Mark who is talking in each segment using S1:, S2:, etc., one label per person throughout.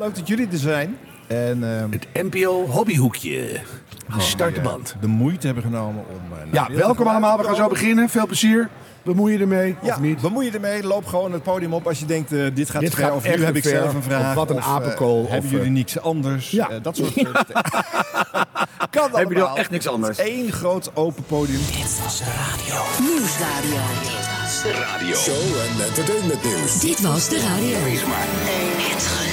S1: Leuk dat jullie er zijn. En ehm,
S2: Het NPO Hobbyhoekje. Start de band.
S1: eh, de moeite hebben genomen om. eh, naar
S3: Ja,
S1: beeld
S3: welkom
S1: te
S3: allemaal. We gaan zo
S1: komen.
S3: beginnen. Veel plezier. Bemoei je ermee of niet?
S1: Ja, bemoei je ermee. Loop gewoon het podium op als je denkt: eh, dit gaat
S3: Dit
S1: te ver.
S3: gaat
S1: of
S3: echt
S1: nu heb
S3: te
S1: ik
S3: ver,
S1: zelf een
S3: of
S1: vraag.
S3: wat een
S1: eh,
S3: apenkool, of,
S1: hebben jullie
S3: eh,
S1: niks anders?
S3: ja.
S1: Eh, dat soort dingen. kan allemaal.
S2: Heb je nou echt niks anders?
S1: Het is één groot open podium.
S4: Dit was radio. Nieuwsradio.
S2: Radio.
S4: Dit was de radio. Het geluid.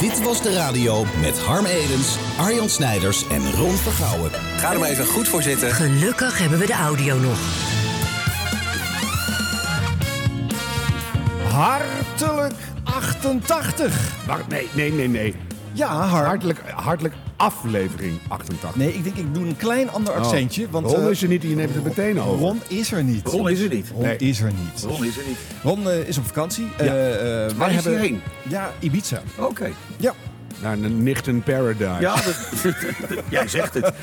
S5: Dit was de radio met Harm Edens, Arjan Snijders en Ron Vergouwen.
S6: Ga er maar even goed voor zitten.
S4: Gelukkig hebben we de audio nog.
S1: Hartelijk 88.
S3: Wacht, nee, nee, nee, nee.
S1: Ja, hart.
S3: Hartelijk, hartelijk aflevering 88.
S1: Nee, ik denk ik doe een klein ander accentje. Want
S3: Oh. Ron
S1: eh,
S3: is er niet, die neemt het meteen over.
S1: Ron is er niet.
S2: Ron is er niet.
S1: Ron
S3: Nee.
S1: is er niet.
S2: Ron is er niet.
S1: Ron eh, is op vakantie. Eh eh,
S2: Waar
S1: wij
S2: is hij heen?
S1: Ja, Ibiza.
S2: Oké.
S1: Ja.
S3: Naar een nichten paradise.
S2: Ja, dat- jij zegt het.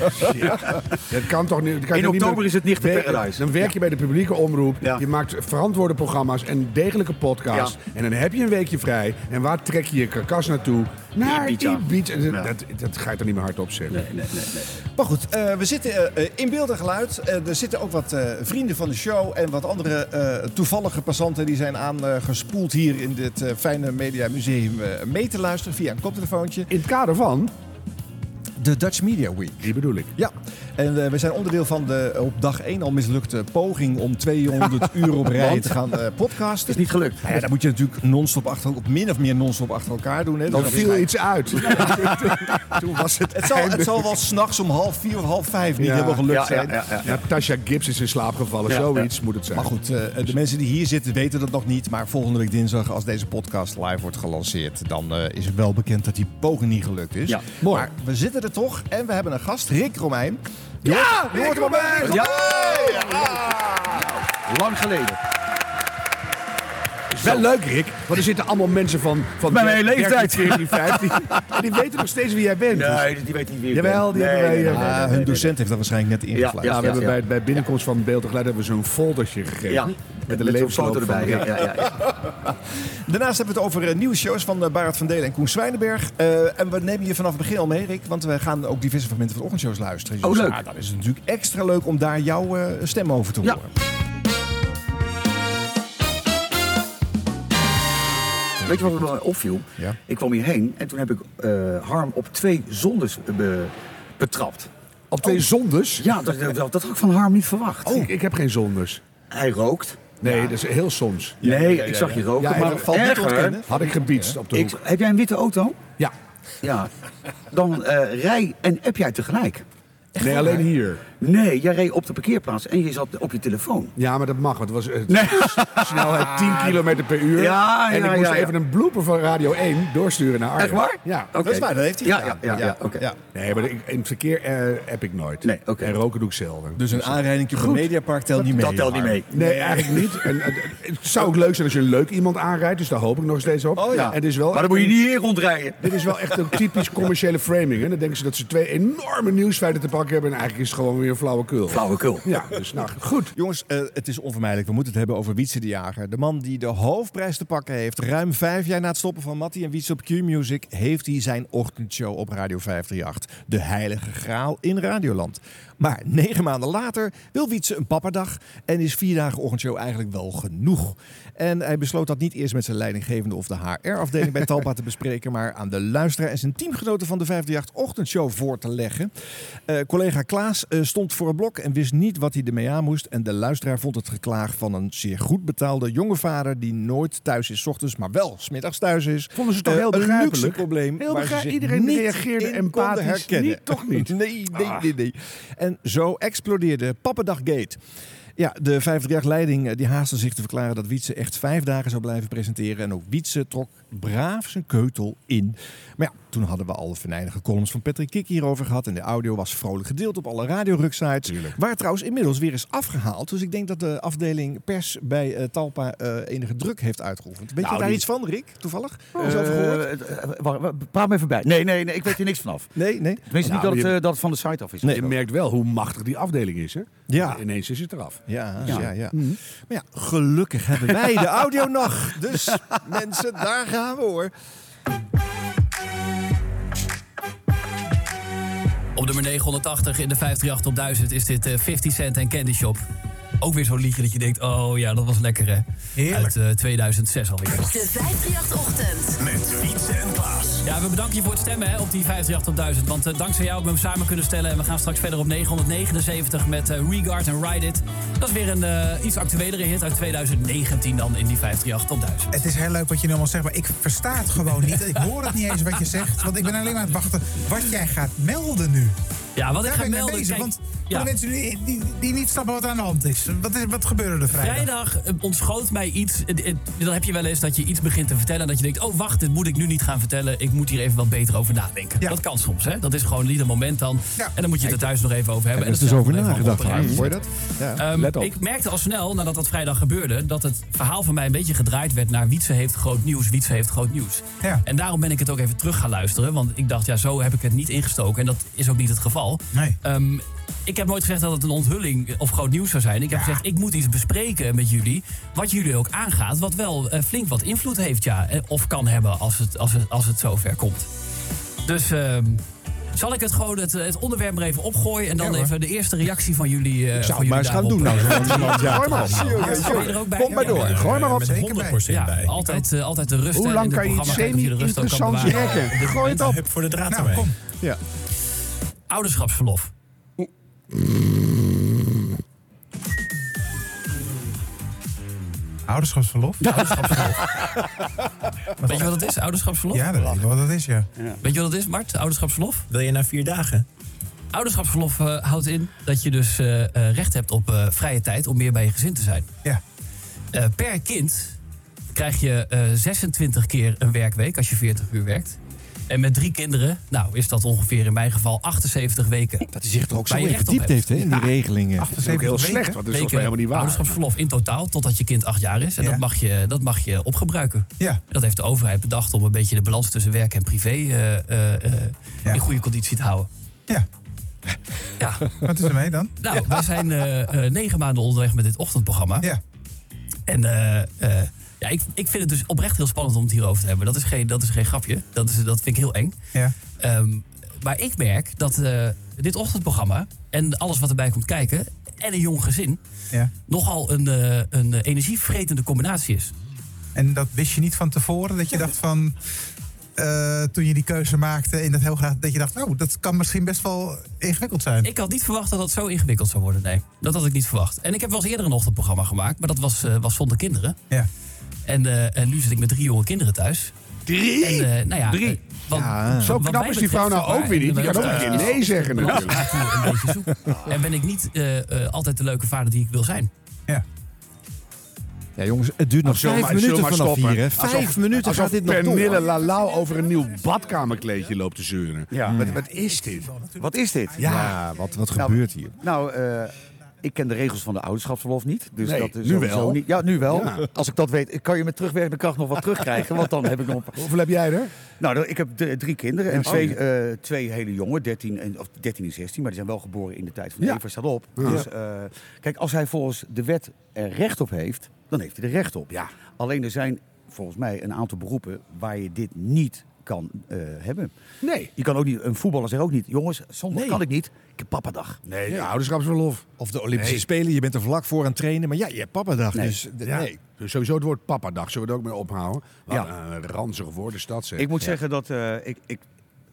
S3: Dat kan toch niet. dat kan
S2: In
S3: toch niet
S2: oktober
S3: meer-
S2: is het nichten
S3: werken.
S2: paradise.
S3: Dan werk je bij de publieke omroep.
S2: Ja.
S3: Je maakt verantwoorde programma's en degelijke podcasts. En dan heb je een weekje vrij. En waar trek je je karkas naartoe? Naar
S2: Ibiza.
S3: Ibiza.
S2: Ja.
S3: Dat, dat ga je toch niet meer hardop zeggen.
S2: Nee, nee, nee, nee.
S1: Maar goed, eh, we zitten eh, eh, in beeld en geluid. Eh, er zitten ook wat eh, vrienden van de show en wat andere eh, toevallige passanten die zijn aangespoeld hier in dit eh, fijne Media Museum eh, mee te luisteren via een koptelefoontje.
S3: In het kader van,
S1: De Dutch Media Week.
S3: die bedoel ik.
S1: Ja, en eh, we zijn onderdeel van de op dag 1 al mislukte poging om 200 uur op rij te gaan eh, podcasten.
S2: Is niet gelukt.
S1: Nou ja, dat moet je natuurlijk non-stop achter elkaar, of min of meer non-stop achter elkaar doen. Hè?
S3: Dan
S1: Dus
S3: viel iets uit. Toen was het
S1: Het zal, het zal wel s'nachts om half vier of half vijf niet
S3: Ja.
S1: helemaal gelukt
S2: Ja, ja,
S1: zijn.
S2: ja, ja.
S3: Ja, Tasha Gibbs is in slaap gevallen.
S2: Ja,
S3: Zoiets moet het zijn.
S1: Maar goed, eh, de mensen die hier zitten weten dat nog niet. Maar volgende week dinsdag, als deze podcast live wordt gelanceerd, dan eh, is het wel bekend dat die poging niet gelukt is.
S2: Ja,
S3: mooi.
S1: Maar we zitten er toch en we hebben een gast, Rick Romein.
S3: Ja,
S1: Je hoort hem
S3: bij.
S1: erbij.
S2: Ja. Nou, lang geleden.
S3: Wel leuk, Rick. Want er zitten allemaal mensen van... van
S2: Bij mijn leeftijd.
S3: 13, 15. En die weten nog steeds wie jij bent. Dus-
S2: die weet niet wie
S3: Jawel, die hebben wij... eh,
S1: Ah, hun docent heeft dat waarschijnlijk net ingevlaagd.
S3: Ja, we
S2: Ja,
S3: hebben
S2: ja.
S3: Bij, bij binnenkomst van Beeld en Geluid hebben we zo'n foldertje gegeven.
S2: Ja,
S3: Met de
S2: zo'n
S3: levensloop
S2: foto
S3: van
S2: erbij. Ja,
S3: Rick.
S2: ja, ja, ja.
S1: Daarnaast hebben we het over eh, nieuwe shows van eh, Barend van Delen en Koen Zwijnenberg. Eh, en we nemen je vanaf het begin al mee, Rick, want we gaan ook diverse fragmenten van de ochtendshows luisteren.
S2: Oh, leuk.
S1: ah, dan is het natuurlijk extra leuk om daar jouw eh, stem over te
S2: Ja.
S1: horen.
S2: Weet je wat me wel opviel?
S1: Ja.
S2: Ik kwam hierheen en toen heb ik eh, Harm op twee zondes eh, be- betrapt. Oh.
S3: Op twee zondes?
S2: Ja, dat, dat, dat had ik van Harm niet verwacht.
S3: Oh, ik heb geen zondes.
S2: Hij rookt.
S3: Nee, dat is heel soms.
S2: Nee, ik zag je roken,
S3: Ja,
S2: maar
S3: dat
S1: valt niet te ontkennen.
S2: erger.
S3: Had ik gebiedst op de
S2: Ik,
S3: hoek.
S2: heb jij een witte auto?
S3: Ja.
S2: Ja. Dan eh, rij en app jij tegelijk.
S3: Nee, alleen hier.
S2: Nee, jij reed op de parkeerplaats en je zat op je telefoon.
S3: Ja, maar dat mag, want het was eh, snelheid 10 kilometer per uur.
S2: Ah, Ja,
S3: en
S2: ja,
S3: ik moest
S2: ja, ja.
S3: even een blooper van Radio 1 doorsturen naar Arjen.
S2: Echt waar?
S3: Ja.
S2: Oké.
S1: Dat is waar, dat heeft hij
S2: Ja,
S1: gedaan.
S2: ja, ja, ja, oké.
S3: Nee, maar ik, in het verkeer eh, app ik nooit.
S2: Nee, oké.
S3: En roken doe ik zelden. eh,
S1: Dus een aanrijding op een mediapark telt niet mee.
S2: dat telt niet
S1: Harm.
S2: mee.
S3: Nee, eigenlijk niet. En, eh, het zou ook leuk zijn als je een leuk iemand aanrijdt, dus daar hoop ik nog steeds op.
S1: Oh ja.
S3: En het is wel
S2: Maar dan moet je niet hier rondrijden.
S3: Dit is wel echt een typisch commerciële framing. Hè? Dan denken ze dat ze twee enorme nieuwsfeiten te pakken hebben. En eigenlijk is het gewoon weer flauwekul.
S2: Flauwekul.
S3: Ja, dus nou goed.
S1: Jongens, eh, het is onvermijdelijk. We moeten het hebben over Wietse de Jager. De man die de hoofdprijs te pakken heeft. Ruim vijf jaar na het stoppen van Mattie en Wietse op Q-Music... heeft hij zijn ochtendshow op Radio 538. De heilige graal in Radioland. Maar negen maanden later wil Wietse een pappadag... en is vier dagen ochtendshow eigenlijk wel genoeg. En hij besloot dat niet eerst met zijn leidinggevende... of de HR-afdeling bij Talpa te bespreken... maar aan de luisteraar en zijn teamgenoten van de 538 ochtendshow voor te leggen. Eh, collega Klaas eh, stond voor een blok en wist niet wat hij ermee aan moest. En de luisteraar vond het geklaag van een zeer goed betaalde jonge vader... die nooit thuis is 's ochtends, maar wel 's middags thuis is.
S3: Vonden ze toch
S1: Eh,
S3: heel
S1: Een
S3: begrijpelijk?
S1: luxe probleem
S3: Heel
S1: waar ze
S3: begrij-
S1: zich
S3: iedereen
S1: niet
S3: reageerde
S1: in
S3: empathisch.
S1: konden herkennen.
S3: Niet, toch niet? Ah.
S1: nee, nee, nee, nee. En zo explodeerde Pappendag Gate. Ja, de 50-jaar-leiding die haastte zich te verklaren dat Wietse echt vijf dagen zou blijven presenteren. En ook Wietse trok braaf zijn keutel in. Maar ja, toen hadden we al de venijnige columns van Patrick Kik hierover gehad. En de audio was vrolijk gedeeld op alle radioruksites. Waar trouwens inmiddels weer is afgehaald. Dus ik denk dat de afdeling pers bij eh, Talpa eh, enige druk heeft uitgeoefend. Weet
S2: Nou,
S1: je daar
S2: die-
S1: iets van, Rick? Toevallig? Iets over gehoord?
S2: Praat me even bij. Nee, nee, nee, ik weet er niks vanaf.
S1: Nee, nee.
S2: Tenminste,
S3: Nou,
S2: niet dat,
S3: je-
S2: het, eh, dat het van de site af is.
S1: Nee.
S3: Je merkt wel hoe machtig die afdeling is, hè?
S1: Ja.
S3: Ineens is het eraf. Mhm.
S1: Ja, ja, ja. Maar ja, gelukkig hebben wij de audio nog. Dus mensen, daar gaan we hoor.
S7: nummer 980 in de 538 op 1000 is dit eh, 50 Cent en Candy Shop. Ook weer zo'n liedje dat je denkt, oh ja, dat was lekker hè. Uit eh, 2006 alweer.
S4: De 538-ochtend.
S8: Met Fiets en Klaas.
S7: Ja, we bedanken je voor het stemmen hè, op die 538 Want eh, dankzij jou hebben we hem samen kunnen stellen. En we gaan straks verder op 979 met eh, Regard en Ride It. Dat is weer een eh, iets actuelere hit uit 2019 dan in die 538 op
S3: Ah.
S7: 1000.
S9: Het is heel leuk wat je nu allemaal zegt, maar ik versta het gewoon niet. Ik hoor het niet eens wat je zegt, want ik ben alleen maar aan het wachten wat jij gaat melden nu.
S7: Ja, wat
S9: Daar
S7: ik ga
S9: ben mee
S7: melden...
S9: bezig,
S7: kijk,
S9: want voor
S7: ja.
S9: de mensen die, die, die niet snappen wat er aan de hand is. Wat, is, wat gebeurde er vrijdag?
S7: Vrijdag eh, ontschoot mij iets. Eh, eh, Dan heb je wel eens dat je iets begint te vertellen. En dat je denkt: oh wacht, dit moet ik nu niet gaan vertellen. Ik moet hier even wat beter over nadenken. Dat kan soms, hè? Dat is gewoon niet een moment dan. En dan moet je het er thuis nog even over hebben.
S1: Er
S7: En
S1: is dus over
S7: hetzelfde even op
S1: nagedacht.
S7: een rij
S1: Hoor je
S7: zetten.
S1: dat? Ja.
S7: Ehm,
S1: Let op.
S7: Ik merkte al snel, nadat dat vrijdag gebeurde, dat het verhaal van mij een beetje gedraaid werd naar Wietse heeft groot nieuws, Wietse heeft groot nieuws.
S9: Ja.
S7: En daarom ben ik het ook even terug gaan luisteren, want ik dacht, ja, zo heb ik het niet ingestoken. En dat is ook niet het geval.
S9: Nee.
S7: Ehm, ik heb nooit gezegd dat het een onthulling of groot nieuws zou zijn. Ik heb gezegd, ik moet iets bespreken met jullie. Wat jullie ook aangaat, wat wel eh, flink wat invloed heeft, ja. eh, Of kan hebben als het, als het, als het zover komt. Dus ehm, zal ik het gewoon het, het onderwerp er even opgooien... en dan even de eerste reactie van jullie... eh,
S1: zou
S7: van
S1: het maar eens
S7: jullie
S1: gaan doen nou.
S7: daarop, eh,
S1: zo'n land. Ja, Gooi maar op.
S7: Ben je er ook bij?
S1: Kom maar
S7: Ja,
S1: door. Gooi maar op.
S8: Met 100%
S7: Ja,
S8: bij.
S7: altijd, eh, altijd de rust.
S3: Hoe
S7: hè,
S3: lang
S7: in dit
S3: kan je iets
S7: programma kijken of je de rust ook kan
S3: semi-interessants
S7: bewaren.
S3: rekken?
S7: Op dit
S3: Gooi het
S7: moment.
S3: op.
S8: Heb voor de draad
S9: Nou,
S8: ermee.
S9: kom.
S1: Ja.
S7: Ouderschapsverlof.
S9: Ouderschapsverlof?
S7: Weet je wat dat is, ouderschapsverlof?
S9: Ja, dat weet ik wel wat dat is, ja.
S7: Weet je wat dat is, Mart? Ouderschapsverlof?
S8: Wil je na vier dagen?
S7: Ouderschapsverlof eh, houdt in dat je dus eh, eh, recht hebt op eh, vrije tijd om meer bij je gezin te zijn.
S9: ja.
S7: Eh, per kind krijg je eh, 26 keer een werkweek als je 40 uur werkt. En met drie kinderen, nou is dat ongeveer in mijn geval 78 weken.
S1: Dat hij zich er ook zo
S7: Waar je
S1: in
S7: recht op
S1: verdiept
S7: hebt.
S1: heeft, hè, in die regelingen.
S3: Dat is ook heel slecht, want dat is
S7: Weken
S3: volgens mij helemaal niet waar.
S7: Ouderschapsverlof in totaal, totdat je kind acht jaar is. En
S9: Ja.
S7: dat, mag je, dat mag je opgebruiken.
S9: Ja.
S7: Dat heeft de overheid bedacht om een beetje de balans tussen werk en privé eh, eh, eh,
S9: Ja.
S7: in goede conditie te houden.
S9: Ja.
S7: Ja,
S9: Wat is ermee dan?
S7: nou, wij zijn eh, eh, negen maanden onderweg met dit ochtendprogramma.
S9: Ja.
S7: En eh, eh, ja, ik, ik vind het dus oprecht heel spannend om het hierover te hebben. Dat is geen, dat is geen grapje. Dat, is, dat vind ik heel eng.
S9: Ja.
S7: Ehm, maar ik merk dat eh, dit ochtendprogramma en alles wat erbij komt kijken... en een jong gezin
S9: ja.
S7: nogal een, eh, een eh, energievretende combinatie is.
S9: En dat wist je niet van tevoren? Dat je dacht van... eh, toen je die keuze maakte en dat heel graag... dat je dacht, oh, dat kan misschien best wel ingewikkeld zijn.
S7: Ik had niet verwacht dat dat zo ingewikkeld zou worden, nee. Dat had ik niet verwacht. En ik heb wel eens eerder een ochtendprogramma gemaakt... maar dat was, eh, was zonder kinderen.
S9: Ja.
S7: En, eh, en nu zit ik met drie jonge kinderen thuis. Drie? En, eh, nou ja, drie.
S3: Zo knap is die vrouw nou ook weer niet. Die kan ook een keer nee zeggen.
S7: Balans
S3: natuurlijk.
S7: ligt hier een beetje zoek. En ben ik niet eh, eh, altijd de leuke vader die ik wil zijn.
S9: Ja.
S1: Ja, jongens, het duurt nog
S3: Zullen we
S1: vijf
S3: maar- zullen
S1: minuten
S3: we maar
S1: vanaf
S3: stoppen?
S1: hier, hè.
S3: Alsof-
S1: Vijf minuten
S3: alsof
S1: gaat dit nog
S3: Pernille
S1: door.
S3: Lalau over een nieuw badkamerkleedje loopt te zeuren. Mhm.
S2: Ja.
S3: Wat, wat is dit?
S2: Wat is dit?
S1: Ja, wat, wat gebeurt hier?
S2: Nou, eh, ik ken de regels van de ouderschapsverlof niet. Dus
S3: Nee,
S2: dat is
S3: nu
S2: sowieso
S3: wel.
S2: Niet. Ja, nu wel.
S3: Ja.
S2: Als ik dat weet, kan je met terugwerkende kracht nog wat terugkrijgen. Want dan heb ik nog... een paar-
S3: Hoeveel heb jij er?
S2: Nou, dan- ik heb d- drie kinderen.
S3: Oh,
S2: En twee, eh, twee hele jongen, 13 en, of 13 en 16. Maar die zijn wel geboren in de tijd van
S3: Ja.
S2: Eva, staat op. Dus, eh, kijk, als hij volgens de wet er recht op heeft, dan heeft hij er recht op.
S3: Ja.
S2: Alleen er zijn volgens mij een aantal beroepen waar je dit niet kan eh, hebben.
S3: Nee.
S2: Je kan ook niet, een voetballer zegt ook niet, jongens, zondag
S3: Nee.
S2: kan ik niet, ik heb papadag.
S3: Nee, ja, ouderschapsverlof.
S1: Of de Olympische Spelen, je bent er vlak voor aan het trainen. Maar ja, je hebt pappadag,
S2: Nee.
S1: dus d-
S3: Ja.
S1: nee.
S3: Dus Sowieso het woord papadag zullen we er ook mee ophouden. Wat
S2: Ja.
S3: een ranzig woord is dat zeg.
S2: Ik moet zeggen dat eh, ik, ik,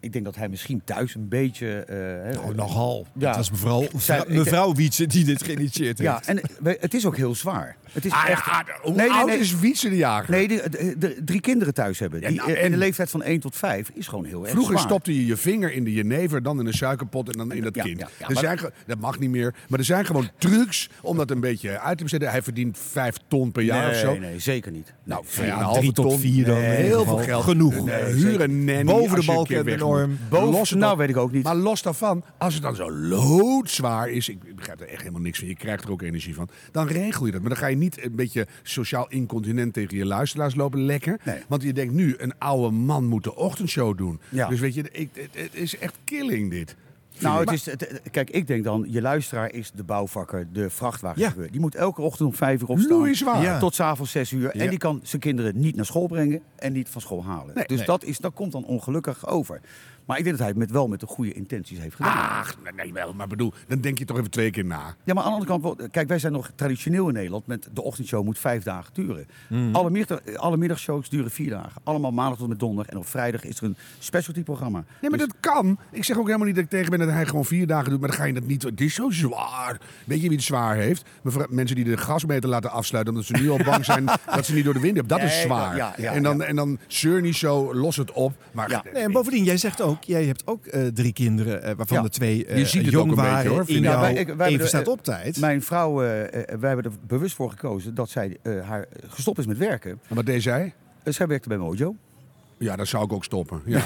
S2: ik denk dat hij misschien thuis een beetje... eh, hè,
S1: Oh, nogal.
S2: Ja.
S1: Het was mevrouw,
S2: Zij- ik-
S1: mevrouw Wietse die dit geïnitieerd heeft.
S2: Ja, en we- het is ook heel zwaar. Het is
S3: Ah, ja,
S2: echt...
S3: ah, hoe
S2: Nee, nee,
S3: oud
S2: nee.
S3: is Wietse de jager?
S2: Nee, de, de- de- drie kinderen thuis hebben.
S3: Ja,
S2: Die,
S3: nou,
S2: eh, in de
S3: en-
S2: leeftijd van 1 tot 5 is gewoon heel erg
S3: Vroeger
S2: zwaar.
S3: stopte je je vinger in de jenever, dan in een suikerpot en dan in dat
S2: ja,
S3: kind.
S2: ja, ja,
S3: er
S2: maar-
S3: zijn ge- dat mag niet meer. Maar er zijn gewoon trucs om dat een beetje uit te zetten. Hij verdient vijf ton per jaar
S2: nee,
S3: of zo.
S2: nee, zeker niet.
S3: Nou,
S2: Nee.
S3: ja,
S1: drie
S3: halve
S1: tot
S3: ton.
S1: vier dan, in ieder
S3: heel veel
S1: geval.
S3: geld.
S1: Genoeg.
S3: Een,
S1: Nee,
S3: eh,
S1: zeker.
S3: huur een nanny.
S1: Boven de
S3: als je een
S1: balken
S3: keer
S1: de
S3: weg
S1: norm.
S3: moet.
S2: Boven-
S3: Los het
S2: nou,
S3: op.
S2: weet ik ook niet.
S3: Maar los daarvan, als het dan zo loodzwaar is, ik begrijp er echt helemaal niks van, je krijgt er ook energie van, dan regel je dat. Maar dan ga je niet een beetje sociaal incontinent tegen je luisteraars lopen lekker.
S2: Nee.
S3: Want je denkt nu, een oude man moet de ochtendshow doen.
S2: Ja.
S3: Dus weet je, ik, het, het is echt killing dit.
S2: Nou, het is, het- kijk, ik denk dan, je luisteraar is de bouwvakker, de vrachtwagenchauffeur. Die moet elke ochtend om vijf uur opstaan.
S3: Loeizwaar.
S2: Ja. Tot s'avonds zes uur.
S3: Ja.
S2: En die kan zijn kinderen niet naar school brengen en niet van school halen. dus Dat, is, dat komt dan ongelukkig over. Maar ik denk dat hij het met, wel met de goede intenties heeft gedaan.
S3: Ach, nee, nee, wel, maar bedoel, dan denk je toch even twee keer na.
S2: Ja, maar aan de andere kant, wel- kijk, wij zijn nog traditioneel in Nederland met de ochtendshow moet vijf dagen duren. Alle, middag, eh, alle middagshows duren vier dagen. Allemaal maandag tot en met donderdag. En op vrijdag is er een specialty programma.
S3: Nee, maar
S2: Dus-
S3: dat kan. Ik zeg ook helemaal niet dat ik tegen ben dat hij gewoon vier dagen doet. Maar dan ga je dat niet... Het is zo zwaar. Weet je wie het zwaar heeft? Mevrouw- mensen die de gasmeter laten afsluiten... omdat ze nu al bang zijn dat ze niet door de wind hebben. Dat is
S2: Nee,
S3: zwaar.
S2: ja, ja,
S3: en dan, en dan zeur niet zo, los het op. Maar
S2: Ja.
S1: Nee, en bovendien, jij zegt ook, jij hebt ook eh, drie kinderen, eh, waarvan
S2: Ja.
S1: de twee eh,
S3: Je ziet het
S1: jong
S3: ook een
S1: waren
S3: beetje, hoor,
S1: in
S3: vind ik.
S1: jouw
S3: Ja,
S2: wij- ik- wij hebben
S1: even
S2: de-
S1: staat
S2: eh,
S1: op tijd.
S2: Mijn vrouw, eh, eh, wij hebben er bewust voor gekozen dat zij eh, haar gestopt is met werken.
S3: En wat deed zij?
S2: Eh, zij werkte bij Mojo.
S3: Ja, dan zou ik ook stoppen. Ja.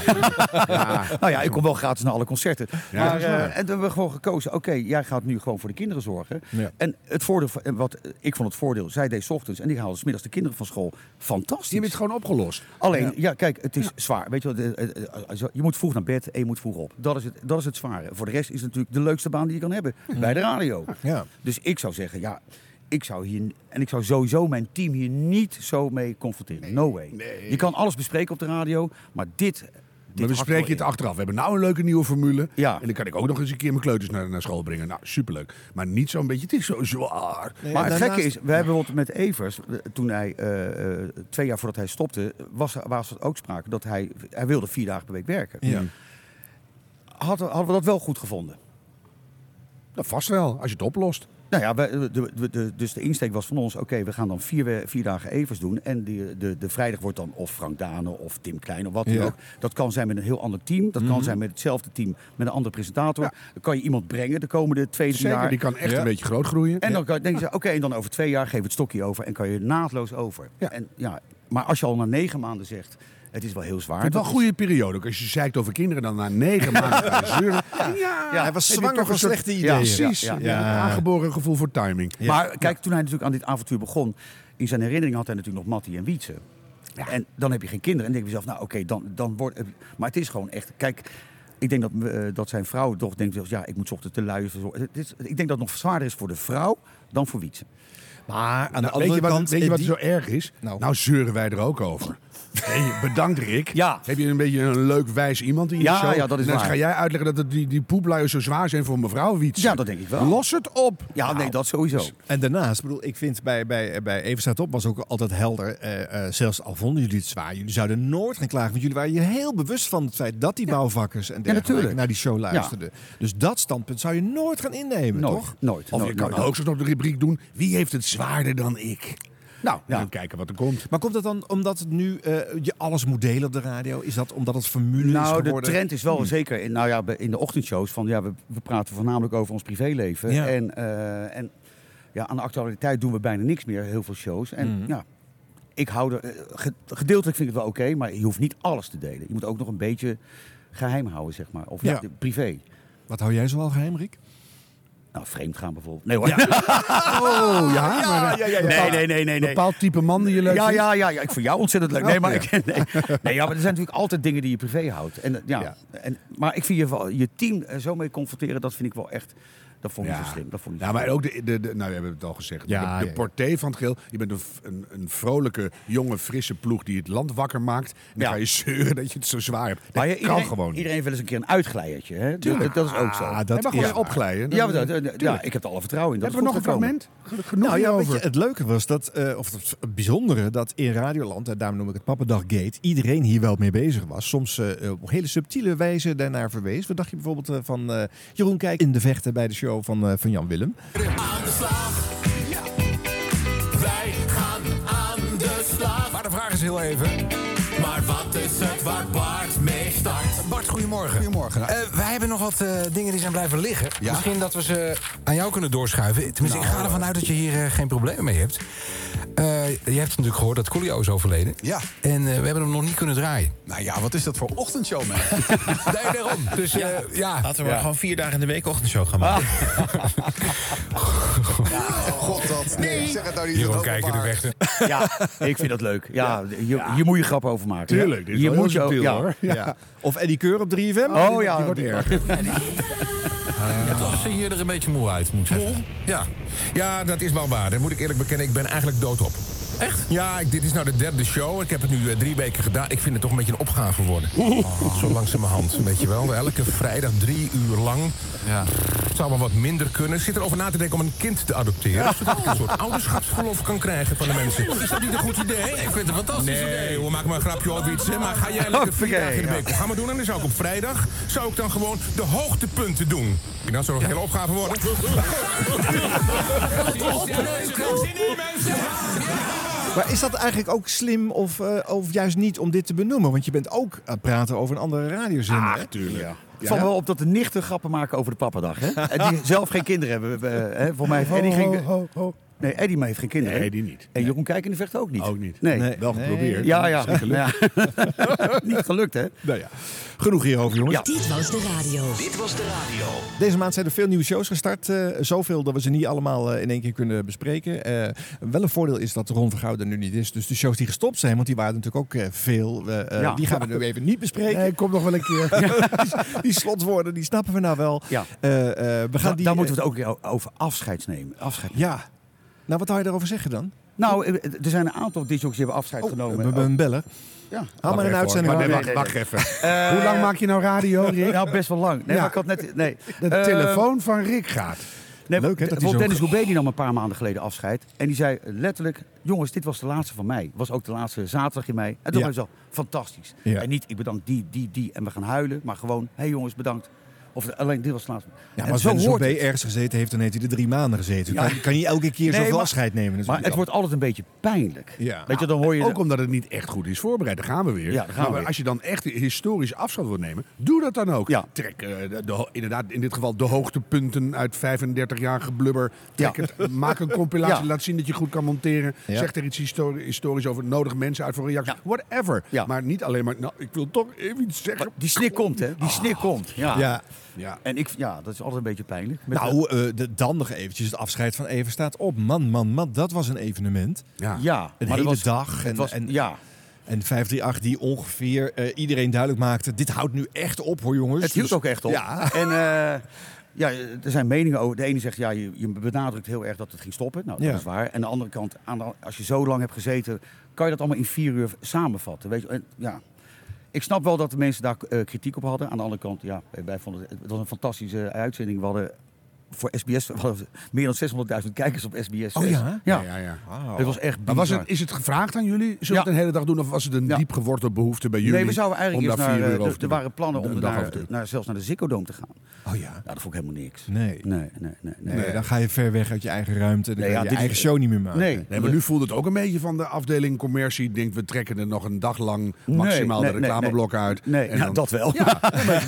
S2: Nou ja, ik kom wel gratis naar alle concerten.
S3: Ja,
S2: maar,
S3: dat is
S2: eh,
S3: waar.
S2: en toen hebben we gewoon gekozen, oké, jij gaat nu gewoon voor de kinderen zorgen.
S1: Ja.
S2: En het voordeel, van- en wat eh, ik vond het voordeel, zij deed 's ochtends en ik haalde 's middags de kinderen van school. Fantastisch.
S3: Je hebt het gewoon opgelost.
S2: Alleen, ja. kijk, het is zwaar. Weet je, wat, eh, eh, eh, je moet vroeg naar bed en je moet vroeg op. Dat is, het, dat is het zware. Voor de rest is het natuurlijk de leukste baan die je kan hebben bij de radio.
S1: Ja.
S2: Dus ik zou zeggen, ja, ik zou hier. En ik zou sowieso mijn team hier niet zo mee confronteren. no way. Je kan alles bespreken op de radio, maar dit. dit
S3: Maar we
S2: hakt wel
S3: spreken het
S2: in.
S3: achteraf. We hebben nou een leuke nieuwe formule.
S2: Ja.
S3: En dan kan ik ook nog eens een keer mijn kleuters naar, naar school brengen. Nou, superleuk. Maar niet zo'n beetje, het is zo zwaar.
S1: Nee,
S2: Maar
S1: en
S2: het gekke
S1: daarnaast-
S2: is, we hebben bijvoorbeeld met Evers, eh, toen hij eh, eh, twee jaar voordat hij stopte, was, er- was er ook sprake dat hij, hij wilde vier dagen per week werken.
S1: Ja.
S2: Hadden, hadden we dat wel goed gevonden?
S3: Nou, vast wel, als je het oplost.
S2: Nou ja, wij- de, de, de- dus de insteek was van ons, oké, we gaan dan vier, we- vier dagen Evers doen. En de, de, de vrijdag wordt dan of Frank Dane of Tim Klein of wat dan
S1: Ja.
S2: ook. Dat kan zijn met een heel ander team. Dat
S3: Mhm.
S2: kan zijn met hetzelfde team, met een andere presentator. Dan kan je iemand brengen de komende twee, drie
S3: Zeker,
S2: jaar.
S3: die kan echt
S1: Ja.
S3: een beetje groot groeien.
S2: En dan kan, denk je, oké, en dan over twee jaar geef het stokje over en kan je naadloos over.
S3: Ja.
S2: En, ja, maar als je al na negen maanden zegt, het is wel heel zwaar.
S3: Ik vind het
S2: dat
S3: wel een goede periode. Ook als je zeikt over kinderen, dan na negen maanden gaan zeuren. Ja,
S1: hij was
S3: heb je
S1: zwanger
S3: toch
S1: van
S3: een soort-
S1: slechte
S2: Ja,
S1: ideeën.
S3: Precies.
S2: ja,
S3: Ja,
S2: ja.
S1: Ja.
S3: Aangeboren gevoel voor timing.
S2: is- Maar kijk, toen hij natuurlijk aan dit avontuur begon, in zijn herinnering had hij natuurlijk nog Mattie en Wietse. En dan heb je geen kinderen en denk je zelf, nou oké, dan, dan wordt... Maar het is gewoon echt, kijk, ik denk dat, eh, dat zijn vrouw toch denkt, zelfs, ja, ik moet 's ochtends te luien. verzorgen. Het is, ik denk dat het nog zwaarder is voor de vrouw dan voor Wietse.
S1: Maar aan de
S3: Nou, Weet
S1: andere
S3: je wat,
S1: kant...
S3: weet je
S1: eh,
S3: wat
S1: die-
S3: zo erg is?
S1: Nou.
S3: Nou. zeuren wij er ook over. Hey, bedankt Rick.
S2: Ja.
S3: Heb je een beetje een leuk wijs iemand in je
S2: Ja,
S3: show?
S2: ja, dat is
S3: en dan
S2: waar.
S3: ga jij uitleggen dat het die, die poepluien zo zwaar zijn voor mevrouw Wiets.
S2: Ja, dat denk ik wel.
S3: Los het op.
S2: Ja, nee, dat sowieso.
S1: Dus, En daarnaast, bedoel, ik vind bij, bij, bij Even staat op was ook altijd helder. eh, eh, zelfs al vonden jullie het zwaar, jullie zouden nooit gaan klagen. Want jullie waren je heel bewust van het feit dat die bouwvakkers en dergelijke
S2: natuurlijk.
S1: naar die show luisterden. Dus dat standpunt zou je nooit gaan innemen,
S2: Nooit,
S1: toch?
S2: nooit.
S3: Of je
S2: nooit,
S3: kan
S2: nooit.
S3: ook zo op de rubriek doen. Wie heeft het zwaarder dan ik? Nou,
S2: Ja.
S3: dan kijken wat er komt.
S1: Maar komt dat dan omdat het nu eh, je alles moet delen op de radio? Is dat omdat het formule is
S2: Nou, de
S1: geworden? Hmm.
S2: trend is wel zeker in, nou ja, bij- in de ochtendshows van ja, we, we praten voornamelijk over ons privéleven.
S1: Ja.
S2: En, eh, en ja, aan de actualiteit doen we bijna niks meer, heel veel shows. En ja, ik hou er, eh, ge- gedeeltelijk vind ik het wel oké, maar je hoeft niet alles te delen. Je moet ook nog een beetje geheim houden, zeg maar. Of ja,
S1: Ja.
S2: de- privé.
S1: Wat hou jij zoal geheim, Rick?
S2: Nou, vreemd gaan bijvoorbeeld. Nee hoor. Ah,
S3: Oh ja, maar,
S2: Nee, nee, nee, nee. nee.
S3: bepaald type man die je leuk
S2: Ja,
S3: vindt. Oh,
S2: ja, ja, ja, ik vond jou ontzettend leuk. Nee, maar, ik, nee. Nee, ja, maar er zijn natuurlijk altijd dingen die je privé houdt. En, eh, ja,
S1: Ja.
S2: En, maar ik vind je, wel- je team er zo mee confronteren, dat vind ik wel echt... Dat vond ik niet zo slim. Dat vond ik niet
S3: ja,
S2: zo
S3: maar
S2: slim.
S3: ook de, de, de- nou, we hebben het al gezegd.
S1: Ja,
S3: de de
S1: ja, ja.
S3: porté van het geel. Je bent een, v- een, een vrolijke, jonge, frisse ploeg die het land wakker maakt. En dan
S2: Ja.
S3: ga je zeuren dat je het zo zwaar hebt. Dat
S2: Maar ja,
S3: kan
S2: iedereen,
S3: gewoon.
S2: Iedereen heeft wel eens een keer een uitglijertje. Hè? Dat, dat, dat is ook zo.
S1: Ah,
S3: dat
S1: dat
S3: en maar gewoon opglijden. Dan-
S2: ja, maar dat- ja, ik heb er alle vertrouwen in. Dat
S3: hebben we nog een
S2: het goed gaat
S3: fragment? Ge- Genoeg
S1: Nou ja, weet
S3: hierover.
S1: je, het leuke was dat, eh, of het bijzondere, dat in Radioland, en daarom noem ik het Pappendag Gate, iedereen hier wel mee bezig was. Soms eh, op hele subtiele wijze daarnaar verwees. Wat dacht je bijvoorbeeld eh, van eh, Jeroen Kijk in de vechten bij de show van, eh, van Jan Willem?
S8: Aan de slag. Wij gaan aan de slag.
S10: Maar de vraag is heel even.
S8: Maar wat is het waar Bart mee start?
S10: Bart, goedemorgen.
S9: Goedemorgen.
S10: Eh, wij hebben nog wat eh, dingen die zijn blijven liggen.
S9: Ja. Nou.
S10: Misschien dat we ze aan jou kunnen doorschuiven. Tenminste, Dus ik ga ervan uit dat je hier eh, geen problemen mee hebt. Eh, je hebt natuurlijk gehoord dat Coolio is overleden.
S9: Ja.
S10: En eh, we hebben hem nog niet kunnen draaien.
S9: Nou ja, wat is dat voor ochtendshow, man?
S10: Nee, daarom. Dus eh, ja.
S11: Laten we maar gewoon vier dagen in de week ochtendshow gaan maken.
S9: God, dat. Nee, zeg het nou niet.
S10: Jeroen
S9: dat
S10: kijken de
S9: openbaar.
S10: weg.
S2: worden. Ja, ik vind dat leuk. Ja, Hier, hier moet je grap over maken.
S3: Tuurlijk, dit is
S2: Hier
S3: wel
S2: moet
S3: heel
S2: je ook-
S3: subtiel, hoor.
S2: ja.
S1: Ja. Of Eddie Keur op 3FM?
S2: Oh ja,
S3: Die wordt erg.
S10: Ja, toch zie je er een beetje moe uit, moet ik zeggen. Ja. ja, dat is wel waar. Dat moet ik eerlijk bekennen. Ik ben eigenlijk doodop.
S7: Echt?
S11: Ja, ik- dit is nou de derde show. Ik heb het nu eh, drie weken gedaan. Ik vind het toch een beetje een opgave worden. Oh, Zo langzamerhand, weet je wel. Elke vrijdag drie uur lang. Ja. Het zou maar wat minder kunnen. Ik zit erover na te denken om een kind te adopteren. Zodat ik een soort ouderschapsverlof kan krijgen van de mensen. Is dat niet een goed idee? Ik vind het een fantastisch nee, idee. we maken maar een grapje over iets. hè. Maar ga jij lekker vier dagen in de week programma doen? En dan zou ik op vrijdag zou ik dan gewoon de hoogtepunten doen. En dan zou het een hele opgave worden.
S1: Maar is dat eigenlijk ook slim of, eh, of juist niet om dit te benoemen? Want je bent ook aan het praten over een andere radiozender.
S3: Ah,
S1: hè?
S2: Ja. Het valt wel op dat de nichten grappen maken over de pappadag. Hè? En die zelf geen kinderen hebben. eh, Hè? Voor mij heeft Eddie geen... Nee, Eddie maar heeft geen kinderen.
S3: Nee,
S2: die niet. En Jeroen Kijken vecht ook niet. Ook
S3: niet.
S2: Nee.
S3: Nee. Wel geprobeerd.
S2: Ja, ja.
S3: Is niet gelukt.
S2: Ja. niet gelukt, hè?
S1: Nou ja. Genoeg hierover, jongens.
S4: Dit was de radio. Dit was de radio.
S1: Deze maand zijn er veel nieuwe shows gestart. eh, zoveel dat we ze niet allemaal eh, in één keer kunnen bespreken. Eh, wel een voordeel is dat Ron van Gouden er nu niet is. Dus de shows die gestopt zijn, want die waren natuurlijk ook eh, veel. eh, eh,
S3: Ja.
S1: Die gaan we nu even niet bespreken.
S3: Nee, kom nog wel een keer.
S1: die, die slotwoorden, die snappen we nou wel.
S2: Ja.
S1: Eh, eh, we gaan
S2: Da-
S1: die,
S2: daar moeten we
S1: eh,
S2: het ook weer over afscheid nemen. Afscheid.
S1: Ja. Nou, wat hou je daarover zeggen dan?
S2: Nou, eh, er zijn een aantal DJ's die hebben afscheid
S3: Oh,
S2: genomen. Oh.
S1: We hebben een beller.
S2: Ja.
S1: Haal maar een uitzending.
S3: Maar nee,
S1: aan.
S3: wacht, wacht even.
S2: Eh,
S3: Hoe lang maak je nou radio, Rick?
S2: Nou, best wel lang. Nee,
S3: Ja.
S2: maar ik had net... Nee.
S3: De
S2: Eh,
S3: telefoon van Rick gaat.
S2: Nee,
S1: Leuk, hè, dat
S2: want
S1: hij zo-
S2: Dennis Roubaix die nam een paar maanden geleden afscheid. En die zei letterlijk, jongens, dit was de laatste van mei. Was ook de laatste zaterdag in mei. En toen
S1: Ja.
S2: was het al fantastisch.
S1: Ja.
S2: En niet, ik bedank die, die, die. En we gaan huilen. Maar gewoon, hé hey jongens, bedankt. Of alleen, dit was de laatste.
S1: Ja,
S2: En
S1: maar als Dennis
S2: hoort
S1: Roubaix
S2: het.
S1: ergens gezeten heeft, dan heeft hij er drie maanden gezeten.
S2: Ja.
S1: Kan, kan je elke keer
S2: Nee,
S1: zoveel
S2: maar-
S1: afscheid nemen? Dat is
S2: Maar het wordt altijd een beetje pijnlijk.
S1: Ja.
S2: Weet je, dan hoor je...
S3: Nou, Ook omdat het niet echt goed is voorbereid. Daar gaan we weer.
S2: Ja, daar gaan we
S3: maar
S2: weer.
S3: als je dan echt historisch afstand wilt nemen, doe dat dan ook.
S2: Ja.
S3: Trek eh, de, de ho- inderdaad in dit geval de hoogtepunten uit 35 jaar geblubber. Trek
S2: Ja.
S3: het, maak een compilatie.
S2: Ja.
S3: Laat zien dat je goed kan monteren.
S1: Ja.
S3: Zeg er iets histori- historisch over. Nodig mensen uit voor reacties. Whatever.
S2: Ja.
S3: Maar niet alleen maar, nou, ik wil toch even iets zeggen.
S2: Die snik komt, hè? Oh. Die snik komt. Ja.
S1: ja.
S3: Ja.
S2: En ik, ja, dat is altijd een beetje pijnlijk. Met-
S1: Nou, eh, de, dan nog eventjes het afscheid van Even staat op. Man, man, man, dat was een evenement.
S3: Ja.
S2: ja.
S1: Een
S2: maar
S1: hele
S2: dat was,
S1: dag. En,
S2: Het was,
S1: en,
S2: ja.
S1: en 538 die ongeveer eh, iedereen duidelijk maakte... dit houdt nu echt op hoor jongens.
S2: Het hield
S1: Dus-
S2: ook echt op.
S1: Ja.
S2: En eh, ja, er zijn meningen over. De ene zegt, ja, je, je benadrukt heel erg dat het ging stoppen. Nou, dat
S1: Ja.
S2: is waar. En aan de andere kant, aan de- als je zo lang hebt gezeten... kan je dat allemaal in vier uur samenvatten. Weet je? En, ja. Ik snap wel dat de mensen daar eh, kritiek op hadden. Aan de andere kant, ja, wij vonden het, het was een fantastische eh, uitzending. We hadden voor SBS we hadden meer dan 600.000 kijkers op SBS.
S1: Oh ja?
S2: Ja,
S3: ja, ja.
S2: het was echt
S3: Maar was het,
S2: bizar.
S3: is het gevraagd aan jullie? Zullen we het
S2: Ja.
S3: een hele dag doen? Of was het een
S2: Ja.
S3: diep gewortelde behoefte bij jullie?
S2: nee, we zouden eigenlijk
S3: om
S2: eerst
S3: daar
S2: naar...
S3: vier uur
S2: eh,
S3: over
S2: er-
S3: te
S2: er
S3: doen?
S2: waren plannen om
S3: Een dag
S2: naar,
S3: over te doen.
S2: naar- zelfs naar de Zikko Dome te gaan.
S1: Oh ja.
S2: Nou, dat vond ik helemaal niks.
S1: Nee.
S2: Nee, nee, nee. nee.
S1: Nee, dan ga je ver weg uit je eigen ruimte. Dan
S2: Nee,
S1: kan
S2: ja,
S1: je je
S2: dit
S1: eigen
S2: is-
S1: show niet meer maken.
S2: Nee.
S3: Nee, maar nu voelt het ook een beetje van de afdeling commercie. Ik denk, we trekken er nog een dag lang maximaal
S2: Nee,
S3: de
S2: nee,
S3: reclameblok
S2: nee.
S3: uit.
S2: Nee,
S3: En
S2: ja,
S3: dan-
S2: dat wel.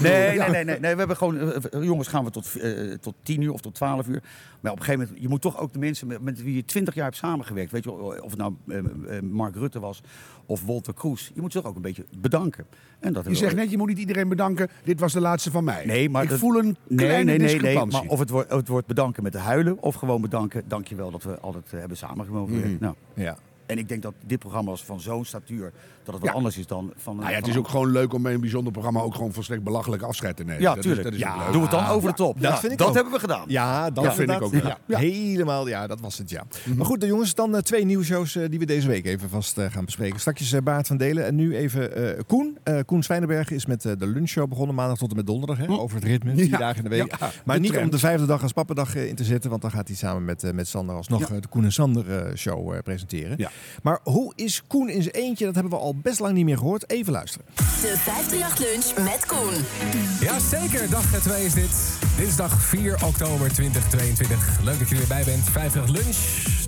S2: nee, nee, nee, nee, nee. We hebben gewoon, eh, eh, jongens, gaan we tot, eh, tot tien uur of tot twaalf uur. Maar op een gegeven moment, je moet toch ook de mensen met, met wie je twintig jaar hebt samengewerkt. Weet je, wel, of het nou eh, eh, Mark Rutte was of Walter Kroes. Je moet ze toch ook een beetje bedanken. En dat
S3: Je
S2: hebben we
S3: zegt
S2: ook-
S3: net, je moet niet iedereen bedanken. Dit was de laatste van mij.
S2: Nee, maar
S3: ik
S2: dat-
S3: voel een
S2: Nee,
S3: kleine
S2: nee, nee,
S3: discrepantie.
S2: Nee, maar of het wordt, het wordt bedanken met de huilen of gewoon bedanken. Dankjewel dat we altijd eh, hebben samengewogen.
S3: Mhm.
S2: Nou,
S1: Ja.
S2: en ik denk dat dit programma was van zo'n statuur dat het wat
S3: Ja.
S2: anders is dan van.
S3: Nou ja, het
S2: van
S3: is ook gewoon leuk om bij een bijzonder programma ook gewoon volstrekt belachelijk afscheid te nemen.
S2: Ja,
S3: Dat is-
S2: tuurlijk.
S3: dat is ook
S2: ja,
S3: leuk.
S2: doe het dan over de top.
S1: Dat
S2: Ja,
S1: vind ik
S2: dat
S1: ook.
S2: hebben we gedaan.
S1: Ja, dat
S3: Dat vind ik
S1: inderdaad.
S3: ook wel.
S1: Ja. Helemaal, ja, dat was het, ja. Maar goed, dan jongens, dan eh, twee nieuwe shows eh, die we deze week even vast eh, gaan bespreken. Straks eh, Baart van Delen en nu even eh, Koen. Eh, Koen Zwijnenberg is met eh, de lunchshow begonnen, maandag tot en met donderdag. Hè, Over het ritme, vier
S3: Ja.
S1: dagen in de week.
S3: Ja,
S1: maar
S3: de
S1: niet
S3: trend.
S1: om de vijfde dag als pappendag eh, in te zetten, want dan gaat hij samen met, eh, met Sander alsnog eh, de Koen en Sander eh, show eh, presenteren.
S3: Ja.
S1: Maar hoe is Koen in zijn eentje? Dat hebben we al best lang niet meer gehoord. Even luisteren.
S4: De 538 Lunch met Koen.
S10: Jazeker, dag 2 is dit. Dinsdag 4 oktober 2022. Leuk dat jullie erbij bent. 50 lunch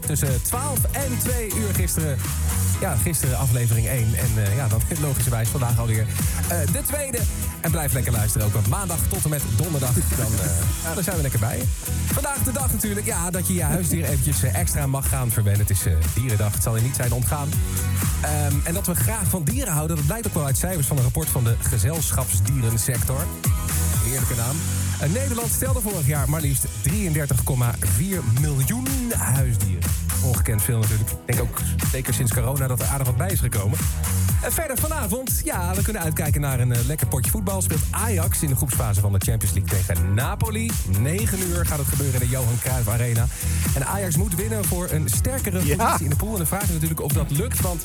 S10: tussen 12 en 2 uur gisteren. Ja, gisteren aflevering 1. En eh, ja, dan logischerwijs vandaag alweer eh, de tweede. En blijf lekker luisteren ook, want maandag tot en met donderdag. Dan, eh, ja, dan zijn we lekker bij je. Vandaag de dag natuurlijk, ja, dat je je huisdier eventjes eh, extra mag gaan verwennen. Het is eh, dierendag, het zal je niet zijn ontgaan. Ehm, en dat we graag van dieren houden, dat blijkt ook wel uit cijfers van een rapport van de gezelschapsdierensector. Heerlijke naam. En Nederland stelde vorig jaar maar liefst 33,4 miljoen huisdieren. Ongekend veel natuurlijk. Ik denk ook zeker sinds corona dat er aardig wat bij is gekomen. Eh, Verder vanavond, ja, we kunnen uitkijken naar een eh, lekker potje voetbal. Speelt Ajax in de groepsfase van de Champions League tegen Napoli. 9 uur gaat het gebeuren in de Johan Cruijff Arena. En Ajax moet winnen voor een sterkere positie in de pool. En de vraag is natuurlijk of dat lukt, want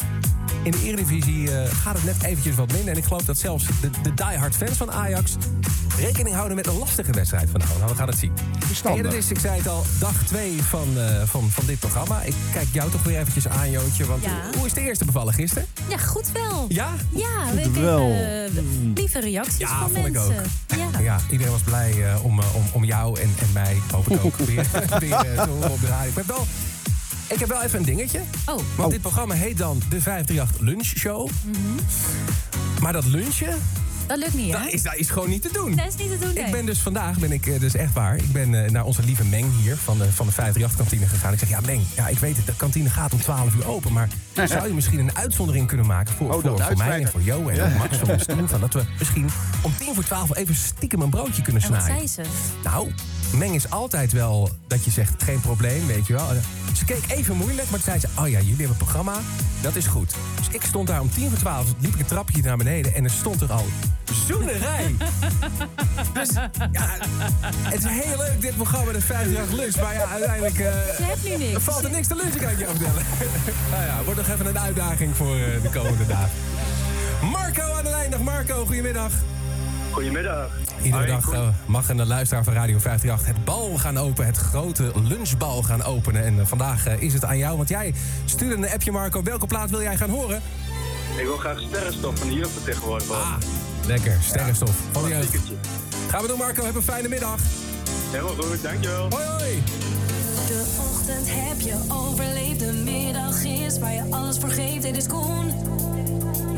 S10: in de Eredivisie eh, gaat het net eventjes wat minder. En ik geloof dat zelfs de, de diehard fans van Ajax rekening houden met een lastige wedstrijd vanavond. Nou, we gaan het zien. En dat is, Dus ik zei het al, dag 2 van, eh, van, van dit programma. Ik kijk jou toch weer eventjes aan, Jootje. Want eh,
S12: Ja.
S10: hoe is de eerste bevallen gisteren?
S12: Ja, goed wel.
S10: Ja?
S12: Ja,
S10: Goed
S12: we kregen
S10: wel. Mm.
S12: eh, lieve reacties
S10: Ja,
S12: van
S10: vond ik
S12: mensen.
S10: Nou Ja. iedereen was blij eh, om, eh, om, om jou en, en mij, hoop ik ook, weer, weer eh, te horen op de radio. Ik heb wel, ik heb wel even een dingetje.
S12: Oh.
S10: Want dit programma heet dan de 538 Lunch Show.
S12: Mhm.
S10: Maar dat lunchen,
S12: Dat lukt niet, hè?
S10: dat is, dat is gewoon niet te doen.
S12: Dat is niet te doen, nee.
S10: Ik ben dus vandaag, ben ik, eh, dus echt waar, ik ben eh, naar onze lieve Meng hier van de, van de 538-kantine gegaan. Ik zeg, ja Meng, ja, ik weet het, de kantine gaat om 12 uur open, maar zou je misschien een uitzondering kunnen maken voor,
S11: Oh, dat
S10: voor, voor mij en
S11: uitvrijdag.
S10: voor jou en
S11: Ja.
S10: Max van ons team, van dat we misschien om tien voor twaalf even stiekem een broodje kunnen
S12: En wat
S10: snijden.
S12: zei ze?
S10: Nou, Meng is altijd wel dat je zegt, geen probleem, weet je wel. Eh, Ze keek even moeilijk, maar toen zei ze, oh ja, jullie hebben een programma, dat is goed. Dus ik stond daar om tien voor twaalf, liep ik een trapje naar beneden en er stond er al zoenerij. dus ja, het is heel leuk dit programma, de 50 jaar lunch, maar ja, uiteindelijk... eh,
S12: Ze heeft nu niks.
S10: er valt er niks te lunchen, kan ik je vertellen. nou ja, wordt nog even een uitdaging voor eh, de komende dagen. Marco aan de lijn. Dag Marco, goedemiddag.
S13: Goedemiddag.
S10: Iedere
S13: Hoi,
S10: dag
S13: Koen.
S10: eh, mag een luisteraar van Radio 538 het bal gaan openen, het grote lunchbal gaan openen. En eh, vandaag eh, is het aan jou, want jij stuurde een appje Marco. Welke plaat wil jij gaan horen?
S13: Ik wil graag sterrenstof van de jeugd vertegenwoordigen. Ah,
S10: Lekker, sterrenstof van de jeugd. Gaan we doen Marco, heb een fijne middag.
S13: Helemaal goed, dankjewel.
S10: Hoi hoi.
S14: De ochtend heb je overleefd, de middag is waar je alles voor geeft. Dit is Koen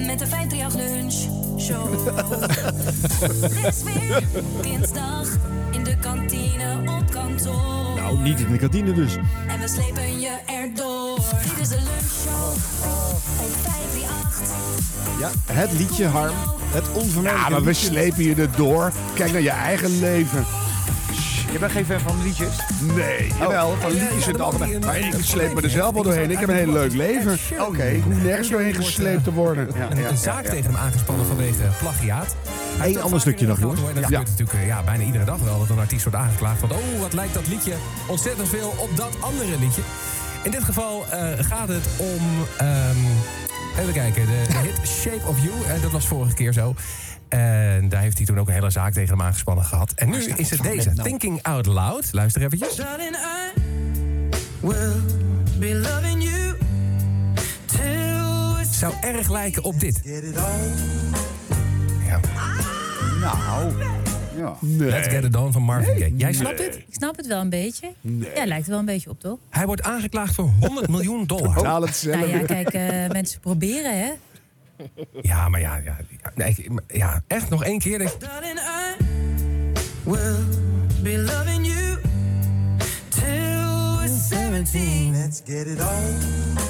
S14: met de 538 Lunch Show. Het is weer dinsdag in de kantine op kantoor.
S1: Nou, niet in de kantine dus.
S14: En we slepen je erdoor. Dit is de Lunch Show op 538.
S1: Ja, het liedje Harm. Het onvermijdelijke
S3: Ja, maar we
S1: liedje.
S3: slepen je er door. Kijk naar je eigen leven.
S2: Je bent geen fan van liedjes? Oh.
S3: Nee, jawel. Van liedjes zit altijd bij. Maar ik sleep me er zelf wel doorheen. Ik heb een heel leuk leven. Oké. Ik hoef nergens doorheen gesleept te worden.
S10: Een, een zaak tegen hem aangespannen vanwege plagiaat. Eén
S1: ander stukje nog, jongens.
S10: En dat
S1: Ja.
S10: gebeurt natuurlijk eh, ja, bijna iedere dag wel dat een artiest wordt aangeklaagd. Want oh, wat lijkt dat liedje ontzettend veel op dat andere liedje. In dit geval eh, gaat het om... ehm, even kijken, de, de hit Shape of You. eh, dat was vorige keer zo. En daar heeft hij toen ook een hele zaak tegen hem aangespannen gehad. En nu
S8: Waar staat
S10: is het
S8: dat van
S10: deze,
S8: net nou?
S10: Thinking Out Loud. Luister eventjes.
S8: Darling, I will be loving you till it's
S10: Zou erg lijken op dit.
S2: Nou, ja.
S10: Let's Get It On van Marvin Gaye. Jij snapt dit?
S12: Ik snap het wel een beetje.
S10: Nee.
S12: Ja, lijkt er wel een beetje op, toch?
S10: Hij wordt aangeklaagd voor 100 miljoen dollar.
S12: Betaal Nou ja, kijk, eh, mensen proberen, hè?
S10: Ja, maar ja, ja, ja, nee, ik- maar ja, echt nog één keer. denk ik-
S8: Darling, I will be loving you till we're 17. Let's get it on.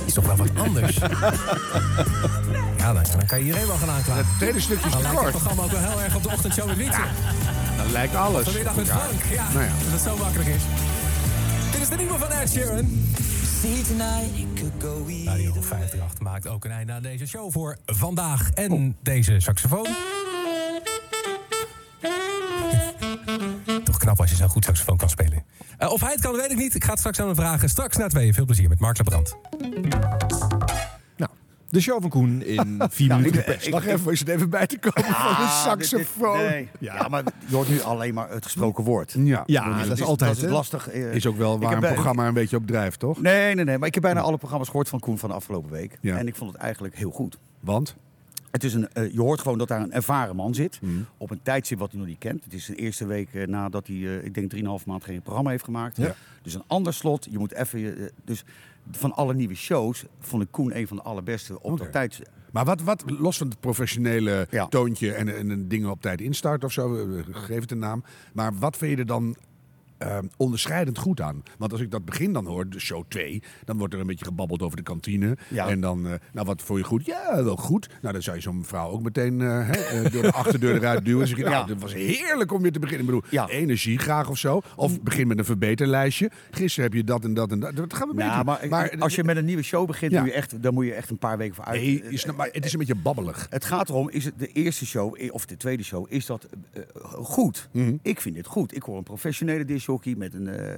S10: Is toch wel wat anders? ja, dan, dan kan je iedereen wel gaan aanklagen. Het
S3: tweede stukje
S10: Dan lijkt het programma ook wel heel erg op de ochtendshow met Wietse.
S3: Dan lijkt alles.
S10: Vanmiddag met
S3: Ja.
S10: Frank. Ja,
S3: Nou ja.
S10: dat het zo makkelijk is. Dit is de nieuwe van Ed Sheeran.
S8: See tonight it could go either
S10: Radio 538 maakt ook een einde aan deze show voor vandaag en deze saxofoon. Toch knap als je zo'n goed saxofoon kan spelen. Eh, of hij het kan, weet ik niet. Ik ga het straks aan hem vragen. Straks na tweeën. Veel plezier met Mark Labrand.
S1: De show van Koen in vier
S2: Nou,
S1: minuten.
S2: ik-
S1: gepest.
S2: ik-
S1: Wacht even, is het even bij te komen van de
S2: Ah, dit- dit-
S1: saxofoon.
S2: nee. Ja. maar je hoort nu alleen maar het gesproken woord.
S3: Ja,
S2: Ik bedoel,
S3: dat
S2: het
S3: is altijd
S2: dat is
S3: hè?
S2: lastig. eh,
S3: Is ook wel
S2: ik
S3: waar een
S2: heb, eh,
S3: programma een beetje op drijft, toch?
S2: Nee, nee, nee. Maar ik heb bijna alle programma's gehoord van Koen van de afgelopen week.
S3: Ja.
S2: En ik vond het eigenlijk heel goed.
S3: Want?
S2: Het is een, eh, je hoort gewoon dat daar een ervaren man zit.
S3: Mm.
S2: Op een tijdstip wat hij nog niet kent. Het is zijn eerste week eh, nadat hij, eh, ik denk, 3,5 maand geen programma heeft gemaakt.
S3: Ja.
S2: Dus een ander slot. Je moet even. je, eh, dus van alle nieuwe shows vond ik Koen een van de allerbeste op dat tijdstip.
S3: Maar wat, wat, los van het professionele toontje en, en, en dingen op tijd instart of zo, eh, geef het een naam. Maar wat vind je er dan eh, onderscheidend goed aan. Want als ik dat begin dan hoor, de show 2, dan wordt er een beetje gebabbeld over de kantine. En dan, eh, nou wat vond je goed? Ja, wel goed. Nou, dan zou je zo'n vrouw ook meteen eh, hè, eh, door de achterdeur eruit duwen. Dus ik, nou,
S2: Ja.
S3: dat was heerlijk om weer te beginnen. Ik bedoel, energie graag of zo.
S2: Mm.
S3: Of begin met een verbeterlijstje. Gisteren heb je dat en dat en dat. Dat gaan we
S2: Nou,
S3: meten.
S2: maar, als je met een nieuwe show begint, moet je echt, dan moet je echt een paar weken voor uit.
S3: Nee, je snapt, maar het is een beetje babbelig.
S2: Het gaat erom, is het de eerste show eh, of de tweede show, is dat eh, goed?
S3: Mhm.
S2: Ik vind dit goed. Ik hoor een professionele disjockey met een, eh,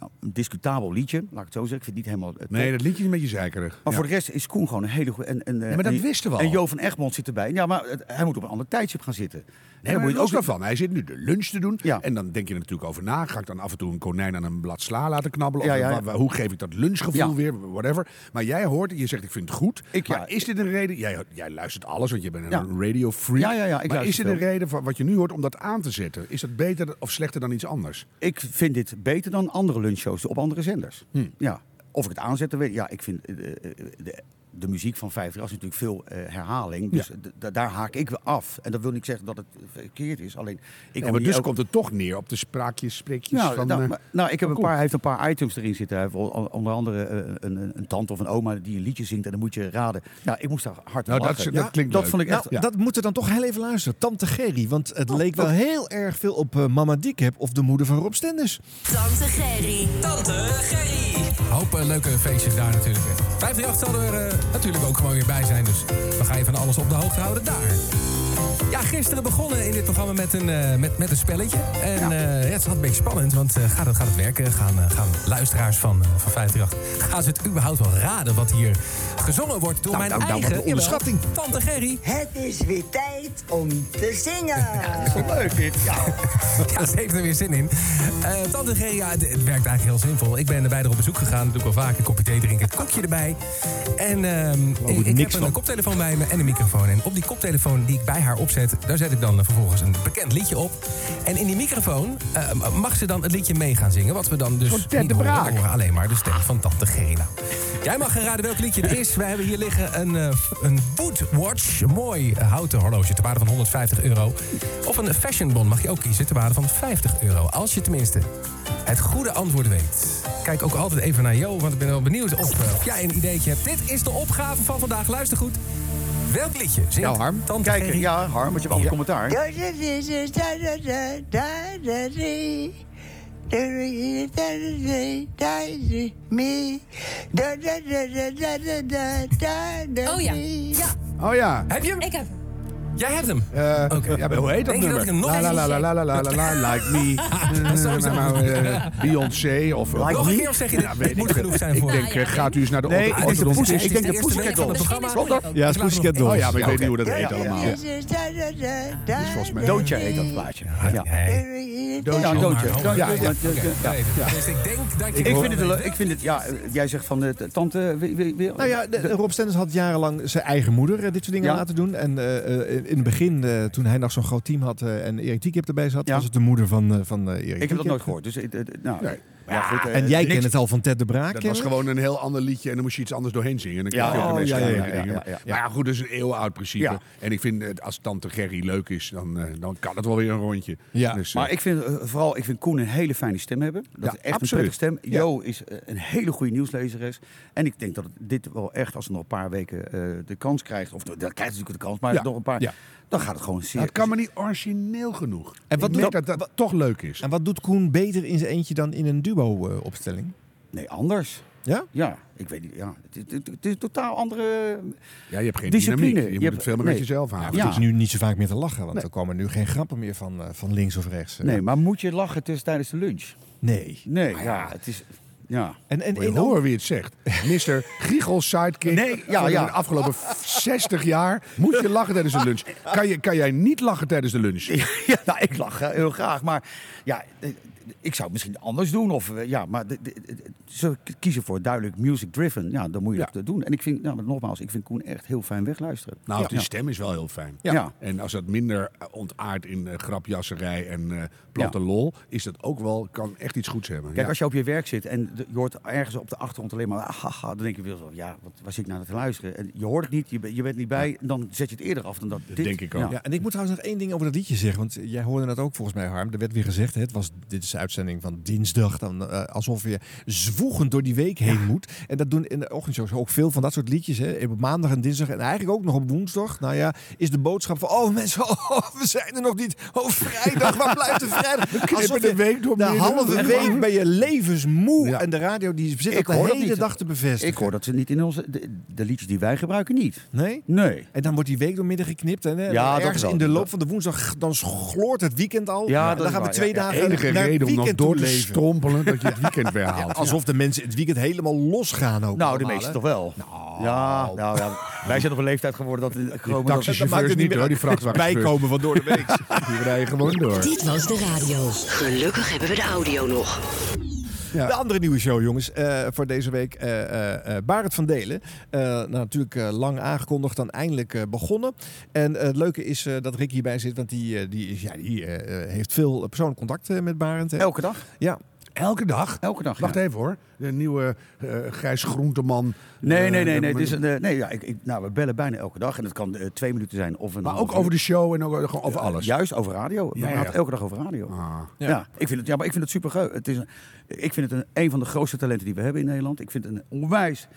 S2: nou, een discutabel liedje, laat ik het zo zeggen. Ik vind het niet helemaal... eh, top.
S3: Nee, dat liedje is een beetje zeikerig.
S2: Maar
S3: Ja.
S2: voor de rest is Koen gewoon een hele goede... En, en, eh,
S3: Nee, maar dat
S2: en-
S3: wisten we al.
S2: En Jo van Egmond zit erbij. Ja, maar het- hij moet op een ander tijdstip gaan zitten.
S3: Nee, maar los daarvan. Hij zit nu de lunch te doen. En dan denk je er natuurlijk over na. Ga ik dan af en toe een konijn aan een blad sla laten knabbelen?
S2: Ja,
S3: Of
S2: ja, ja.
S3: wa- wa- hoe geef ik dat lunchgevoel
S2: Ja.
S3: weer? Whatever. Maar jij hoort het. Je zegt, ik vind het goed. maar is dit een reden... Jij, jij luistert alles, want je bent
S2: Ja.
S3: een radio freak.
S2: Ja, ja, ja, ik
S3: maar is
S2: luister
S3: dit een
S2: veel.
S3: reden van wat je nu hoort om dat aan te zetten? Is dat beter of slechter dan iets anders?
S2: Ik vind dit beter dan andere lunchshows op andere zenders.
S3: Hm.
S2: Ja. Of ik het aanzet, dan weet ik. Ja, ik vind eh, eh, de, de muziek van 50 is natuurlijk veel eh, herhaling. Dus d- d- daar haak ik wel af. En dat wil niet zeggen dat het verkeerd is. Alleen, ik
S3: Ja,
S2: hoor
S3: maar
S2: niet
S3: dus
S2: elke-
S3: komt het toch neer op de spraakjes, spreekjes
S2: nou,
S3: van...
S2: nou,
S3: eh,
S2: maar- nou, ik heb
S3: van
S2: een
S3: Koen.
S2: paar, hij heeft een paar items erin zitten. Hij heeft on- onder andere eh, een, een, een tante of een oma die een liedje zingt en dan moet je raden. Nou, ik moest daar hard aan
S1: Nou, dat
S2: lachen.
S1: is- dat klinkt
S2: Dat
S1: leuk.
S2: vond ik echt...
S1: Nou, Dat moeten we dan toch heel even luisteren. Tante Gerry, want
S2: Oh,
S1: het leek wel heel erg veel op eh, Mama Diekheb of de moeder van Rob Stenders.
S4: Tante Gerry.
S10: Tante Gerry. Hoop eh, leuke feestjes daar natuurlijk. 538 zal er eh, natuurlijk ook gewoon weer bij zijn. Dus we gaan je van alles op de hoogte houden daar. Ja, gisteren begonnen in dit programma met een, eh, met, met een spelletje. En eh, ja. het is altijd een beetje spannend, want eh, gaat, het, gaat het werken? Gaan, eh, gaan luisteraars van, eh van 538, gaan ze het überhaupt wel raden wat hier gezongen wordt door mijn eigen... jawel, Tante Gerry.
S15: Het is weer tijd om te zingen.
S10: Leuk dit. Ja. ja, ze heeft er weer zin in. Eh, Tante Gerry, ja, het, het werkt eigenlijk heel simpel. Ik ben erbij er op bezoek gegaan. Dat doe ik al vaak. Een kopje thee drinken, het kopje erbij. En ehm,
S3: Oh,
S10: ik, ik heb
S1: niks
S10: een
S1: van.
S10: koptelefoon bij me en een microfoon. En op die koptelefoon die ik bij haar opzet... daar zet ik dan eh, vervolgens een bekend liedje op. En in die microfoon eh, mag ze dan het liedje mee gaan zingen. Wat we dan dus
S3: Zo'n Ted de
S10: niet horen.
S3: Braak.
S10: We horen alleen maar de stem van Tante Gerry. Nou, Jij mag gaan raden welk liedje het is. Wij hebben hier liggen een, eh, een Woodwatch. Een mooi eh, houten horloge ter waarde van 150 euro. Of een fashionbon mag je ook kiezen ter waarde van 50 euro. Als je tenminste het goede antwoord weet. Kijk ook altijd even naar Jo, want ik ben wel benieuwd of, eh, of jij een ideetje hebt. Dit is de opgave van vandaag. Luister goed. Welk liedje zingt Tante
S2: Kijk,
S10: Gerry?
S2: ja, Harm, want je hebt al
S10: Ja.
S2: commentaar.
S15: Ja, dat is het. Da, da, da, da, da, dee. Da, da, da, da, da, da, dee, me. Da, da, da, da, da, da, da, da, da,
S12: Oh ja.
S15: dee.
S12: ja.
S3: Oh ja.
S10: Heb je hem?
S12: Ik heb
S10: Jij hebt hem.
S3: Eh, ja, maar hoe heet dat
S10: Denk je
S3: nummer?
S10: dat
S3: la,
S10: ik hem nog
S3: la, la, la,
S10: eens
S3: la, la, la, la, la, like me. Eh, nou, eh, Beyoncé of... of-
S10: Like me? Nog een keer of zeg je dit-
S3: Ja,
S10: dit
S3: weet ik
S10: moet
S3: veel.
S10: genoeg zijn voor-
S3: Ik denk, eh, gaat u eens naar de
S2: Nee,
S3: auto-
S2: het is de
S3: autodom-
S2: Poes- ik denk de
S10: eerste
S2: Pussycat
S10: liedje van het
S2: Dolls.
S10: programma.
S2: Klopt dat?
S3: Ja, het is
S10: Ik laat hem nog
S3: Pussycat Dolls.
S10: even-
S3: Oh ja, maar ik weet niet hoe dat
S10: oké.
S3: heet allemaal.
S15: Dit is het. Da, da, da, da, da,
S2: Doodje heet dat plaatje. Ja.
S15: dee.
S2: Doodje. Ja, Doodje. Doodje. Ja, ja, ja, ja.
S10: Dus ik denk dat je...
S2: Ik vind het, een leuk- ik vind het, ja, eh, jij zegt van de tante, eh, wie- wie- wie-
S1: Nou ja, de- Rob Stenders had jarenlang zijn eigen moeder eh, dit soort dingen
S2: Ja.
S1: laten doen. En eh, eh, in het begin, eh, toen hij nog zo'n groot team had eh, en Erik Diekep erbij zat, was het de moeder van, eh, van eh, Erik
S2: ik heb dat
S1: Diekep.
S2: nooit gehoord. Dus, eh, eh, nou,
S3: Nee.
S2: maar ja, goed, eh,
S1: En jij
S2: niks-
S1: kent het al van Ted de Braak.
S3: Ah, Dat was
S1: kennelijk?
S3: gewoon een heel ander liedje en dan moest je iets anders doorheen zingen. Dan
S1: Ja,
S3: kreeg je ook
S1: oh,
S3: ineens
S1: ja, ja,
S3: andere
S1: ja, ja,
S3: dingen.
S1: ja,
S3: Maar
S1: ja.
S3: maar ja, goed, dat is een eeuwenoud principe.
S2: Ja.
S3: En ik vind, eh, als tante Gerry leuk is, dan, eh, dan kan het wel weer een rondje. Dus, eh,
S2: Maar ik vind eh, vooral, ik vind Koen een hele fijne stem hebben. Dat
S3: Ja,
S2: is echt
S3: absoluut.
S2: een prettige stem. Jo is eh, een hele goede nieuwslezeres. En ik denk dat het- dit wel echt, als ze nog een paar weken eh, de kans krijgt, of dat krijgt ze natuurlijk de kans, maar
S3: Ja,
S2: nog een paar,
S3: ja.
S2: dan gaat het gewoon
S3: ja,
S2: zeer.
S3: het kan me niet origineel genoeg.
S1: En wat
S3: ik merk
S1: doet-
S3: dat dat toch leuk is.
S1: En wat doet Koen beter in zijn eentje dan in een duo-opstelling?
S2: Nee, anders.
S1: ja?
S2: Ja, ik weet niet. Ja, het, het- het- het is een totaal andere.
S3: Ja, je hebt geen
S2: Discipline.
S3: dynamiek. Je,
S2: Je
S3: moet het
S2: hebt-
S3: veel meer
S2: nee.
S3: met jezelf
S1: Ja,
S3: houden.
S1: maar het is nu niet zo vaak meer te lachen, want
S3: Nee.
S1: er komen nu geen grappen meer van, eh, van links of rechts. eh.
S2: Nee, maar moet je lachen tussen tijdens de lunch?
S1: nee.
S2: Nee, ja, het is. Ja.
S1: En, en,
S3: Moet je
S1: en
S3: horen wie het zegt. Mr. Giegel Sidekick.
S2: Nee, ja,
S3: van
S2: ja.
S3: De afgelopen 60 jaar moet je lachen tijdens de lunch. Kan, je, kan jij niet lachen tijdens de lunch?
S2: Ja, nou, ik lach eh, heel graag. Maar ja, eh, ik zou het misschien anders doen. Of, eh, ja, maar de- de- de- ze kiezen voor duidelijk music-driven. Ja, dan moet je
S3: Ja.
S2: dat doen. En ik vind, nou, maar nogmaals, ik vind Koen echt heel fijn wegluisteren.
S3: Nou,
S2: ja.
S3: die stem is wel heel fijn.
S2: Ja. Ja.
S3: En als dat minder eh, ontaart in eh, grapjasserij en eh platte lol, is dat ook wel, kan echt iets goeds hebben.
S2: Kijk,
S3: Ja.
S2: als je op je werk zit en de- je hoort ergens op de achtergrond alleen maar... ah, haha, dan denk je wel, zo, ja, wat was ik naar te luisteren? En je hoort het niet, je, bent- je bent niet bij, dan zet je het eerder af dan dat. dit.
S3: denk ik ook.
S1: Ja, en ik moet trouwens nog één ding over dat liedje zeggen. Want jij hoorde het ook volgens mij, Harm. Er werd weer gezegd, hè, het was, dit is de uitzending van dinsdag. Dan, eh, alsof je zwoegend door die week heen moet. En dat doen in de ochtendshows ook veel van dat soort liedjes. Hè. Op maandag en dinsdag en eigenlijk ook nog op woensdag. Nou ja, is de boodschap van... Oh mensen, oh, we zijn er nog niet. Oh vrijdag, waar blijft de vrijdag?
S3: We knippen
S1: Alsof
S3: de
S1: je
S3: week door
S1: De
S3: midden.
S1: halve
S3: Echt
S1: week
S3: waar?
S1: ben je levensmoe. En de radio die zit
S2: Ik
S1: ook
S2: hoor
S1: de
S2: dat
S1: hele
S2: niet.
S1: dag te bevestigen.
S2: Ik hoor dat ze niet in onze. De, de liedjes die wij gebruiken niet.
S1: Nee?
S2: Nee.
S1: En dan wordt die week door midden geknipt. En, hè,
S2: Ja, dat
S1: ergens
S2: wel.
S1: in de loop van de woensdag dan gloort het weekend al.
S2: Ja,
S1: Oh, en
S2: dat
S1: dan
S2: is
S1: gaan we
S2: waar,
S1: twee
S2: ja, ja.
S1: dagen
S3: Enige
S1: naar het
S3: reden om dan
S1: weekend
S3: door
S1: toe
S3: te
S1: leven.
S3: strompelen dat je het weekend weghaalt.
S1: Alsof de mensen het weekend helemaal losgaan ook.
S2: Nou, de meeste toch wel.
S1: Ah,
S2: Ja, nou ja, wij zijn op een leeftijd geworden dat... eh, gewoon dat-
S3: taxichauffeurs niet, hoor, die vrachtwagens.
S1: bijkomen van door de week.
S3: Die rijden gewoon door.
S4: Dit was de radio. Gelukkig hebben we de audio nog.
S1: De andere nieuwe show, jongens, eh, voor deze week. eh eh, eh, Barend van Delen. Eh, nou, natuurlijk eh, lang aangekondigd, dan eindelijk eh, begonnen. En eh, het leuke is eh, dat Rick hierbij zit, want die, eh, die, is- ja, die eh, eh, heeft veel eh, persoonlijk contact eh, met Barend. hè?
S2: Elke dag?
S1: Ja.
S3: Elke dag?
S2: Elke dag,
S3: Wacht
S2: ja.
S3: even hoor. De nieuwe eh Gijs Groenteman.
S2: Nee,
S3: eh,
S2: nee, nee.
S3: de-
S2: nee, dit is een, eh, nee ja, ik, ik, nou, we bellen bijna elke dag. En dat kan eh, twee minuten zijn of een
S3: Maar
S2: half
S3: ook
S2: uur.
S3: over de show en ook over- gewoon over
S2: Ja,
S3: alles.
S2: Juist over radio. We
S3: Ja, Ah.
S2: praten
S3: ja.
S2: elke dag over radio.
S3: Ja.
S2: Ja. ik vind het, ja, maar ik vind het super Het is een, ik vind het een, een van de grootste talenten die we hebben in Nederland. Ik vind het een onwijs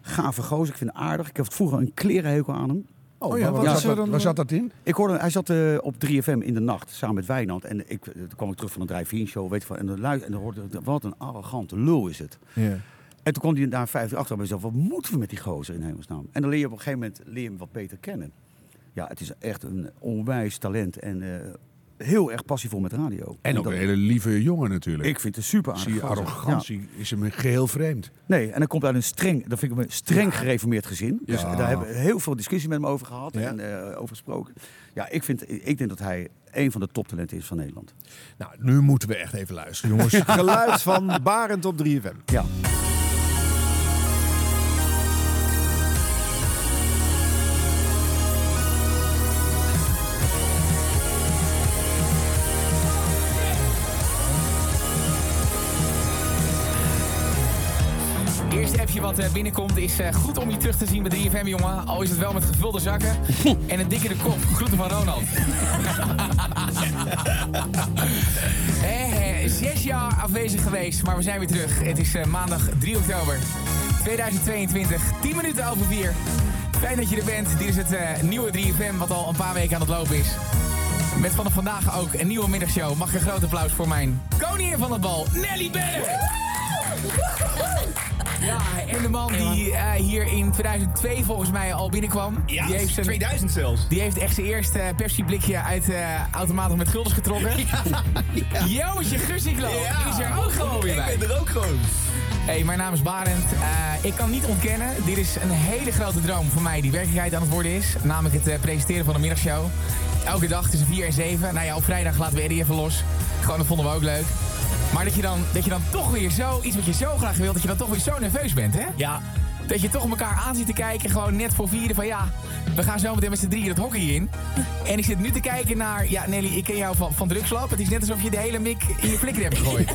S2: gave gozer. Ik vind het aardig. Ik had vroeger een klerenhekel aan hem.
S3: Oh ja, wat zat dat- waar zat dat in?
S2: Ik hoorde, hij zat eh, op 3FM in de nacht samen met Wijnand. En ik, eh, toen kwam ik terug van een drive-in show. Weet je, wel, en, dan luid, en dan hoorde ik, wat een arrogante lul is het.
S1: Ja.
S2: En toen kwam hij daar 50 achter bij mezelf. Wat moeten we met die gozer in hemelsnaam? En dan leer je op een gegeven moment leer je hem wat beter kennen. Ja, het is echt een onwijs talent en eh, heel erg passievol met radio.
S3: En ook
S2: dat-
S3: een hele lieve jongen natuurlijk.
S2: Ik vind het een super aardig
S3: Zie je
S2: gozer.
S3: arrogantie is hem geheel vreemd.
S2: Nee, en hij komt uit een streng, dat vind ik een streng gereformeerd gezin. Dus
S3: Ja.
S2: daar hebben we heel veel discussie met hem over gehad
S1: Ja.
S2: en eh, over gesproken. Ja, ik, vind, ik denk dat hij een van de toptalenten is van Nederland.
S1: Nou, nu moeten we echt even luisteren, jongens. Geluid van Barend op 3FM.
S2: Ja.
S16: Eerste appje wat eh, binnenkomt is eh, goed om je terug te zien bij 3FM, jongen. Al is het wel met gevulde zakken en een dikkere kop. Groeten van Ronald. Eh, eh, zes jaar afwezig geweest, maar we zijn weer terug. Het is eh, maandag 3 oktober 2022, 10 minuten over 4. Fijn dat je er bent. Dit is het eh, nieuwe 3FM wat al een paar weken aan het lopen is. Met vanaf vandaag ook een nieuwe middagshow. Mag ik een groot applaus voor mijn koningin van het bal, Nelly Berg. Ja, en de man die eh, hier in 2002 volgens mij al binnenkwam.
S17: Ja,
S16: die heeft zijn,
S17: 2000 zelfs.
S16: Die heeft echt zijn eerste eh, Pepsi-blikje uit eh automaten met guldens getrokken. Joontje Gussiklo is er ook gewoon weer bij.
S17: Ik ben er ook gewoon.
S16: Hey, mijn naam is Barend. Eh, ik kan niet ontkennen, dit is een hele grote droom voor mij die werkelijkheid aan het worden is. Namelijk het eh, presenteren van een middagshow. Elke dag tussen 4 en 7. Nou ja, op vrijdag laten we Eddie even los. Gewoon, dat vonden we ook leuk. Maar dat je dan, dat je dan toch weer zo, iets wat je zo graag wilt, dat je dan toch weer zo nerveus bent, hè? Ja. Dat je toch elkaar aan zit te kijken, gewoon net voor vieren van ja, we gaan zo meteen met z'n drieën het hockey in. En ik zit nu te kijken naar, ja Nelly, ik ken jou van, van drugslab. Het is net alsof je de hele mik in je flikker hebt gegooid.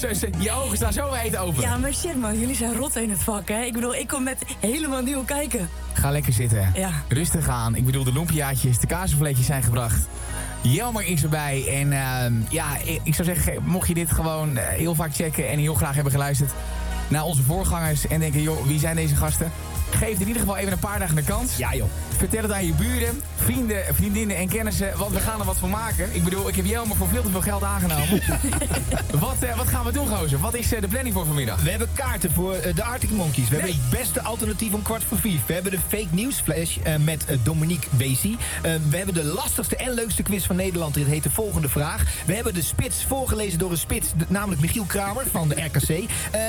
S16: Zo- zo- je ogen staan zo wijd open.
S18: Ja, maar shit man, jullie zijn rot in het vak, hè? Ik bedoel, ik kom met helemaal nieuw kijken.
S16: Ga lekker zitten.
S18: Ja.
S16: Rustig aan. Ik bedoel, de lumpiaatjes, de kazenvleetjes zijn gebracht. Jelmer is erbij. En ehm, ja, ik, ik zou zeggen, mocht je dit gewoon eh, heel vaak checken... en heel graag hebben geluisterd naar onze voorgangers... en denken, joh, wie zijn deze gasten? Geef het in ieder geval even een paar dagen de kans. Ja, joh. Vertel het aan je buren, vrienden, vriendinnen en kennissen... want we gaan er wat van maken. Ik bedoel, ik heb Jelmer voor veel te veel geld aangenomen. wat, eh, wat gaan we doen, gozer? Wat is eh, de planning voor vanmiddag?
S17: We hebben kaarten voor eh, de Arctic Monkeys. We hebben het beste alternatief om kwart voor vier. We hebben de fake news flash eh, met eh, Dominique Bezi. Eh, we hebben de lastigste en leukste quiz van Nederland. Dit heet de volgende vraag. We hebben de spits voorgelezen door een spits, de- namelijk Michiel Kramer van de RKC. Eh,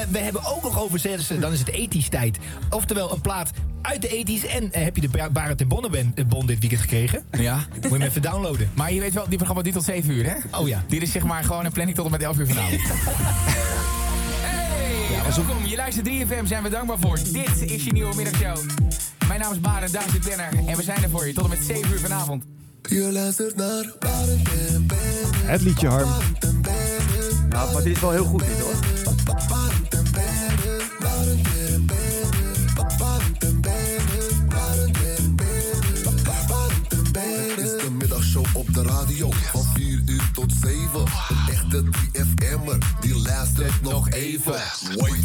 S17: we hebben ook nog over zessen, dan is het ethisch tijd. Oftewel een plaat uit de ethisch. En eh, heb je de Bar- Barend en Bonnen eh, bon dit weekend gekregen?
S16: Ja.
S17: Moet je hem even downloaden.
S16: Maar je weet wel, die programma duurt tot 7 uur, hè?
S17: Oh ja.
S16: Dit is zeg maar gewoon een planning tot en met 11 uur vanavond. Hey, welkom. Je luistert 3FM, zijn we dankbaar voor. Dit is je nieuwe middagshow. Mijn naam is Barend, daar zit Benner. En we zijn er voor je tot en met 7 uur vanavond.
S8: Je luistert naar
S1: Het liedje, Harm.
S2: Nou, maar dit is wel heel goed dit hoor.
S19: Het is de middagshow op de radio van 4 uur tot 7. Een echte 3FM'er, die luistert nog even. Wait,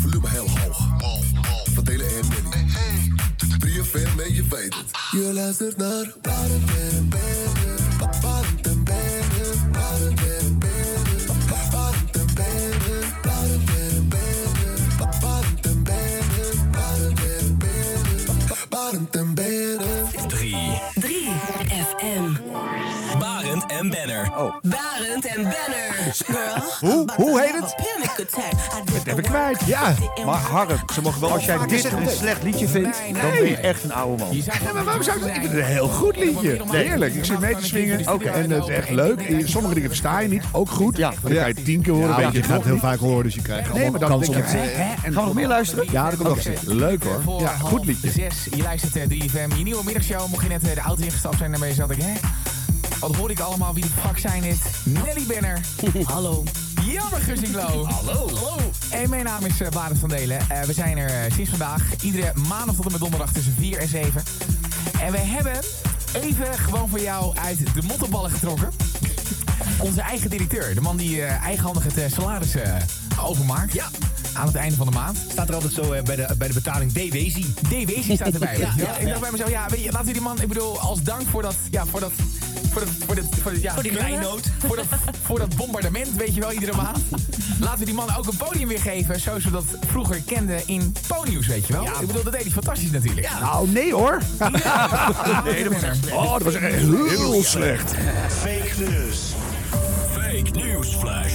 S19: volume heel hoog. Van Dele en Nelly. 3FM en je weet het. Je luistert naar Barend en Barend en Barend. Barend en Barend. Barend en Barend. Barend en Barend. Barend en Barend. Barend en Barend. Barend en Barend.
S8: 3. 3 FM.
S6: Barend en Banner. Oh.
S8: Barend en Banner. Girl.
S1: Hoe? Hoe heet het?
S8: Panic attack. I did
S1: Even kwijt. Ja. Oh,
S2: Maar Harm, ze mogen wel als jij
S1: vaker
S2: dit
S1: zeggen
S2: een
S1: dat-
S2: slecht liedje vindt,
S1: Nee.
S2: dan ben je echt een oude man.
S1: Ja, maar waarom zou ik dat? Ik vind
S3: Het
S1: het een heel goed liedje.
S3: Heerlijk. Ik zit mee te swingen. En het is echt leuk. En sommige dingen versta je niet. Ook goed. Ja. Dan kan je het tien keer horen.
S1: Ja,
S3: weet
S1: want je
S3: het
S1: gaat
S3: nog
S1: heel
S3: niet.
S1: vaak horen, dus je krijgt
S3: Nee, maar
S1: allemaal
S3: dan
S1: kans
S3: denk
S1: om
S3: je...
S1: het te
S3: hè,
S1: zeggen.
S3: en nog meer luisteren?
S1: Ja, dat komt nog eens. Leuk hoor.
S16: Voor
S1: Ja,
S16: half
S1: goed liedje.
S16: Zes, je luistert eh, 3FM. Je nieuwe middagshow. Mocht je net eh, de auto ingestapt zijn, daarmee zat ik, hè? Wat hoor ik allemaal? Wie de fuck zijn dit? Nelly Benner. Hallo. Jammer, Gussinglo.
S8: Hallo.
S16: Hallo. En mijn naam is eh, Barend van Delen. Eh, we zijn er eh, sinds vandaag. Iedere maandag tot en met donderdag tussen 4 en 7. En we hebben even gewoon voor jou uit de mottenballen getrokken. Onze eigen directeur. De man die eh, eigenhandig het eh, salaris eh, overmaakt. Ja. Aan het einde van de maand.
S17: Staat er altijd zo eh, bij, de, bij de betaling DWZ.
S16: DWZ staat erbij.
S17: Ja,
S16: weet je wel.
S17: ja,
S16: ik
S17: ja.
S16: dacht bij mezelf, ja, weet je, laten we die man, ik bedoel, als dank voor dat, ja, voor dat, voor dat, voor dat, voor dat, ja,
S17: Voor die kleinoot.
S16: voor dat, voor dat bombardement, weet je wel, iedere maand. Laten we die man ook een podium weer geven, zoals we dat vroeger kenden in Ponyus, weet je wel. ik bedoel, dat deed hij fantastisch natuurlijk.
S2: Nou, nee hoor.
S16: Nee, dat was echt-
S3: Oh, dat was echt heel slecht.
S8: Fake news. Fake news flash.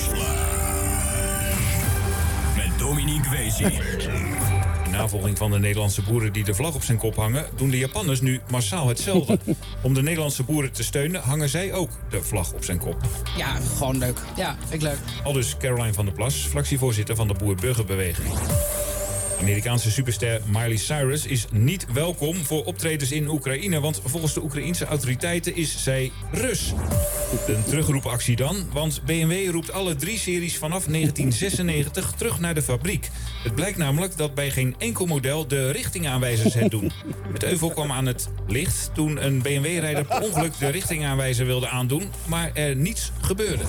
S20: Met Dominique Wezi. Navolging van de Nederlandse boeren die de vlag op zijn kop hangen, doen de Japanners nu massaal hetzelfde. Om de Nederlandse boeren te steunen, hangen zij ook de vlag op zijn kop.
S21: Ja, gewoon leuk. Ja, vind ik leuk.
S20: Al dus Caroline van der Plas, fractievoorzitter van de Boer-Burgerbeweging. Amerikaanse superster Miley Cyrus is niet welkom voor optredens in Oekraïne, want volgens de Oekraïense autoriteiten is zij Rus. Een terugroepactie dan, want BMW roept alle drie series vanaf 1996 terug naar de fabriek. Het blijkt namelijk dat bij geen enkel model de richtingaanwijzers het doen. Het euvel kwam aan het licht toen een BMW-rijder per ongeluk de richtingaanwijzer wilde aandoen, maar er niets gebeurde.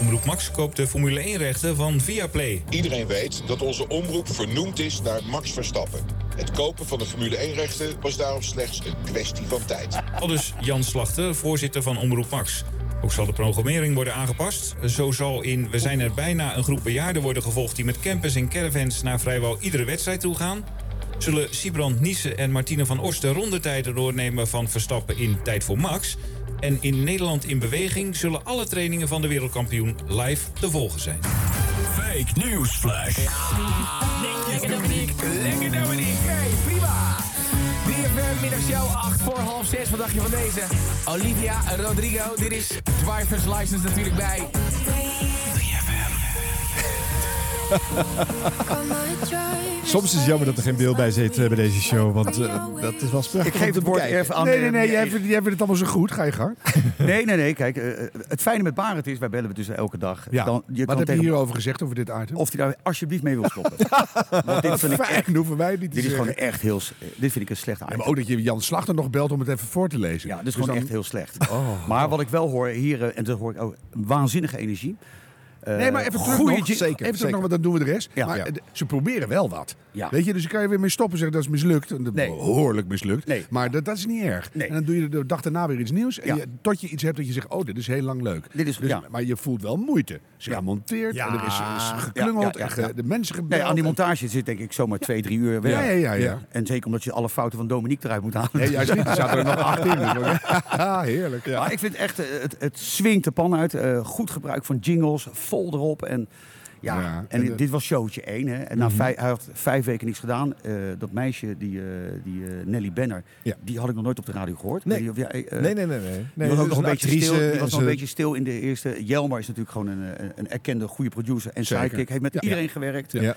S20: Omroep Max koopt de Formule 1-rechten van Viaplay.
S22: Iedereen weet dat onze omroep vernoemd is naar Max Verstappen. Het kopen van de Formule 1-rechten was daarom slechts een kwestie van tijd.
S20: Al dus Jan Slachter, voorzitter van Omroep Max. Ook zal de programmering worden aangepast. Zo zal in We zijn er bijna een groep bejaarden worden gevolgd... die met campers en caravans naar vrijwel iedere wedstrijd toe gaan. Zullen Sibrand Nissen en Martine van Oost de rondetijden doornemen van Verstappen in Tijd voor Max. En in Nederland in beweging zullen alle trainingen van de wereldkampioen live te volgen zijn.
S6: Fake news flash.
S16: Lekker Dominique, lekker Dominique. Hey, prima. 3FM middagshow 8 voor half 6. Wat dacht je van deze? Olivia Rodrigo, dit is Driver's License natuurlijk bij.
S1: Soms is het jammer dat er geen beeld bij zit eh, bij deze show, want eh, dat is wel spannend.
S2: Ik geef het woord even aan
S3: Nee,
S2: de-
S3: nee, nee. Jij
S2: Nee.
S3: vindt, jij vindt het allemaal zo goed. Ga je gang.
S2: Nee, nee, nee. Kijk, eh, eh, het fijne met Barend is, wij bellen het dus elke dag.
S3: Ja.
S2: Dan,
S3: Wat heb je hierover gezegd, over dit item?
S2: Of hij daar alsjeblieft mee wil stoppen. Want dit vind ik
S3: Fijn,
S2: echt...
S3: hoeven wij niet te
S2: Dit is gewoon
S3: zeggen.
S2: echt heel... s- eh, Dit vind ik een slecht item.
S3: Ja, maar ook dat je Jan Slachter nog belt om het even voor te lezen. Dus
S2: Ja, dat is gewoon
S3: dan- Oh.
S2: echt heel slecht. Maar wat ik wel hoor hier, eh, en dat hoor ik ook, waanzinnige energie. Eh,
S3: nee, maar even terug
S2: goeie
S3: nog.
S2: gi-
S3: even terug nog, want dan doen we de rest.
S2: Ja.
S3: Maar
S2: Ja.
S3: eh, d- ze proberen wel wat.
S2: Ja.
S3: Weet je, dus daar kan je weer mee stoppen en zeggen dat is mislukt. En dat Behoorlijk mislukt. Maar dat, dat is niet erg. En dan doe je de dag daarna weer iets nieuws. En
S2: Ja.
S3: je- tot je iets hebt dat je zegt, oh, dit is heel lang leuk. Dit is, dus, Maar je voelt wel moeite. Ze gemonteerd,
S2: Ja.
S3: en er is, er is geklungeld,
S2: Ja, ja, ja,
S3: en ge-
S2: ja.
S3: de mensen gebeld.
S2: Nee, aan die montage zit denk ik zomaar twee, drie uur werk.
S3: Ja, ja, ja, ja.
S2: En zeker omdat je alle fouten van Dominique eruit moet halen.
S3: Nee, juist niet. Er zaten er nog acht in. dus Heerlijk.
S2: Maar ik vind echt, eh, het, het swingt de pan uit. Eh, goed gebruik van jingles, vol erop. En, ja,
S3: Ja,
S2: en,
S3: en de-
S2: dit was showtje één. Hè. En na
S3: Mhm.
S2: vijf, hij had vijf weken niks gedaan. Eh, dat meisje, die, eh, die eh, Nelly Benner, die had ik nog nooit op de radio gehoord.
S1: Nee.
S2: Ik weet niet of jij, eh,
S1: Nee, nee, nee, nee. Nee,
S2: die was
S1: dat
S2: ook
S1: is
S3: dus
S2: nog een
S1: een
S2: beetje
S1: actrice
S2: stil, die
S1: en
S2: was nog
S1: ze-
S2: een beetje stil in de eerste. Jelmer is natuurlijk gewoon een, eh, een erkende goede producer en
S1: Zeker.
S2: sidekick. Heeft met
S1: Ja.
S2: iedereen
S1: Ja.
S2: gewerkt.
S1: Ja.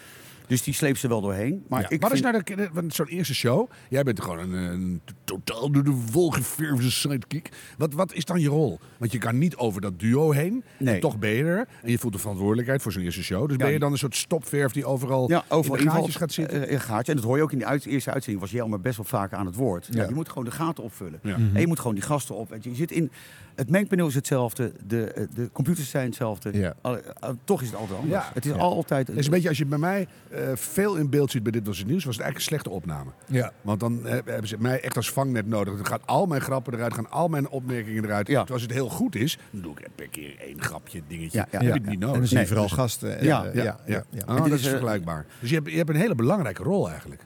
S2: Dus die sleept ze wel doorheen. Maar
S3: Maar
S2: ik
S3: wat is
S2: vind-
S3: nou de- de- want zo'n eerste show? Jij bent gewoon een, een totaal door de wol geverfde sidekick. Wat, wat is dan je rol? Want je kan niet over dat duo heen. En toch ben je er. En je voelt de verantwoordelijkheid voor zo'n eerste show. Dus
S2: Ja,
S3: ben je
S2: die-
S3: dan een soort stopverf die overal,
S2: ja, overal
S3: in de gaatjes gaat
S2: invalt,
S3: zitten?
S2: eh, een gaatje. En dat hoor je ook in die uit- eerste uitzending. Was Jelmer best wel vaak aan het woord. Ja.
S3: Ja.
S2: je moet gewoon de gaten opvullen.
S3: Ja. Mhm.
S2: En je moet gewoon die gasten op. weet Je Je zit in, het mengpaneel is hetzelfde. De, eh, de computers zijn hetzelfde. Alle- eh, toch is het altijd anders. Het is altijd...
S3: Het is een beetje als je bij mij eh, veel in beeld ziet bij Dit Was Het Nieuws, was het eigenlijk een slechte opname.
S2: Ja.
S3: Want dan eh, hebben ze mij echt als vangnet nodig. Dan gaan al mijn grappen eruit, gaan al mijn opmerkingen eruit. Terwijl als het heel goed is, dan doe ik per keer één grapje, dingetje.
S1: Ja, ja,
S3: Heb
S1: ja.
S3: ik niet nodig.
S1: En dan zie je
S3: Nee,
S1: vooral
S3: dus-
S1: gasten, eh,
S3: Ja,
S1: eh,
S3: ja,
S1: ja,
S3: ja.
S1: ja, ja.
S3: Ah,
S1: En dit
S3: dat
S1: is,
S3: is
S1: eh,
S3: vergelijkbaar. Dus je hebt, je hebt een hele belangrijke rol eigenlijk.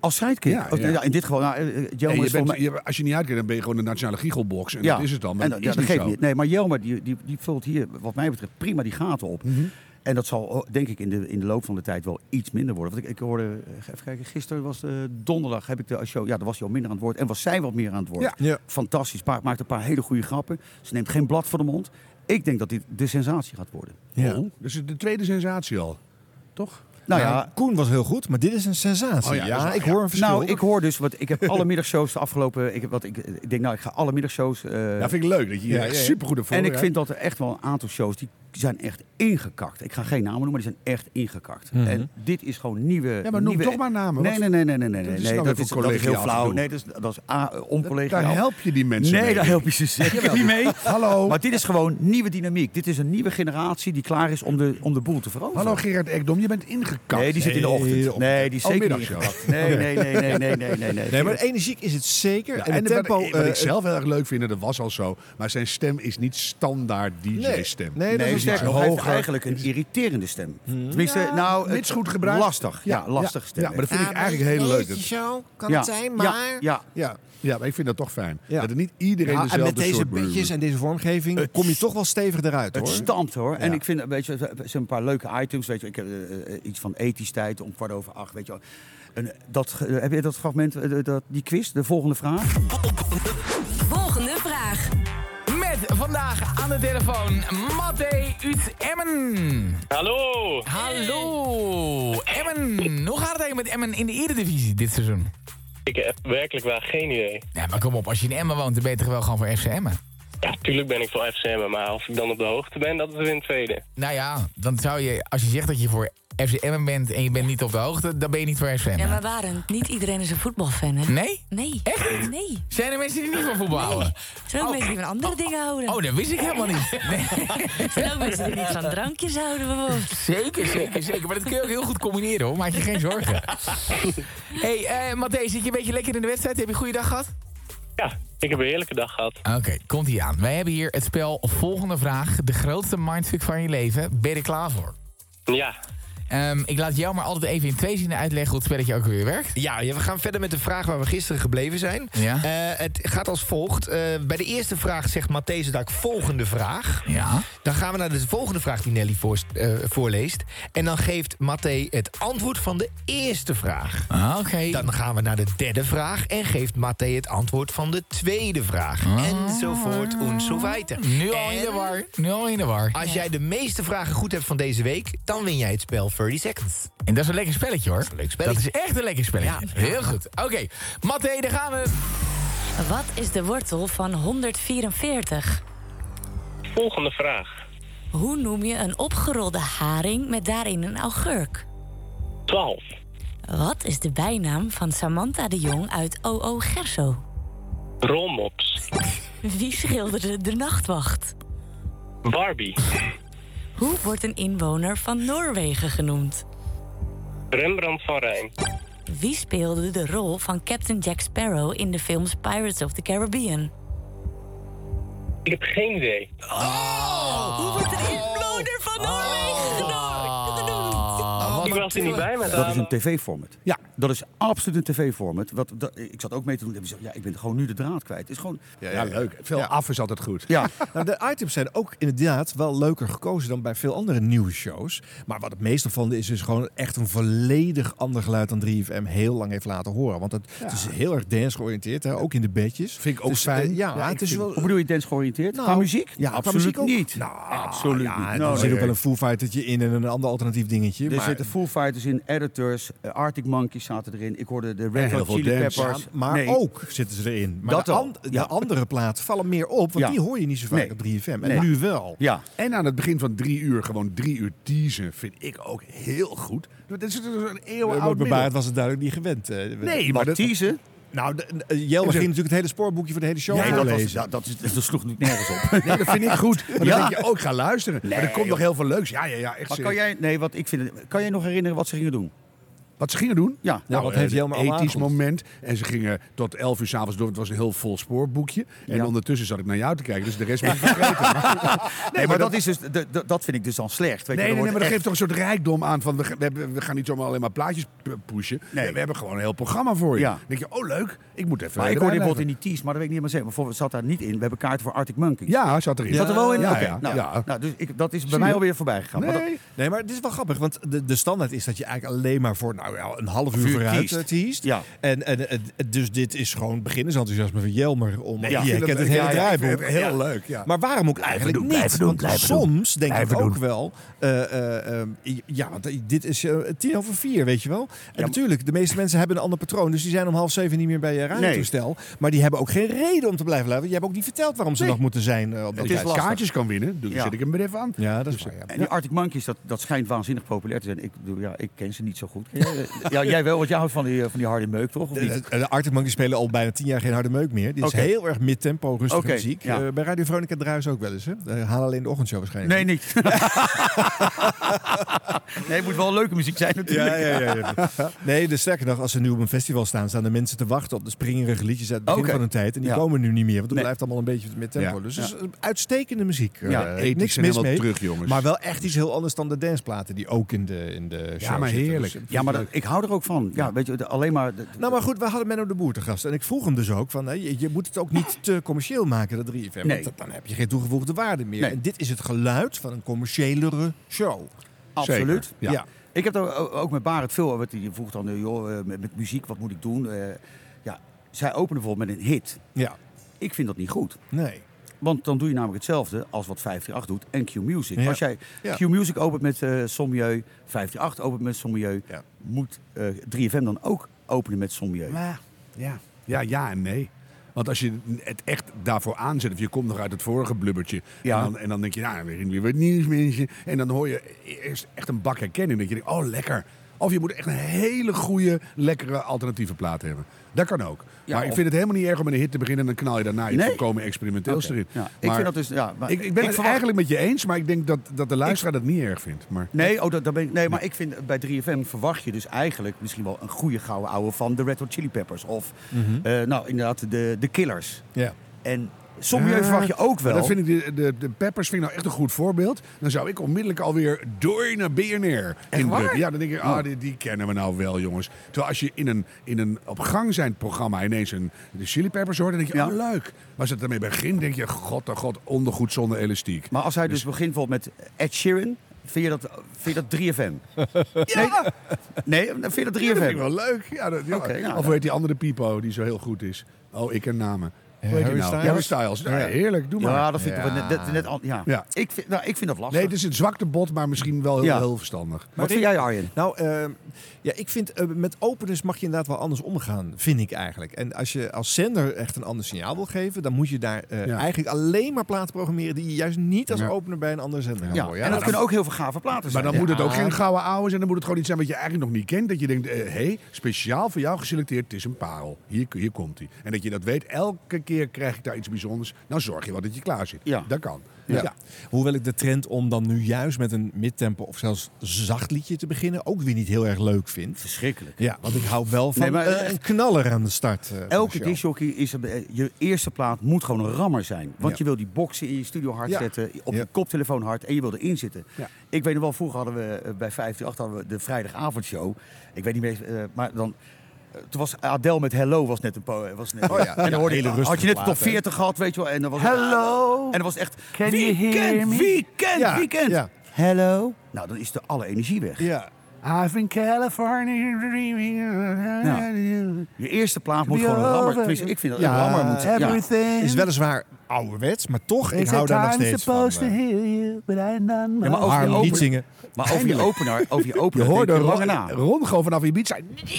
S2: Als sidekick.
S3: Ja,
S2: Als-
S3: ja.
S2: ja, in dit geval... Nou, eh, Jelmer is
S3: En je
S2: volgens
S3: bent-
S2: mij-
S3: je- als je niet uitkent, dan ben je gewoon de nationale giegelbox. En dat is het dan. Maar
S2: En
S3: dat
S2: ja,
S3: is
S2: dat
S3: niet
S2: geeft
S3: zo.
S2: niet. Nee, maar Jelmer die, die, die vult hier, wat mij betreft, prima die gaten op.
S3: Mhm.
S2: En dat zal oh, denk ik in de, in de loop van de tijd wel iets minder worden. Want ik, ik hoorde, eh, even kijken, gisteren was eh, donderdag heb ik de show. Ja, daar was hij al minder aan het woord. En was zij wat meer aan het woord.
S3: Ja.
S2: Fantastisch. Pa- maakt een paar hele goede grappen. Ze neemt geen blad voor de mond. Ik denk dat dit de sensatie gaat worden.
S3: Ja. Oh, dus de tweede sensatie al. Toch?
S2: Nou
S3: Nou,
S2: ja,
S1: Koen was heel goed, maar dit is een
S2: Oh
S1: sensatie. Oh ja, ik hoor een verschil.
S2: Nou, ik hoor dus, want ik heb alle middagshows de afgelopen. Ik, heb, wat, ik, ik denk, nou, ik ga alle middagshows. eh,
S3: Ja, vind ik leuk dat je hier echt supergoed op
S2: En ik
S3: voorbereidt.
S2: vind dat er echt wel een aantal shows die zijn echt ingekakt. Ik ga geen namen noemen, maar die zijn echt ingekakt.
S3: Mhm.
S2: En dit is gewoon nieuwe.
S3: Ja, maar noem
S2: nieuwe,
S3: toch maar namen.
S2: Nee,
S3: Wat-
S2: nee, nee, nee, nee, nee.
S3: Dat
S2: nee,
S3: is
S2: nee,
S3: nou
S2: dat,
S3: weer
S2: is,
S3: voor
S2: dat is heel
S3: collegaal
S2: flauw.
S3: gedoe.
S2: Nee, dat is, dat is A, eh, oncollegiaal.
S3: Daar help je die mensen
S2: Nee,
S3: mee,
S2: daar
S3: denk
S2: help je
S3: ik.
S2: ze zeker
S3: Jawel.
S2: niet mee.
S3: Hallo.
S2: Maar dit is gewoon nieuwe dynamiek. Dit is een nieuwe generatie die klaar is om de, om de boel te veroveren.
S3: Hallo Gerard Ekdom, je bent ingekakt.
S2: Nee, die zit in de ochtend. Nee, die is zeker niet ingekakt. Nee, nee, nee, nee, nee, nee, nee.
S1: Nee, maar energiek is het zeker.
S3: Ja,
S1: en
S3: en
S1: het tempo...
S3: wat, wat
S1: eh,
S3: ik zelf heel erg leuk vind, en dat was al zo, maar zijn stem is niet standaard
S2: Nee.
S3: DJ-stem.
S2: Nee, dat is sterker nog, hij heeft eigenlijk een irriterende stem. Tenminste,
S3: Ja,
S2: nou,
S3: Hmm. mits goed gebruikt.
S2: Lastig, ja,
S3: Ja,
S2: lastig
S3: ja,
S2: stem.
S3: ja, maar dat vind ik Ja, eigenlijk maar heel leuk. beetje
S1: zo
S3: kan het zijn, maar-
S2: Ja, ja.
S1: ja.
S3: Ja, maar ik vind dat toch fijn.
S1: Ja.
S3: Dat er niet iedereen
S1: Ja, en
S3: dezelfde
S1: met deze
S3: soort
S1: bedjes en deze vormgeving
S2: Het-
S1: kom je toch wel stevig eruit,
S2: Het
S1: hoor.
S2: stampt hoor. En
S1: Ja.
S2: ik vind, weet je, ze hebben een paar leuke items. Weet je, ik heb eh, eh, iets van ethisch tijd om kwart over acht. Weet je, wel. en dat, ge- heb je dat fragment, eh, dat, die quiz, de volgende vraag?
S23: Volgende vraag.
S16: Met vandaag aan de telefoon Matte uit Emmen.
S21: Hallo.
S16: Hallo. Emmen. Hoe gaat het eigenlijk met Emmen in de Eredivisie dit seizoen?
S21: Ik heb werkelijk wel geen idee.
S16: Ja, maar kom op. Als je in Emmen woont, dan ben je toch wel gewoon voor FC Emmen?
S21: Ja, tuurlijk ben ik voor FCM, maar of ik dan op de hoogte ben, dat is weer een tweede.
S16: Nou ja, dan zou je, als je zegt dat je voor FC Emmen bent en je bent niet op de hoogte, dan ben je niet voor FC
S24: Ja,
S16: Emmen.
S24: maar Barend, niet iedereen is een voetbalfan, hè?
S16: Nee?
S24: Nee. Echt? Nee.
S16: Zijn er mensen die niet van voetbal houden?
S24: Er zijn ook mensen die van andere dingen houden.
S16: Oh, dat wist ik helemaal niet. Nee.
S24: Er zijn ook mensen die niet van drankjes houden, bijvoorbeeld.
S16: Zeker, zeker, zeker. Maar dat kun je ook heel goed combineren hoor. Maak je geen zorgen. hey, eh Matthijs, zit je een beetje lekker in de wedstrijd? Heb je een goede dag gehad?
S21: Ja, ik heb een heerlijke dag gehad.
S16: Oké, komt ie aan. Wij hebben hier het spel Volgende Vraag. De grootste mindfuck van je leven. Ben je er klaar voor?
S21: Ja,
S16: Ehm, ik laat jou maar altijd even in twee zinnen uitleggen hoe het spelletje ook weer werkt.
S13: Ja, ja, we gaan verder met de vraag waar we gisteren gebleven zijn.
S16: Ja.
S13: Eh, het gaat als volgt. Eh, bij de eerste vraag zegt Matthijs Dak volgende vraag.
S16: Ja.
S13: Dan gaan we naar de volgende vraag die Nelly voors- eh, voorleest. En dan geeft Matthijs het antwoord van de eerste vraag.
S16: Ah, Oké.
S13: Dan gaan we naar de derde vraag en geeft Matthijs het antwoord van de tweede vraag. Enzovoort en zo verder.
S16: Ah. Nu al in de war. Nu al in de war.
S13: Als jij de meeste vragen goed hebt van deze week, dan win jij het spel 30 Seconds.
S16: En dat is een lekker spelletje hoor. Dat is
S13: een leuk spelletje.
S16: Dat is echt een lekker spelletje. Heel goed. Oké, Matthijs, daar gaan we.
S24: Wat is de wortel van 144?
S21: volgende vraag.
S24: Hoe noem je een opgerolde haring met daarin een augurk?
S21: 12.
S24: Wat is de bijnaam van Samantha de Jong uit OO Gerso?
S21: Rolmops.
S24: Wie schilderde De Nachtwacht?
S21: Barbie.
S24: Hoe wordt een inwoner van Noorwegen genoemd?
S21: Rembrandt van Rijn.
S24: Wie speelde de rol van Captain Jack Sparrow in de films Pirates of the Caribbean?
S21: Ik heb geen idee.
S11: Oh.
S24: Hoe wordt de inwoner van Noorwegen genoemd?
S21: ik Oh, was er niet bij met
S2: Dat is
S21: aan.
S2: een tv-format.
S3: Ja,
S2: Dat is absoluut een tv-format. Wat, dat- ik zat ook mee te doen. Ik heb gezegd, ja, ik ben gewoon nu de draad kwijt. Het is gewoon...
S3: Ja, ja, leuk. Veel af is altijd goed.
S2: Ja.
S1: Nou, de items zijn ook inderdaad wel leuker gekozen dan bij veel andere nieuwsshows. Maar wat het meest opvallende is, is gewoon echt een volledig ander geluid dan 3FM heel lang heeft laten horen. Want het, het is heel erg dance georiënteerd, hè? ook in de bedjes. Vind
S3: ik ook fijn.
S1: ja,
S2: Ja, ik
S1: het is
S2: vind-
S1: wel...
S2: Hoe bedoel je dance georiënteerd?
S1: Nou,
S2: Qua muziek?
S1: ja, qua muziek ook.
S2: niet. absoluut
S1: ja,
S2: niet.
S1: en
S2: Nou,
S1: er zit ook
S2: nee.
S1: wel een Foo Fightertje in en een ander alternatief dingetje.
S2: Er
S1: maar...
S2: zitten Foo Fighters in, Editors, eh, Arctic Monkeys zaten erin. Ik hoorde de Red
S1: heel
S2: Hot
S1: veel
S2: Chili
S1: dance.
S2: Peppers.
S1: Ja, maar
S2: Nee.
S1: ook zitten ze erin. Maar
S2: Dat
S1: de,
S2: ook.
S1: an- de
S2: Ja.
S1: andere platen vallen meer op, want
S2: Ja.
S1: die hoor je niet zo vaak
S2: Nee.
S1: op 3FM. En
S2: Nee.
S1: nu wel.
S2: Ja.
S3: En aan het begin van drie uur gewoon drie uur teasen vind ik ook heel goed. Dat is dus een
S1: Maar
S3: eeuwenoud
S1: bebaard
S3: middel.
S1: was het duidelijk niet gewend. eh.
S3: Nee, maar dat...
S2: teasen?
S1: Nou, de- de- eh, Jelmer ging natuurlijk het hele spoorboekje voor de hele show
S3: Nee, dat was-
S1: voorlezen.
S3: ja,
S2: dat, is, dat sloeg natuurlijk nergens op.
S3: Nee, dat vind ik goed. Maar dan
S2: Ja.
S3: denk je ook, ga luisteren.
S2: Nee,
S3: maar er komt nog
S2: joh.
S3: heel veel leuks. Ja, ja, ja. Echt
S2: Maar kan
S3: serieus.
S2: jij, nee, wat ik vind, het- kan jij nog herinneren wat ze gingen doen?
S3: Wat ze gingen doen?
S2: Ja.
S3: Nou,
S1: wat
S3: eh,
S1: heeft Jelmer
S3: een
S1: allemaal
S3: ethisch
S1: aangekondigd?
S3: moment. En ze gingen tot 11 uur s'avonds door. Het was een heel vol spoorboekje. En
S2: Ja.
S3: ondertussen zat ik naar jou te kijken. Dus de rest ben ik vergeten.
S2: Nee, maar, dat, is dus, de- de- dat vind ik dus dan slecht. Weet
S3: Nee,
S2: je,
S3: nee,
S2: dan
S3: nee, maar dat
S2: wordt
S3: geeft toch een soort rijkdom aan van we, ge- we, hebben- we gaan niet zomaar alleen maar plaatjes p- pushen. Nee. We hebben gewoon een heel programma voor je.
S2: Ja.
S3: Dan denk je, oh leuk, ik moet even.
S2: Maar ik hoorde
S3: erbij
S2: bijvoorbeeld in
S3: blijven.
S2: die tease, maar dat weet ik niet meer zeker. Bijvoorbeeld zat daar niet in. We hebben kaarten voor Arctic Monkeys.
S3: Ja, zat erin.
S2: Zat er wel in?
S3: Ja,
S2: Oké,
S3: ja,
S2: nou,
S3: ja.
S2: nou, dus ik, dat is bij
S3: Zie
S2: mij
S3: je?
S2: alweer voorbij gegaan. Maar dat-
S1: Nee. nee, maar dit is wel grappig. Want de, de standaard is dat je eigenlijk alleen maar voor nou, ja, een half uur
S2: Vuur
S1: vooruit
S2: kiest.
S1: eh, teest.
S2: Ja.
S1: En, en, en- dus dit is gewoon beginnersenthousiasme van Jelmer. Om,
S3: Nee,
S1: ja,
S3: ik
S1: je
S3: vind
S1: kent het
S3: leuk.
S1: hele
S3: Ja, ja, ik vind
S1: draaiboek.
S3: het Heel leuk, ja.
S1: Maar waarom ook eigenlijk
S3: doen,
S1: niet?
S3: blijven doen,
S1: Want
S3: blijven
S1: soms denk
S3: Blijven
S1: ik ook
S3: doen.
S1: wel... eh, eh, eh, ja, want dit is eh, tien over vier, weet je wel. En natuurlijk, de meeste mensen hebben een ander patroon. Dus die zijn om half zeven niet meer bij je radiotoestel. Maar die hebben ook geen reden om te blijven luisteren. Je hebt ook niet verteld waarom ze nog moeten zijn. eh, op dat
S3: Als je
S1: tijd.
S3: kaartjes kan winnen, dan
S2: Ja.
S3: zet ik hem er even aan.
S1: Ja, dat is waar. ja.
S2: En die Arctic Monkeys, dat, dat schijnt waanzinnig populair te zijn. Ik, bedoel, ja, ik ken ze niet zo goed. Jij- ja, jij wel, want jij houdt van die, eh, van die harde meuk, toch? Of niet?
S1: De, de Arctic Monkeys spelen al bijna tien jaar geen harde meuk meer. Dit
S2: Oké.
S1: is heel erg midtempo, rustige
S2: Oké,
S1: muziek.
S2: ja.
S1: Eh, bij Radio Veronica draaien ze ook wel eens. Hè? Eh, halen alleen de ochtendshow waarschijnlijk.
S2: Nee, niet. nee, het moet wel leuke muziek zijn natuurlijk.
S1: Ja, ja, ja, ja. Nee, dus sterker nog, als ze nu op een festival staan, staan de mensen te wachten op de springerige liedjes uit het begin
S2: Oké.
S1: van hun tijd. En die
S2: Ja.
S1: komen nu niet meer, want het
S2: Nee.
S1: blijft allemaal een beetje met tempo.
S3: Ja.
S1: Dus het is een uitstekende muziek. Eh,
S3: Ja, ethisch
S1: niks
S3: en
S1: mis
S3: helemaal
S1: mee.
S3: terug, jongens.
S1: Maar wel echt iets heel anders dan de danceplaten die ook in de, in de show
S3: maar
S1: zitten.
S3: heerlijk.
S1: Dus, eh,
S2: Ja, maar dat- ik hou er ook van. Ja, weet je, de- alleen maar... de-
S1: nou, maar goed, we hadden Menno de Boer te gast. En ik vroeg hem dus ook van, hè, je, je moet het ook niet te commercieel maken, dat 3FM.
S2: Nee.
S1: Want dat- dan heb je geen toegevoegde waarde meer.
S2: Nee.
S1: En dit is het geluid van een commerciëlere show.
S2: Absoluut.
S3: Zeker,
S1: Ja.
S3: ja.
S2: Ik heb daar o- ook met Barend veel over. Die vroeg dan, eh, joh, eh, met, met muziek, wat moet ik doen? Eh, ja, zij openen bijvoorbeeld met een hit.
S1: Ja.
S2: Ik vind dat niet goed.
S1: Nee.
S2: Want dan doe je namelijk hetzelfde als wat 538 doet en Q-Music.
S1: Ja.
S2: Als jij
S1: Ja.
S2: Q-Music opent met eh Sommieu, 538 opent met Sommieu...
S1: Ja.
S2: moet eh, 3FM dan ook openen met Sommieu.
S3: Maar, ja. Ja, ja en nee. Want als je het echt daarvoor aanzet, of je komt nog uit het vorige blubbertje.
S2: Ja.
S3: En, dan, en dan denk je, nou, we zien weer wat nieuws, mensen. En dan hoor je eerst echt een bak herkenning. Dat je denkt, oh, lekker. Of je moet echt een hele goede, lekkere alternatieve plaat hebben. Dat kan ook.
S2: Ja,
S3: maar ik
S2: of-
S3: vind het helemaal niet erg om met een hit te beginnen. En dan knal je daarna iets
S2: Nee?
S3: volkomen experimenteels
S2: Oké.
S3: erin.
S2: Ja, ik
S3: Maar
S2: vind dat dus- ja, maar
S3: ik, ik ben
S2: ik
S3: het
S2: verwacht-
S3: eigenlijk met je eens, maar ik denk dat, dat de luisteraar dat niet erg vindt. Maar...
S2: Nee, oh, dat, dat ben ik, nee, maar ik vind eh, bij 3FM verwacht je dus eigenlijk misschien wel een goede gouden ouwe van de Red Hot Chili Peppers. Of,
S3: Mhm.
S2: eh, nou, inderdaad, de, de Killers.
S1: Ja.
S2: En sommige verwacht je ook
S3: Maar
S2: wel.
S3: Dat vind ik de, de, de Peppers vind ik nou echt een goed voorbeeld. Dan zou ik onmiddellijk alweer door naar BNR indrukken. Ja, dan denk ik,
S2: Oh.
S3: ah, die, die kennen we nou wel, jongens. Terwijl als je in een, in een op gang zijnd programma ineens een, de Chili Peppers hoort, dan denk je,
S2: Ja.
S3: oh leuk. Maar als het ermee begint, denk je, god, oh god, ondergoed zonder elastiek.
S2: Maar als hij dus, begint bijvoorbeeld met Ed Sheeran, vind je dat, vind je dat 3FM?
S3: Ja,
S2: Nee, dan vind je
S3: Ja,
S2: dat
S3: dat
S2: 3FM?
S3: vind ik wel leuk. Ja, dat, ja.
S2: Oké, nou,
S3: of
S2: dan-
S3: hoe heet die andere Pipo die zo heel goed is? Oh, ik ken namen. Hoe heet die
S1: Harry
S3: nou?
S1: Styles?
S3: Harry Styles. Nou,
S1: Ja.
S3: Heerlijk, doe maar.
S2: Ja, dat vind ik
S1: Ja.
S2: wel net, net al, ja.
S3: Ja.
S2: Ik, vind, nou, ik vind dat lastig.
S3: Nee, het is een zwakte bot, maar misschien wel heel,
S2: Ja.
S3: heel verstandig.
S2: Wat vind jij, Arjen?
S1: Nou, ehm, ja, ik vind eh, met openers mag je inderdaad wel anders omgaan, vind ik eigenlijk. En als je als zender echt een ander signaal wil geven, dan moet je daar eh,
S3: Ja.
S1: eigenlijk alleen maar platen programmeren die je juist niet als
S3: Ja.
S1: opener bij een andere zender gaat
S2: ja.
S1: horen.
S2: en dat
S1: nou,
S2: kunnen ook heel veel gave platen
S3: Maar
S2: zijn.
S3: dan
S2: Ja.
S3: moet het ook geen gouden ouwe zijn. Dan moet het gewoon iets zijn wat je eigenlijk nog niet kent. Dat je eh, denkt, hé, hey, speciaal voor jou geselecteerd, het is een parel. Hier, hier komt hij. En dat je dat weet elke keer keer krijg ik daar iets bijzonders. Dan zorg je wel dat je klaar zit. Dat kan.
S1: Ja.
S3: Ja.
S1: Hoewel ik de trend om dan nu juist met een midtempo of zelfs zacht liedje te beginnen ook weer niet heel erg leuk vind.
S2: Verschrikkelijk.
S1: Ja, want ik hou wel van
S2: Nee, maar-
S1: eh, een knaller aan de start. eh, van de
S2: Elke
S1: show.
S2: discjockey is een- eh, je eerste plaat moet gewoon een rammer zijn. Want
S1: Ja.
S2: je wil die boxen in je studio hard
S1: Ja.
S2: zetten, op je koptelefoon hard en je wil erin zitten. Ik weet nog wel, vroeger hadden we eh, bij 538 hadden we de vrijdagavondshow. Ik weet niet meer, eh, maar dan. eh, Toen was Adele met Hello was net een po eh, was net,
S3: Oh ja,
S2: en
S3: ja,
S2: dan hoorde
S3: hele
S2: ik, had je
S3: rustige
S2: net de top
S3: plaat, hè?
S2: 40 gehad, weet je wel? En dan was
S3: Hello,
S2: en dat was echt
S3: can you
S2: weekend,
S3: hear me?
S2: weekend,
S3: Ja,
S2: weekend.
S3: ja.
S2: Hello. Nou, dan is de alle energie weg.
S1: Ja.
S3: I've in California dreaming.
S2: Je eerste plaat moet gewoon een rammer. Tenminste, ik vind dat een rammer moet.
S1: Ja. Is weliswaar ouderwets, maar toch, ik hou daar nog steeds van. eh.
S2: Ja, maar over
S1: Harm,
S2: je
S1: niet
S2: opener-
S1: zingen.
S2: Maar over je opener, over je opener
S3: Je hoorde
S2: denk je
S3: Ron,
S2: lang na.
S3: Ron gewoon vanaf Ibiza.
S1: Ja,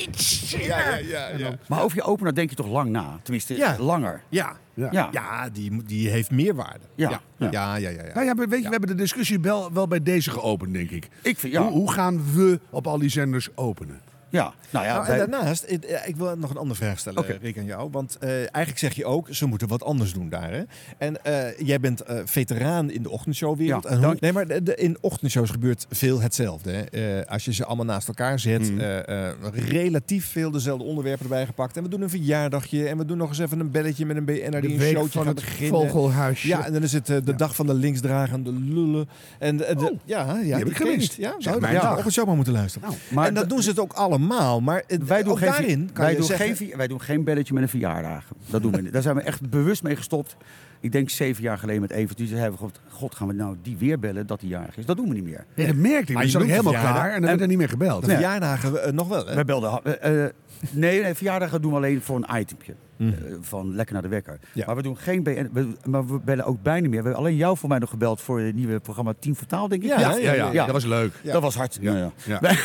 S1: ja, ja, ja.
S2: Maar over je opener denk je toch lang na? Tenminste,
S1: Ja.
S2: langer.
S1: Ja, ja.
S2: Ja.
S1: die, moet- die heeft meerwaarde.
S2: Ja.
S1: Ja. Ja.
S2: Ja.
S1: Ja, ja, ja,
S3: Nou ja, maar weet je, we hebben de discussie wel, wel bij deze geopend, denk ik.
S2: Ik vind, ja.
S3: hoe, hoe gaan we op al die zenders openen?
S2: Ja, nou ja.
S1: Nou, en
S2: wij-
S1: daarnaast, ik, eh, ik wil nog een andere vraag stellen,
S2: Oké.
S1: eh, Rick aan jou. Want eh, eigenlijk zeg je ook, ze moeten wat anders doen daar. Hè? En eh, jij bent eh, veteraan in de ochtendshow-wereld.
S2: Ja,
S1: En hoe-
S2: dank-
S1: nee, maar de- de- in ochtendshows gebeurt veel hetzelfde. Hè? Eh, als je ze allemaal naast elkaar zet,
S3: Mhm.
S1: eh, eh, relatief veel dezelfde onderwerpen erbij gepakt. En we doen een verjaardagje en we doen nog eens even een belletje met een BN'er
S3: De
S1: die een
S3: week
S1: showtje
S3: van
S1: gaat
S3: het
S1: beginnen.
S3: vogelhuisje.
S1: Ja, en dan is het eh, de dag van de linksdragende lullen. En de, de- ja, ja, die
S3: Oh. heb ik
S1: ken
S3: gemist.
S1: Ja,
S3: Zeg
S1: zou
S3: mijn
S1: ja,
S3: dag.
S1: op het show maar moeten luisteren.
S2: Nou, maar
S1: en dat doen ze het ook allemaal. Maar het-
S2: Wij doen,
S1: ook
S2: geen,
S1: daarin kan
S2: wij,
S1: je dus
S2: doen
S1: zeggen...
S2: geen, vi- wij doen geen belletje met een verjaardag. Dat doen we niet. Daar zijn we echt bewust mee gestopt. Ik denk zeven jaar geleden met Evert. Toen hebben we God, God, gaan we nou die weer bellen dat die jarig is? Dat doen we niet meer.
S3: Nee, dat merkte ik.
S1: Maar
S3: Ik
S1: je
S3: zat
S1: noemt
S3: helemaal
S1: het verjaardag.
S3: klaar en dan werd er niet meer gebeld.
S1: De verjaardagen eh, nog wel, hè?
S2: Wij belden. ha- eh, eh, nee, nee, verjaardagen doen we alleen voor een itempje. Eh, van lekker naar de wekker. Maar we doen geen BN. we- maar we bellen ook bijna meer. We hebben alleen jou voor mij nog gebeld voor het nieuwe programma Team Vertaal, denk ik.
S1: Ja, ja, ja, ja.
S3: Dat was leuk.
S2: Dat was hard. Nou ja.
S3: Ja.
S2: Wij-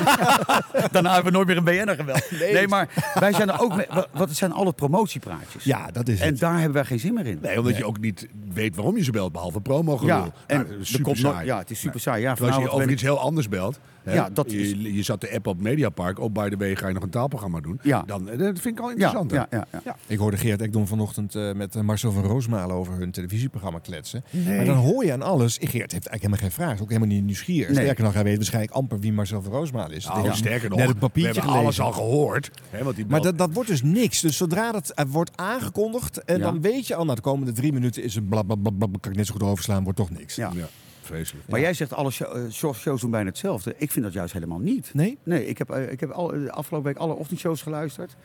S2: Daarna hebben we nooit meer een BN'er gebeld. Nee, maar wij zijn er ook mee. wa- Wat het zijn alle promotiepraatjes.
S1: Ja, dat is
S2: En daar hebben wij geen zin meer in.
S3: Nee, omdat je ook niet weet waarom je ze belt, behalve promo
S2: Ja, en
S3: en
S2: er
S3: super
S2: komt
S3: saai.
S2: nooit- ja, het is super saai. Ja,
S3: Terwijl als je
S2: vanavond
S3: over
S2: ben
S3: iets heel anders belt. hè,
S2: Ja, dat is-
S3: je, je zat de app op Mediapark. Oh, by the way, ga je nog een taalprogramma doen?
S2: Ja.
S3: Dan, eh, dat vind ik al
S2: ja,
S3: interessant.
S2: ja, ja, ja.
S1: Ik hoorde Geert Ekdom vanochtend eh, met eh, Marcel van Roosmalen over hun televisieprogramma kletsen. Maar dan hoor je aan alles. eh, Geert heeft eigenlijk helemaal geen vraag. Is ook helemaal niet nieuwsgierig.
S2: Nee.
S1: Sterker nog, hij weet waarschijnlijk amper wie Marcel van Roosmalen is.
S3: Nou,
S1: Die heeft
S3: sterker nog,
S1: net het papiertje
S3: we hebben alles
S1: gelezen.
S3: al gehoord. Hè, want die
S1: Maar
S3: belt-
S1: dat, dat wordt dus niks. Dus zodra dat eh, wordt aangekondigd, en
S3: Ja.
S1: dan weet je al, na de komende drie minuten is het blablabla, kan ik net zo goed overslaan, wordt toch niks.
S2: Ja.
S3: Ja, vreselijk.
S2: Maar jij zegt alle show- eh, show- shows doen bijna hetzelfde. Ik vind dat juist helemaal niet.
S1: Nee?
S2: Nee, ik heb, eh, ik heb al, de afgelopen week alle ochtendshows geluisterd.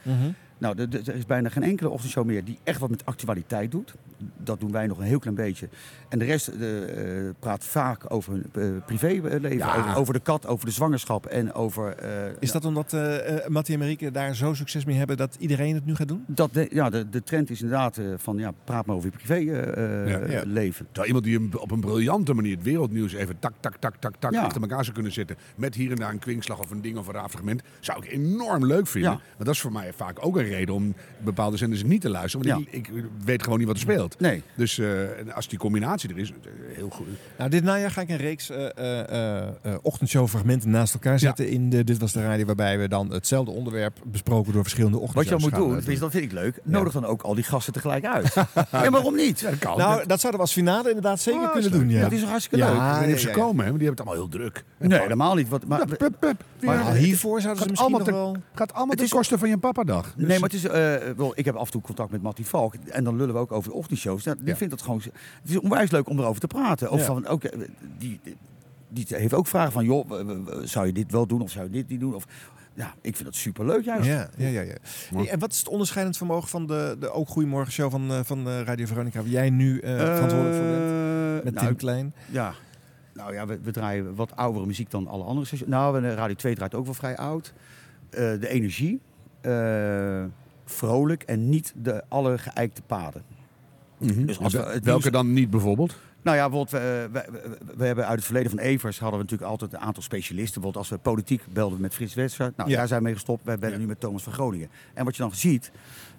S2: Nou, de- de- er is bijna geen enkele ochtendshow meer die echt wat met actualiteit doet. Dat doen wij nog een heel klein beetje. En de rest eh, eh, praat vaak over hun eh, privéleven. Over, over de kat, over de zwangerschap en over... eh,
S1: Is dat omdat eh eh, Mattie en Marieke daar zo succes mee hebben dat iedereen het nu gaat doen?
S2: dat de, ja, de, de trend is inderdaad eh, van ja, praat maar over je eh,
S3: Ja. Ja.
S2: privéleven.
S3: Terwijl iemand die hem op een briljante manier het wereldnieuws even tak, tak, tak, tak, tak
S2: Ja.
S3: achter elkaar zou kunnen zetten. Met hier en daar een kwinkslag of een ding of een raar fragment. Zou ik enorm leuk vinden.
S2: Ja.
S3: Maar dat is voor mij vaak ook een reden om bepaalde zenders niet te luisteren. Want
S2: Ja.
S3: ik, ik weet gewoon niet wat er speelt.
S2: Nee.
S3: Dus eh, en als die combinatie er is, eh, heel goed.
S1: Nou, dit najaar ga ik een reeks eh, eh, eh, eh, ochtendshow-fragmenten naast elkaar zetten in de Dit Was De Radio, waarbij we dan hetzelfde onderwerp besproken door verschillende
S2: Wat je
S1: ochtendshows
S2: al moet
S1: gaan,
S2: doen,
S1: eh,
S2: tenminste, dat vind ik leuk, nodig dan ook al die gasten tegelijk uit. ja, waarom niet? dat kan.
S1: Nou, dat zouden we als finale inderdaad zeker
S3: Ah,
S1: kunnen
S3: is
S1: doen, ja.
S2: Oh, Dat is toch hartstikke
S1: Ja,
S2: leuk?
S3: ik weet niet of ze
S1: ja, ja.
S3: komen, hè, want die hebben het allemaal heel druk.
S2: Nee, helemaal niet. Wat, maar,
S3: Pup, pup, pup. Weer-
S1: Maar hiervoor zouden
S3: gaat
S1: ze misschien
S3: allemaal
S1: nog
S3: ten-
S1: wel...
S3: gaat allemaal ten koste van je papadag. Dus-
S2: nee, maar het is, eh, wel, ik heb af en toe contact met Mattie Valk. En dan lullen we ook over de ochtendshows. Nou, die
S3: Ja.
S2: vindt dat gewoon... z- Het is onwijs leuk om erover te praten. Of
S1: Ja.
S2: van, oké, eh, die, die heeft ook vragen van... joh, eh, eh, zou je dit wel doen of zou je dit niet doen? Of, ja, ik vind dat superleuk juist.
S1: Ja, ja, ja. ja. Hey, en wat is het onderscheidend vermogen van de, de Ook Goeiemorgen show van, eh, van eh, Radio Veronica, waar jij nu eh, verantwoordelijk voor bent?
S2: Eh,
S1: Met
S2: nou,
S1: Tim Klein.
S2: Ja. Nou ja, we, we draaien wat oudere muziek dan alle andere stations. Nou, en, eh, Radio 2 draait ook wel vrij oud. Eh, de energie. eh, vrolijk en niet de alle geëikte paden.
S1: Mhm.
S2: Dus als we het
S3: Mhm. Welke
S2: nieuws-
S3: dan niet bijvoorbeeld?
S2: Nou ja, bijvoorbeeld, we, we, we- we hebben uit het verleden van Evers hadden we natuurlijk altijd een aantal specialisten. Bijvoorbeeld als we politiek belden met Frits Wester. Nou,
S1: Ja.
S2: daar zijn we mee gestopt. Wij bellen nu met Thomas van Groningen. En wat je dan ziet,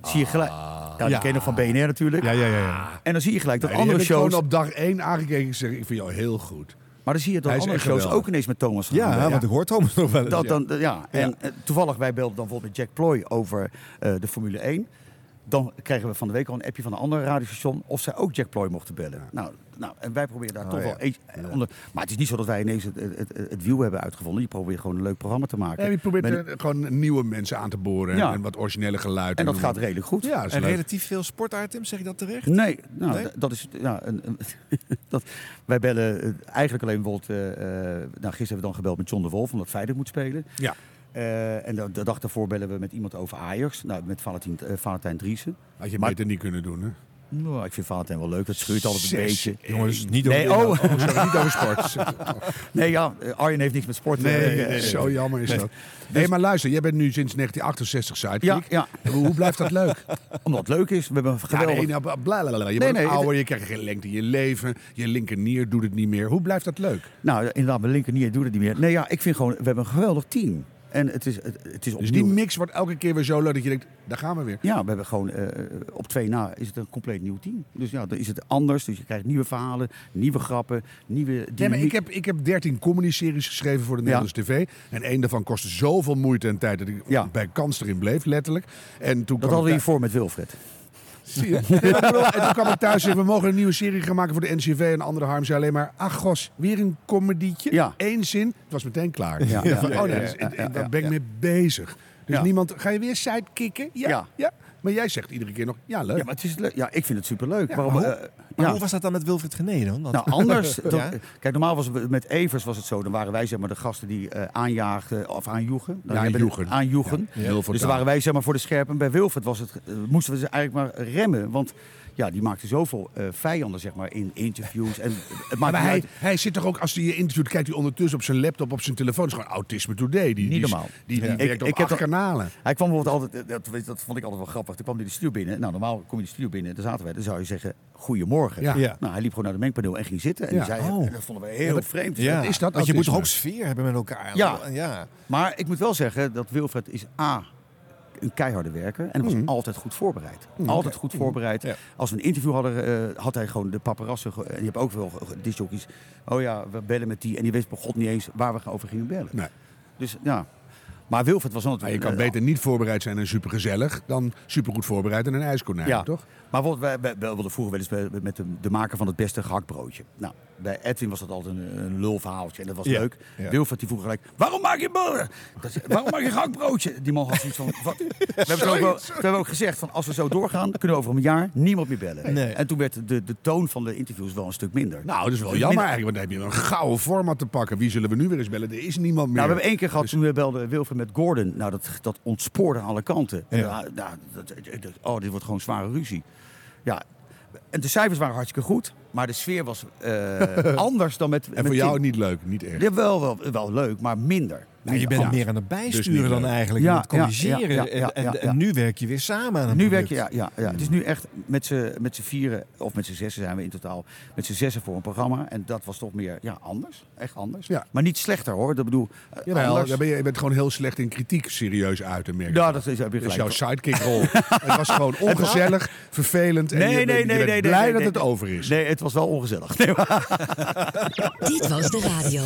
S2: zie je gelijk... Nou, die
S1: Ah. Ja.
S2: ken je nog van BNR natuurlijk.
S1: Ja, ja, ja. ja.
S2: En dan zie je gelijk dat
S3: Nee, die
S2: andere
S3: heb ik gewoon
S2: shows...
S3: op dag één aangekeken en zeg ik vind jou heel goed.
S2: Maar dan zie je dat
S3: Hij is
S2: andere
S3: echt
S2: shows
S3: geweldig.
S2: ook ineens met Thomas gaan
S1: Ja,
S2: bellen.
S1: want ik hoor Thomas nog wel eens.
S2: Dat
S1: ja.
S2: dan, ja. En eh, toevallig, wij belden dan bijvoorbeeld met Jack Ploy over eh, de eh, Formule 1. Dan kregen we van de week al een appje van een ander radiostation of zij ook Jack Ploy mochten bellen. Nou, nou, en wij proberen daar
S3: Oh,
S2: toch
S3: ja.
S2: wel eens eh, onder. Maar het is niet zo dat wij ineens het, het, het, het wiel hebben uitgevonden. Je probeert gewoon een leuk programma te maken.
S3: Ja, je probeert
S2: Met-
S3: eh, gewoon nieuwe mensen aan te boren en-
S2: Ja.
S3: en wat originele geluid.
S2: En dat
S3: dan-
S2: gaat redelijk goed.
S3: Ja, dat is
S2: En
S3: leuk.
S1: Relatief veel sportitems, zeg je dat terecht?
S2: Nee, nou,
S1: Nee?
S2: d- dat is. Ja, een, een- dat, wij bellen eh, eigenlijk alleen bijvoorbeeld. eh, eh, nou, gisteren hebben we dan gebeld met John de Wolf omdat Feyenoord moet spelen.
S3: Ja.
S2: Eh, en de, de dag daarvoor bellen we met iemand over Ajax. Nou, met Valentijn, eh, Valentijn Driessen.
S3: Had je beter niet kunnen doen, hè?
S2: Nou, ik vind Valentijn wel leuk. Dat schuurt altijd een
S3: Zes,
S2: beetje.
S3: één. Jongens, niet over
S2: nee,
S3: de
S2: oh.
S3: inhoud. Oh, sorry, niet over sport.
S2: nee, ja, eh, Arjen heeft niks met sport. te
S3: Nee,
S2: maken.
S3: nee, nee, zo jammer is
S2: Nee.
S3: dat. Nee, maar luister, jij bent nu sinds 1968 sidekick.
S2: Dus- Ja, ja.
S3: Hoe, hoe blijft dat leuk?
S2: Omdat het leuk is. We hebben een
S3: Ja,
S2: geweldig...
S3: nee, nou, bla, bla, bla, bla. Je
S2: Nee,
S3: bent
S2: nee,
S3: ouder,
S2: het-
S3: je krijgt geen lengte in je leven. Je linkernier doet het niet meer. Hoe blijft dat leuk?
S2: Nou, inderdaad, mijn linkernier doet het niet meer. Nee, ja, ik vind gewoon, we hebben een geweldig team. En het is, het, het is
S3: Dus
S2: opnieuw...
S3: die mix wordt elke keer weer zo leuk dat je denkt, daar gaan we weer.
S2: Ja, we hebben gewoon eh, op twee na is het een compleet nieuw team. Dus ja, dan is het anders. Dus je krijgt nieuwe verhalen, nieuwe grappen, nieuwe dynamiek.
S3: Nee, maar ik heb, ik heb 13 comedy-series geschreven voor de Nederlandse tv. En één daarvan kostte zoveel moeite en tijd dat ik bij kans erin bleef, letterlijk. En toen kwam
S2: dat
S3: ik
S2: hadden we
S3: daar-
S2: hiervoor met Wilfred.
S3: Zie je? Nee, maar ik bedoel, en toen kwam ik thuis en we mogen een nieuwe serie gaan maken voor de NCV. En andere Harm zei alleen maar, ach gos, weer een comedietje. Eén zin, het was meteen klaar.
S2: Ja,
S3: Ik dacht
S2: ja,
S3: van,
S2: ja,
S3: oh nee,
S2: ja,
S3: dus,
S2: ja,
S3: ik-
S2: ja,
S3: ik- daar
S2: ja,
S3: ben ik
S2: ja.
S3: mee bezig. Dus
S2: Ja.
S3: niemand, ga je weer sidekicken? Ja, ja.
S2: Ja.
S3: Maar jij zegt iedere keer nog, ja leuk.
S2: Ja, maar het is leuk. Ja, ik vind het superleuk.
S3: Ja,
S2: Waarom,
S3: maar hoe-
S2: eh,
S1: Maar
S2: ja.
S1: hoe was dat dan met Wilfried Genee dan? Want-
S2: Nou, anders. dan-
S1: Ja?
S2: Kijk, normaal was het met Evers was het zo. Dan waren wij zeg maar de gasten die eh, aanjaagden of aanjoegen. Dan
S3: Ja,
S2: hebben we-
S3: joegen.
S2: aanjoegen.
S3: Ja, heel veel
S2: Dus dan
S3: taal.
S2: waren wij zeg maar voor de scherpen. En Bij Wilfred was het, eh, moesten we ze eigenlijk maar remmen. Want ja, die maakte zoveel eh, vijanden zeg maar in interviews. En het
S3: Maar
S2: maakt niet
S3: hij,
S2: uit.
S3: hij zit toch ook, als hij je interviewt, kijkt hij ondertussen op zijn laptop, op zijn telefoon. Het is gewoon autisme today. Die, die,
S2: Niet normaal.
S3: Die, die
S2: Ja.
S3: werkt op acht
S2: dat-
S3: kanalen.
S2: Hij kwam bijvoorbeeld altijd, eh, dat, weet je, dat vond ik altijd wel grappig. Toen kwam hij de studio binnen. Nou, normaal kom je de studio binnen, daar zaten wij. Dan zou je zeggen, goedemorgen.
S3: Ja. Ja.
S2: Nou, hij liep gewoon naar de mengpaneel en ging zitten. En
S3: Ja.
S2: die zei, eh,
S3: Oh.
S2: en dat vonden we heel
S3: Ja, maar-
S2: vreemd.
S3: Ja. Wat is dat,
S1: Want je moet toch ook
S3: autisme?
S1: sfeer hebben met elkaar?
S2: Ja.
S1: ja.
S2: Maar ik moet wel zeggen dat Wilfred is A, een keiharde werker. En was
S3: Mm.
S2: altijd goed voorbereid.
S1: Mhm.
S2: Altijd
S1: Ja.
S2: goed voorbereid. Als we een interview hadden, eh, had hij gewoon de paparazzen. ge- en je hebt ook wel ge- discjockeys. Oh ja, we bellen met die. En die wist bij god niet eens waar we over gingen bellen.
S3: Nee.
S2: Dus ja. Maar Wilfred was altijd...
S3: Maar je kan
S2: eh,
S3: beter niet voorbereid zijn en supergezellig dan supergoed voorbereid en een ijskonijn,
S2: ah, ja,
S3: toch?
S2: Maar wat, wij, wij, wij wilden vroeger wel eens bij- met de, de maker van het beste gehaktbroodje. Nou, bij Edwin was dat altijd een, een lulverhaaltje en dat was
S3: Ja,
S2: leuk.
S3: ja.
S2: Wilfred die vroeg gelijk, waarom maak je brood? Dat is- Waarom maak je gehaktbroodje? Die man had zoiets van, wat? We hebben, het ook wel,
S3: Zoiets.
S2: we hebben ook gezegd, van, als we zo doorgaan, kunnen we over een jaar niemand meer bellen.
S3: Nee.
S2: En toen werd de, de toon van de interviews wel een stuk minder. Dus
S3: Nou, dat is wel
S2: Minder-
S3: jammer eigenlijk, want dan heb je een gouden format te pakken. Wie zullen we nu weer eens bellen? Er is niemand meer. Dus-
S2: Nou, we hebben één keer gehad, toen belde Wilfred met Gordon. Nou, dat, dat ontspoorde aan alle kanten. En
S3: Ja.
S2: daar- daar- nou, dat, ik dacht, oh, dit wordt gewoon zware ruzie. Ja, en de cijfers waren hartstikke goed. Maar de sfeer was eh, anders dan met
S3: en
S2: met
S3: voor jou
S2: Tim.
S3: niet leuk, niet echt.
S2: Ja, wel, wel, wel leuk, maar minder.
S1: Nou, je bent
S2: Ja. Dus
S1: meer aan het bijsturen dan eigenlijk,
S2: Ja,
S1: aan het
S2: ja, ja, ja,
S1: corrigeren.
S2: ja, ja,
S1: en, en,
S2: ja.
S1: en nu werk je weer samen aan een
S2: Nu werk je, ja,
S1: product.
S2: ja, ja. Het is nu echt met z'n met z'n vieren, of met z'n zessen zijn we in totaal, met z'n zessen voor een programma. En dat was toch meer, ja, anders. Echt anders.
S3: Ja.
S2: Maar niet slechter hoor, dat bedoel eh,
S3: Jawel,
S2: anders.
S3: daar ben je, je bent gewoon heel slecht in kritiek serieus uit en merk
S2: Ja,
S3: je.
S2: dat is- heb je
S3: Dat is jouw
S2: gelijk.
S3: sidekick-rol. het was gewoon ongezellig, vervelend en je, bent- je bent blij dat het over is.
S2: Nee, het was wel ongezellig. Nee,
S4: Dit was de radio.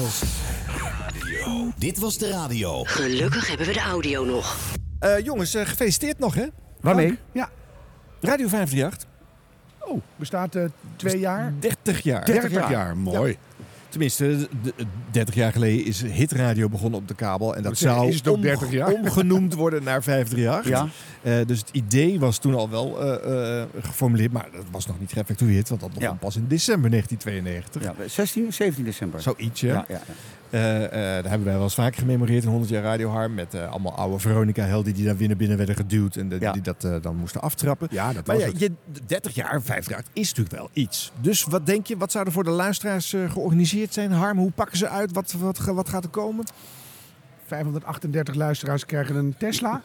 S5: Dit was de radio.
S4: Gelukkig hebben we de audio nog.
S1: Eh, jongens, eh, gefeliciteerd nog, hè?
S2: Waarmee?
S1: Dank.
S3: Ja.
S1: Radio 538.
S3: Oh, bestaat eh, twee jaar?
S1: 30 jaar.
S3: 30 jaar, mooi.
S1: Ja. Tenminste, de- de- 30 jaar geleden is hitradio begonnen op de kabel. En dat
S3: Wat zeg je,
S1: zou
S3: is het ook
S1: omge-
S3: 30 jaar?
S1: omgenoemd worden naar 538. Eh, dus het idee was toen al wel eh, eh, geformuleerd. Maar dat was nog niet geëffectueerd. Want dat begon pas in december 1992.
S2: Ja, 16, 17 december.
S1: Zoiets, ja.
S2: Ja, ja, ja.
S1: Eh, eh, daar hebben wij wel eens vaak gememoreerd in 100 jaar Radio Harm. Met eh, allemaal oude Veronica-helden die daar binnen binnen werden geduwd. En de- die dat eh, dan moesten aftrappen.
S3: Ja, dat
S1: maar
S3: was
S1: ja,
S3: het.
S1: je, 30 jaar, 50 jaar is natuurlijk wel iets. Dus wat denk je, wat zou er voor de luisteraars eh, georganiseerd zijn? Harm, hoe pakken ze uit? Wat, wat, ga- wat gaat er komen?
S3: 538 luisteraars krijgen een Tesla.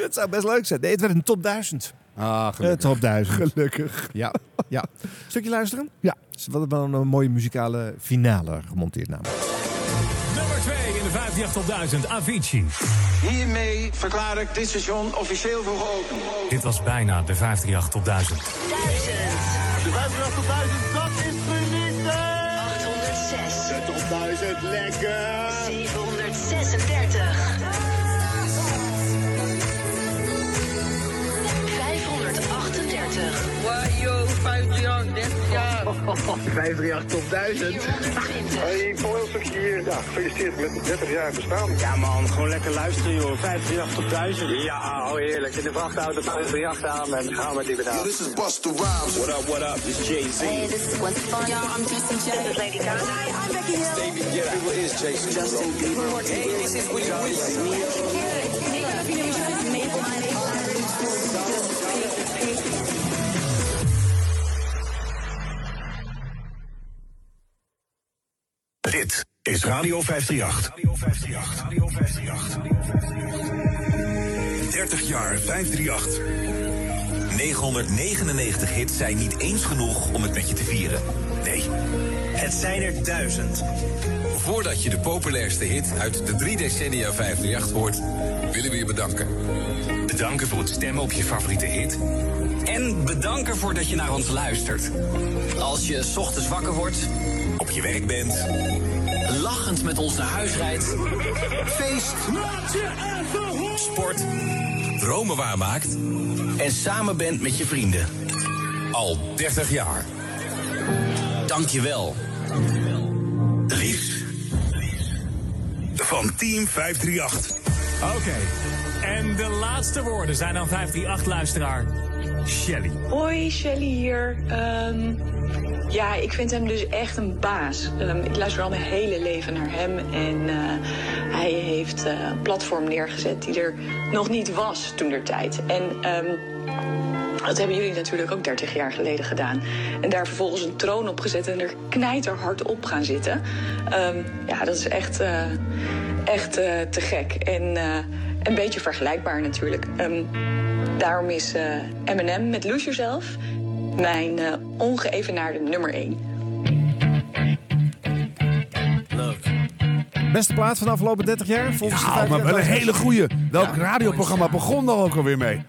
S1: Dat zou best leuk zijn. Nee, het werd een top 1000.
S3: Ah,
S1: Eh, top 1000.
S3: Gelukkig.
S1: Ja, ja. Stukje luisteren?
S3: Ja.
S1: Ze hadden wel een eh, mooie muzikale finale gemonteerd namelijk.
S6: Nummer 2 in de 538 tot 1000, Avicii.
S7: Hiermee verklaar ik dit station officieel voor geopend.
S6: Dit was bijna de 538 tot 1000.
S7: De 58000, dat is genieten!
S4: 806.
S7: 60000, lekker!
S4: 736.
S11: 538, 30 jaar. 538 tot 1000. Hey, Paul hier. Ja, gefeliciteerd met het 30 jaar bestaan. Ja man, gewoon lekker luisteren joh. 538 tot 1000. Ja, oh, heerlijk. In de vrachtauto 538 aan en gaan we die bedaan. This is Buster Rhymes. What up, what up? This is Jay-Z.
S16: Hey, this is what's fun. Y'all, I'm Justin J. This is Lady Gaga. Hi, I'm Becky Hill. David Guetta. Who is Jason Justin Bieber. Hey, this is Willie Wilson.
S17: Dit is Radio 538. Radio 538. Radio 538. 30 jaar 538. 999 hits zijn niet eens genoeg om het met je te vieren. Nee, het zijn er duizend.
S10: Voordat je de populairste hit uit de drie decennia 538 hoort, willen we je bedanken.
S17: Bedanken voor het stemmen op je favoriete hit.
S7: En bedanken voordat je naar ons luistert. Als je 's ochtends wakker wordt,
S17: op je werk bent,
S7: lachend met ons naar huis rijdt, feest,
S17: sport, dromen waarmaakt
S7: en samen bent met je vrienden.
S17: al 30 jaar.
S7: Dank je wel.
S17: Liefst van Team 538.
S6: Oké. En de laatste woorden zijn aan 538-luisteraar Shelly.
S25: Hoi, Shelly hier. Ehm, ja, ik vind hem dus echt een baas. Ehm, ik luister al mijn hele leven naar hem. En eh, hij heeft eh, een platform neergezet die er nog niet was toen der tijd. En ehm, dat hebben jullie natuurlijk ook 30 jaar geleden gedaan. En daar vervolgens een troon op gezet en er knijterhard op gaan zitten. Ehm, ja, dat is echt, eh, echt eh, te gek. En eh, een beetje vergelijkbaar natuurlijk. Ehm, Daarom is eh, Eminem met Lose Yourself mijn eh, ongeëvenaarde nummer 1.
S1: Beste plaat van de afgelopen 30 jaar? Volgens de
S3: Nou, maar wel een
S1: 538.
S3: hele goeie. Welk radioprogramma begon daar ook alweer mee?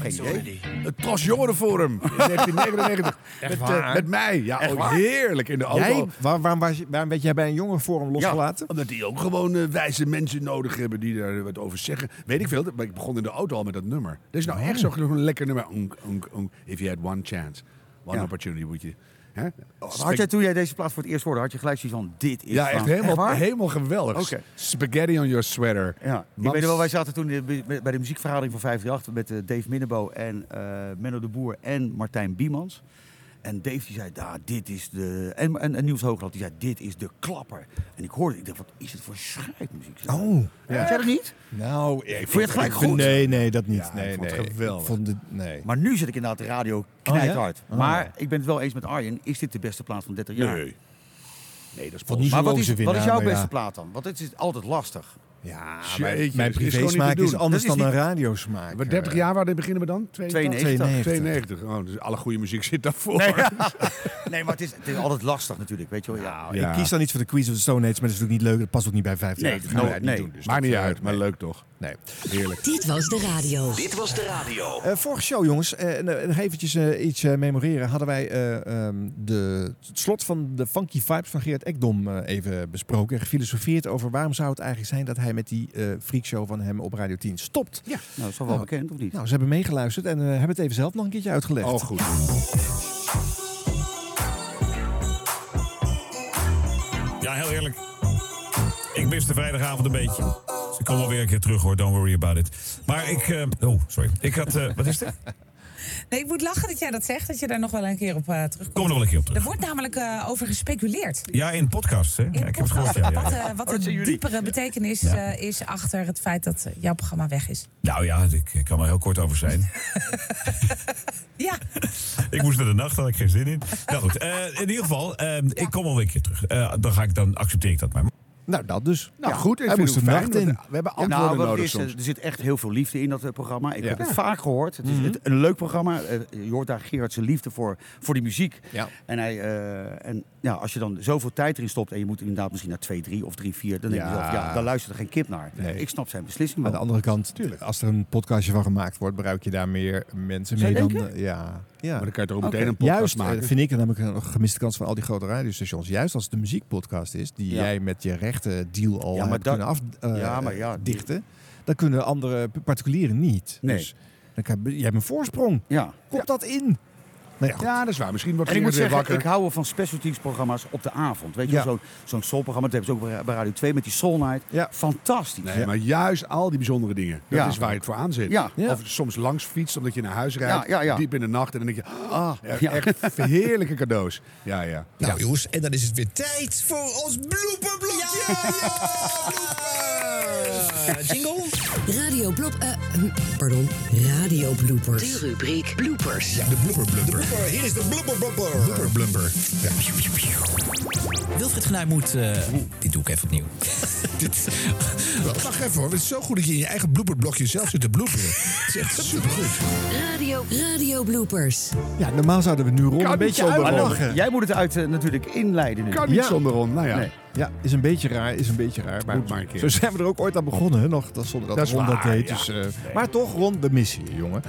S1: Geen idee.
S3: Het Tros Jongerenforum in 1999.
S1: Echt
S3: met, eh,
S1: waar?
S3: met mij. Ja,
S1: Echt
S3: oh,
S1: waar?
S3: heerlijk in de auto.
S1: Jij, waar, waarom, was je- waarom werd jij bij een jonge forum losgelaten?
S3: Omdat die ook gewoon eh, wijze mensen nodig hebben die daar wat over zeggen. Weet ik veel, maar ik begon in de auto al met dat nummer. Dit is nou echt zo'n zo'n lekker nummer. Onk, onk, onk. If you had one chance, one
S2: Ja. Oh,
S3: opportunity moet je... Hè?
S2: Had jij toen jij deze plaats voor het eerst hoorde, had je gelijk zoiets van dit is
S3: Oh, Ja,
S2: Frank.
S3: echt helemaal,
S2: waar?
S3: helemaal geweldig.
S2: Oké.
S3: Spaghetti on your sweater.
S2: Ja, ik
S3: Mams-
S2: weet wel, wij zaten toen eh, bij- bij de muziekvergadering van 538 met eh, Dave Minnebo en eh, Menno de Boer en Martijn Biemans. En Dave die zei, "Ja, dit is de... En, en, en Niels Hoogland, die zei, dit is de klapper. En ik hoorde, ik dacht, wat is het voor schrijfmuziek?
S1: Oh.
S2: Vond jij dat niet?
S1: Nou, ik
S2: Vond je het gelijk
S1: ik
S2: goed?
S1: vind- Nee, nee, dat niet.
S2: Ja,
S1: nee,
S2: ik vond het
S1: nee.
S2: geweldig.
S1: Ik vond het- nee.
S2: Maar nu zit ik inderdaad de radio knijthard.
S1: Oh, ja?
S2: Maar
S1: Oh.
S2: ik ben het wel eens met Arjen, is dit de beste plaat van 30 jaar?
S1: Nee.
S2: Nee, dat is
S1: Vond niet
S2: maar
S1: zo'n
S2: wat is,
S1: loze
S2: wat is
S1: winnaar,
S2: jouw
S1: maar
S2: beste
S1: ja.
S2: plaat dan? Want het is altijd lastig.
S1: Ja,
S3: Jeetje,
S1: Ah, mijn,
S3: dat
S1: mijn
S3: is gewoon niet
S1: privésmaak
S3: te
S1: is
S3: doen.
S1: anders
S3: Dat is
S1: dan een
S3: niet-
S2: Ah,
S1: radiosmaak.
S2: eh,
S3: Maar 30 jaar, waar beginnen we dan?
S2: 92.
S3: 92. Oh, dus alle goede muziek zit daarvoor.
S2: Nee, nee, maar het is, het is altijd lastig natuurlijk, weet je wel. Ja,
S1: Eh, Ik kies dan niet voor de Queens of the Stone Age, maar dat is natuurlijk niet leuk. Dat past ook niet bij 50
S2: Nee,
S1: jaar.
S2: dat
S1: gaan
S2: gaan
S1: wij
S2: we-
S1: niet
S2: nee.
S1: doen, dus
S3: Maakt
S1: dat,
S3: niet
S1: eh,
S3: uit, maar leuk toch?
S1: Nee.
S3: Heerlijk.
S26: Dit was de radio.
S17: Dit was de radio.
S1: Eh, vorige show, jongens, eh, en, eh, nog eventjes eh, iets eh, memoreren. Hadden wij eh, ehm, de, het slot van de Funky Vibes van Geert Ekdom eh, even besproken. En gefilosofeerd over waarom zou het eigenlijk zijn dat hij met die eh, freakshow van hem op Radio 10 stopt.
S2: Ja, nou, dat is wel wel bekend, of niet?
S1: Nou, ze hebben meegeluisterd en eh, hebben het even zelf nog een keertje uitgelegd.
S3: Oh, goed.
S6: Ja, heel eerlijk. Ik mis de vrijdagavond een beetje. Dus ik kom wel weer een keer terug hoor, don't worry about it. Maar ik... eh, oh, sorry. Ik had... eh, wat is dit?
S12: Nee, ik moet lachen dat jij dat zegt, dat je daar nog wel een keer op eh, terugkomt.
S6: Kom er wel een keer op terug.
S12: Er wordt namelijk eh, over gespeculeerd.
S6: Ja, in podcasts, hè? Ja, ik heb het gehoord, ja. ja.
S12: Wat, eh, wat de diepere betekenis eh, is achter het feit dat eh, jouw programma weg is.
S6: Nou ja, ik, ik kan er heel kort over zijn.
S12: Ja.
S6: ik moest naar de nacht, daar had ik geen zin in. Nou goed, eh, in ieder geval, eh, ik kom wel weer een keer terug. Eh, dan, ga ik, dan accepteer ik dat maar.
S1: Nou, dat dus.
S3: Nou, goed, ik
S1: hij
S3: vind
S1: moest
S3: het
S1: de
S3: fijn,
S1: nacht
S3: want
S1: in.
S3: We hebben
S2: Ja,
S3: antwoorden
S2: nou, wat
S3: nodig
S2: het is,
S3: soms.
S2: Er zit echt heel veel liefde in dat eh, programma. Ik
S3: Ja.
S2: heb het
S3: Ja.
S2: vaak gehoord. Het is
S1: Mhm.
S2: het- een leuk programma. Eh, Je hoort daar Gerard zijn liefde voor, voor die muziek. En, hij, eh, en ja, als je dan zoveel tijd erin stopt en je moet inderdaad misschien naar 2, 3 of 3, 4, dan denk je
S1: Ja.
S2: zelf, ja, daar luistert er geen kip naar. Ik snap zijn beslissing
S1: Aan
S2: wel.
S1: de andere kant, als er een podcastje van gemaakt wordt, bereik je daar meer mensen
S2: Zou
S1: mee
S2: je
S1: dan.
S2: denken?
S1: eh, ja, ja.
S3: Maar dan kan je toch ook meteen een podcast
S1: Juist, eh,
S3: maken?
S1: vind ik, en dan heb ik een gemiste kans van al die grote radiostations. Juist als het een muziekpodcast is, die
S2: Ja.
S1: jij met je rechten deal al
S2: Ja,
S1: hebt
S2: maar dat-
S1: kunnen afdichten,
S2: Ja, maar ja, die-
S1: dan kunnen andere p- particulieren niet.
S2: Nee.
S1: Dus dan kan, je hebt een voorsprong.
S2: Ja.
S1: Kop dat in. Nee, goed.
S3: Ja, dat is waar. Misschien wordt
S2: en ik
S3: Gerard
S2: moet
S3: weer
S2: zeggen,
S3: wakker.
S2: ik hou wel van specialties programma's op de avond. Weet je,
S3: Ja.
S2: wel, zo'n zo'n soulprogramma, dat hebben ze ook bij Radio 2 met die Soul Night. Fantastisch.
S3: Nee, maar juist al die bijzondere dingen. Dat
S2: Ja.
S3: is waar je het voor aan zit.
S2: Ja. Ja.
S3: Of soms langs fietst omdat je naar huis rijdt.
S2: Ja, ja, ja.
S3: Diep in de nacht. En dan denk je, ah,
S2: ja.
S3: echt heerlijke cadeaus. Ja, ja.
S5: Nou jongens, en dan is het weer tijd voor ons
S11: blooperblokje!
S5: jingle.
S4: Radio blop, eh, hm, pardon, radio bloopers. De rubriek bloopers.
S5: Ja, de blooper blooper.
S4: Hier is de blooper blooper.
S5: Blubber blubber. Wilfried Genuij moet... eh, dit doe ik even opnieuw.
S8: Dit- Wacht even hoor, het is zo goed dat je in je eigen blooperblokje zelf zit te bloeperen. Het is echt supergoed.
S4: Radio, radio bloopers.
S1: Ja, normaal zouden we nu rond
S4: Kan
S1: een
S4: niet
S1: beetje
S4: zonder
S1: uitlachen.
S2: Maar dan- jij moet het uit eh, natuurlijk inleiden nu.
S1: Ja. Nee. Ja, is een beetje raar, is een beetje raar. Maar
S3: nou Moet maar een keer.
S1: Zo zijn we er ook ooit aan begonnen, hè, nog, dat, zonder dat,
S3: Dat is
S1: Ron
S3: waar,
S1: dat deed.
S3: ja.
S1: Dus, eh,
S3: Nee.
S1: Maar toch, Ron, we missen je, jongen.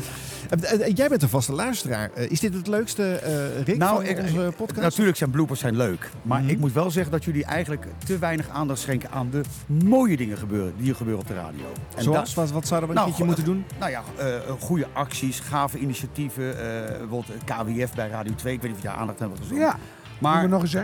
S1: Eh, eh, eh, jij bent een vaste luisteraar. Eh, is dit het leukste, eh Rick, van
S2: ik-
S1: onze podcast?
S2: Natuurlijk zijn bloopers zijn leuk. Maar
S3: Mhm.
S2: ik moet wel zeggen dat jullie eigenlijk te weinig aandacht schenken aan de mooie dingen gebeuren, die er gebeuren op de radio.
S1: Zoals?
S2: da-
S1: Wat, wat zouden we een
S2: Nou,
S1: keertje
S2: go-
S1: moeten doen?
S2: Nou ja, eh, eh, goede acties, gave initiatieven. eh bijvoorbeeld KWF bij Radio 2. Ik weet niet of je daar aandacht aan hebt gezien.
S3: Ja.
S2: Maar,
S3: nog eens hè?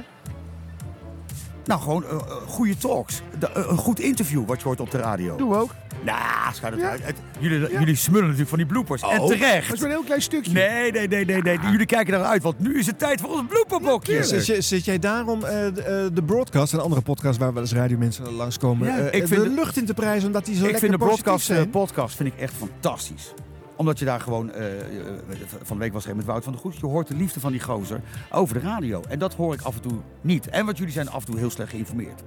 S2: Nou, gewoon eh, eh, goede talks. Da- eh, een goed interview wat je hoort op de radio.
S3: Doe ook.
S2: Nou, schuif het uit. Het- jullie, jullie smullen natuurlijk van die bloopers. en
S3: Oh,
S2: terecht.
S3: dat is maar een heel klein stukje. Ah.
S2: Nee, nee, nee, nee. nee. Jullie kijken daaruit, want nu is het tijd voor ons blooperblokje.
S1: Zit, je- zit jij daarom eh, de- eh, de broadcast en andere podcasts waar wel eens radiomensen langskomen?
S2: Ja,
S1: eh,
S2: ik
S1: eh,
S2: vind
S1: de
S2: de-
S1: lucht in te prijzen omdat die zo
S2: ik
S1: lekker
S2: vind de
S1: positief
S2: broadcast,
S1: zijn?
S2: eh, podcast vind ik echt fantastisch. Omdat je daar gewoon, eh, eh, van de week was er een met Wout van der Goes, je hoort de liefde van die gozer over de radio. En dat hoor ik af en toe niet. En want jullie zijn af en toe heel slecht geïnformeerd.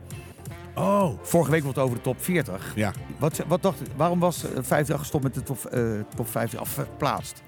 S3: Oh.
S2: Vorige week was het over de top 40.
S3: Ja.
S2: Wat, wat dacht, waarom was eh, 50 gestopt met de top, eh top 50 of verplaatst?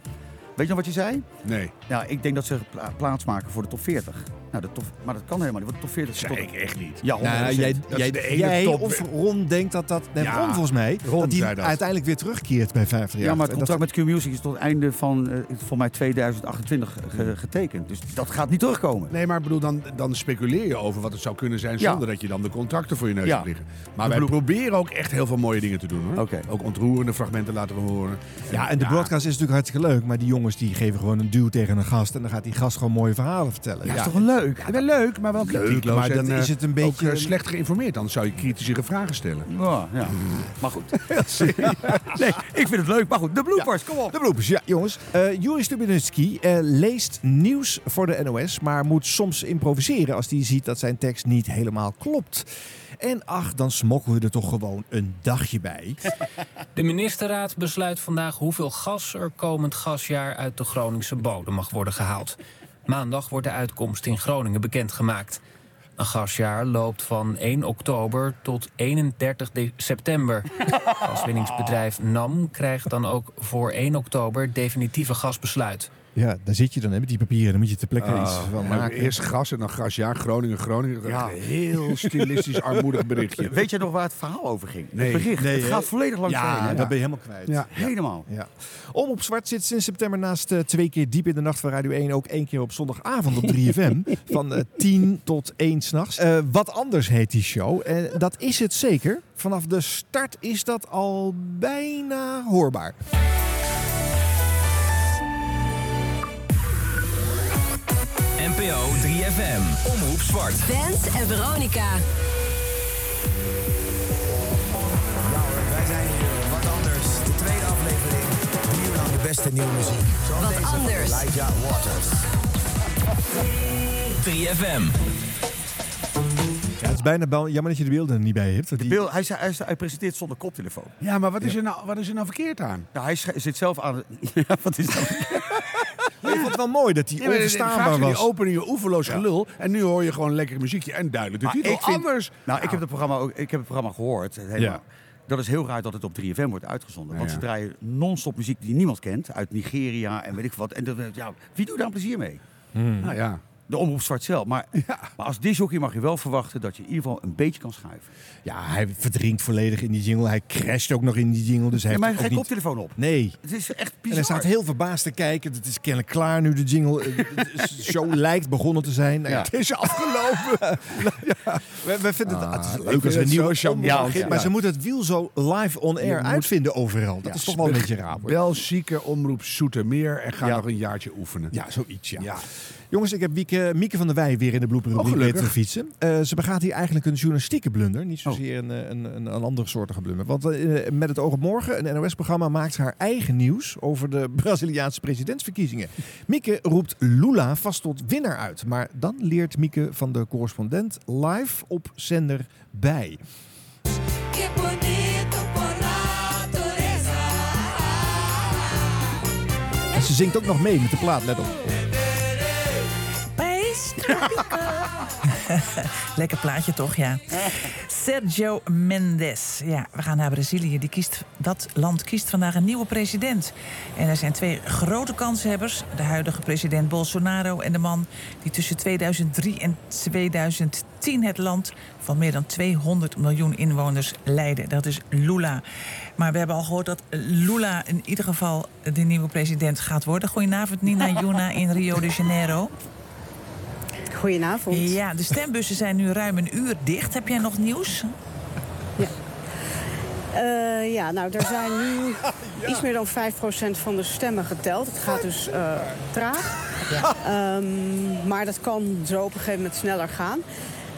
S2: Weet je nog wat je zei?
S3: Nee.
S2: Nou, ik denk dat ze pla- plaats maken voor de top 40. Nou, de top, maar dat kan helemaal niet, want de top 40 is
S3: Zeg
S2: tot-
S3: ik echt niet.
S2: Ja, 100%.
S1: Nou, jij,
S2: Dat
S1: jij,
S2: is de ene
S1: jij
S2: top-
S1: of Ron denkt dat dat... Nee,
S2: Ja,
S1: Ron volgens mij,
S2: Ron
S1: dat hij
S2: zei dat.
S1: uiteindelijk weer terugkeert bij 50 jaar.
S2: Ja, maar het contract met Q-Music is tot het einde van, eh, voor mij, 2028 ge- getekend. Dus dat gaat niet terugkomen.
S3: Nee, maar ik bedoel, dan, dan speculeer je over wat het zou kunnen zijn...
S2: Ja.
S3: zonder dat je dan de contracten voor je neus
S2: Ja.
S3: hebt liggen. Maar
S2: De
S3: wij
S2: bloem-
S3: proberen ook echt heel veel mooie dingen te doen. Hoor. Ook ontroerende fragmenten laten we horen.
S1: Ja, en de broadcast is natuurlijk hartstikke leuk. Maar die jongens die geven gewoon een duw tegen een gast. En dan gaat die gast gewoon mooie verhalen vertellen.
S3: Ja, is toch
S2: leuk?
S3: wel leuk, maar wel
S1: Leuk,
S3: kritiekloos
S1: maar dan
S3: en, eh,
S1: is het een
S3: ook,
S1: beetje...
S3: eh, slecht geïnformeerd, dan zou je kritischere vragen stellen.
S2: Ja, ja. Maar goed. nee, ik vind het leuk. Maar goed, de bloopers, kom op.
S1: De bloepers, ja jongens. Eh Juri Stubinitsky eh, leest nieuws voor de NOS, maar moet soms improviseren als hij ziet dat zijn tekst niet helemaal klopt. En ach, dan smokkelen we er toch gewoon een dagje bij.
S10: De ministerraad besluit vandaag hoeveel gas er komend gasjaar uit de Groningse bodem mag worden gehaald. Maandag wordt de uitkomst in Groningen bekendgemaakt. Een gasjaar loopt van 1 oktober tot 31 de- september. Gaswinningsbedrijf NAM krijgt dan ook voor 1 oktober definitieve gasbesluit.
S1: Ja, daar zit je dan hè, met die papieren. Dan moet je ter plekke
S3: Ah,
S1: iets van
S3: ja,
S1: maken.
S3: Eerst gras en dan gras. Ja, Groningen, Groningen.
S2: Ja.
S3: Heel stilistisch armoedig berichtje.
S2: Weet je nog waar het verhaal over ging?
S3: Nee.
S2: het bericht.
S3: Nee,
S2: het
S3: hè?
S2: gaat volledig langs
S1: Ja,
S2: heen, hè?
S1: dat ben je helemaal kwijt.
S2: Ja.
S1: Ja.
S2: Helemaal.
S1: Ja. Om op Zwart zit sinds september naast eh, twee keer diep in de nacht van Radio 1 ook één keer op zondagavond op 3FM. van eh, 10 tot 1 s'nachts. Eh wat anders heet die show. Eh, dat is het zeker. Vanaf de start is dat al bijna hoorbaar.
S11: NPO 3FM. Omroep Zwart.
S4: Bens en Veronica.
S11: Wij zijn hier. Wat anders. De tweede aflevering. Drie uur lang de beste nieuwe muziek. Zoals
S4: Wat anders.
S11: Elijah Waters. 3FM.
S1: Ja, het is bijna bel- jammer dat je de beelden er niet bij hebt. Die...
S2: Bill, hij, zei- hij, zei- hij presenteert zonder koptelefoon.
S3: Ja, maar wat is, Er nou, wat is er nou verkeerd aan?
S2: Nou, hij sch- zit zelf aan... Ja, wat is dat?
S1: Maar ik vond het wel mooi dat die
S3: Ja, maar vaak
S1: onverstaanbaar
S3: zijn
S1: was.
S3: Die openingen oeverloos gelul. En nu hoor je gewoon lekker muziekje en duidelijk de
S2: Maar
S3: titel.
S2: ik vind-
S3: Anders.
S2: Nou, ik heb het programma, ook, ik heb het programma gehoord. Het hele-
S3: Ja.
S2: Dat is heel raar dat het op 3FM wordt uitgezonden. Want
S3: Ja, ja.
S2: ze draaien non-stop muziek die niemand kent. Uit Nigeria en weet ik wat. En dat, ja, wie doet daar een plezier mee?
S3: Nou ja.
S2: de omroep Zwart zelf. Maar, maar als disjockey mag je wel verwachten dat je in ieder geval een beetje kan schuiven.
S1: Ja, hij verdrinkt volledig in die jingle. Hij crasht ook nog in die jingle. Dus hij
S2: Ja, maar hij
S1: heeft
S2: heeft geen
S1: ook niet...
S2: koptelefoon op.
S1: Nee.
S2: Het is echt
S1: En hij
S2: bizar.
S1: staat heel verbaasd te kijken. Het is kennelijk klaar nu, de jingle. Eh, De show lijkt begonnen te zijn. Nou ja,
S3: Ja.
S1: Het is afgelopen. Ja, we, we vinden het,
S3: Ah,
S1: het is
S3: ik
S1: leuk
S3: vind
S1: als er een
S3: het zo
S1: nieuwe show
S3: charmant. Ja.
S1: Maar ze moeten het wiel zo live on air
S3: moet-
S1: uitvinden overal. Dat
S3: Ja,
S1: is toch wel een beetje raar. hoor.
S3: Bel zieke omroep Soetermeer en ga nog een jaartje oefenen.
S1: Ja, zoiets, ja. Jongens, dus ik heb Mieke, Mieke van der Wij weer in de bloepenrubriek
S3: Oh,
S1: weten
S3: gelukkig.
S1: te fietsen. Eh, ze begaat hier eigenlijk een journalistieke blunder. Niet zozeer een, eh, een, een, een andere soortige blunder. Want eh, met het oog op morgen, een NOS-programma maakt haar eigen nieuws... over de Braziliaanse presidentsverkiezingen. Mieke roept Lula vast tot winnaar uit. Maar dan leert Mieke van de correspondent live op zender bij.
S14: Que bonito por naturaleza.
S1: En ze zingt ook nog mee met de plaat, let op.
S12: País Lekker plaatje toch, ja. Sergio Mendes. Ja, we gaan naar Brazilië. Die kiest, dat land kiest vandaag een nieuwe president. En er zijn twee grote kanshebbers. De huidige president Bolsonaro en de man die tussen 2003 en 2010 het land van meer dan 200 miljoen inwoners leidde. Dat is Lula. Maar we hebben al gehoord dat Lula in ieder geval de nieuwe president gaat worden. Goedenavond Nina Juna in Rio de Janeiro. Goedenavond. Ja, de stembussen zijn nu ruim een uur dicht. Heb jij nog nieuws?
S15: Eh, ja, nou, er zijn nu iets meer dan 5% van de stemmen geteld. Het gaat dus eh, traag. Ehm, maar dat kan zo op een gegeven moment sneller gaan.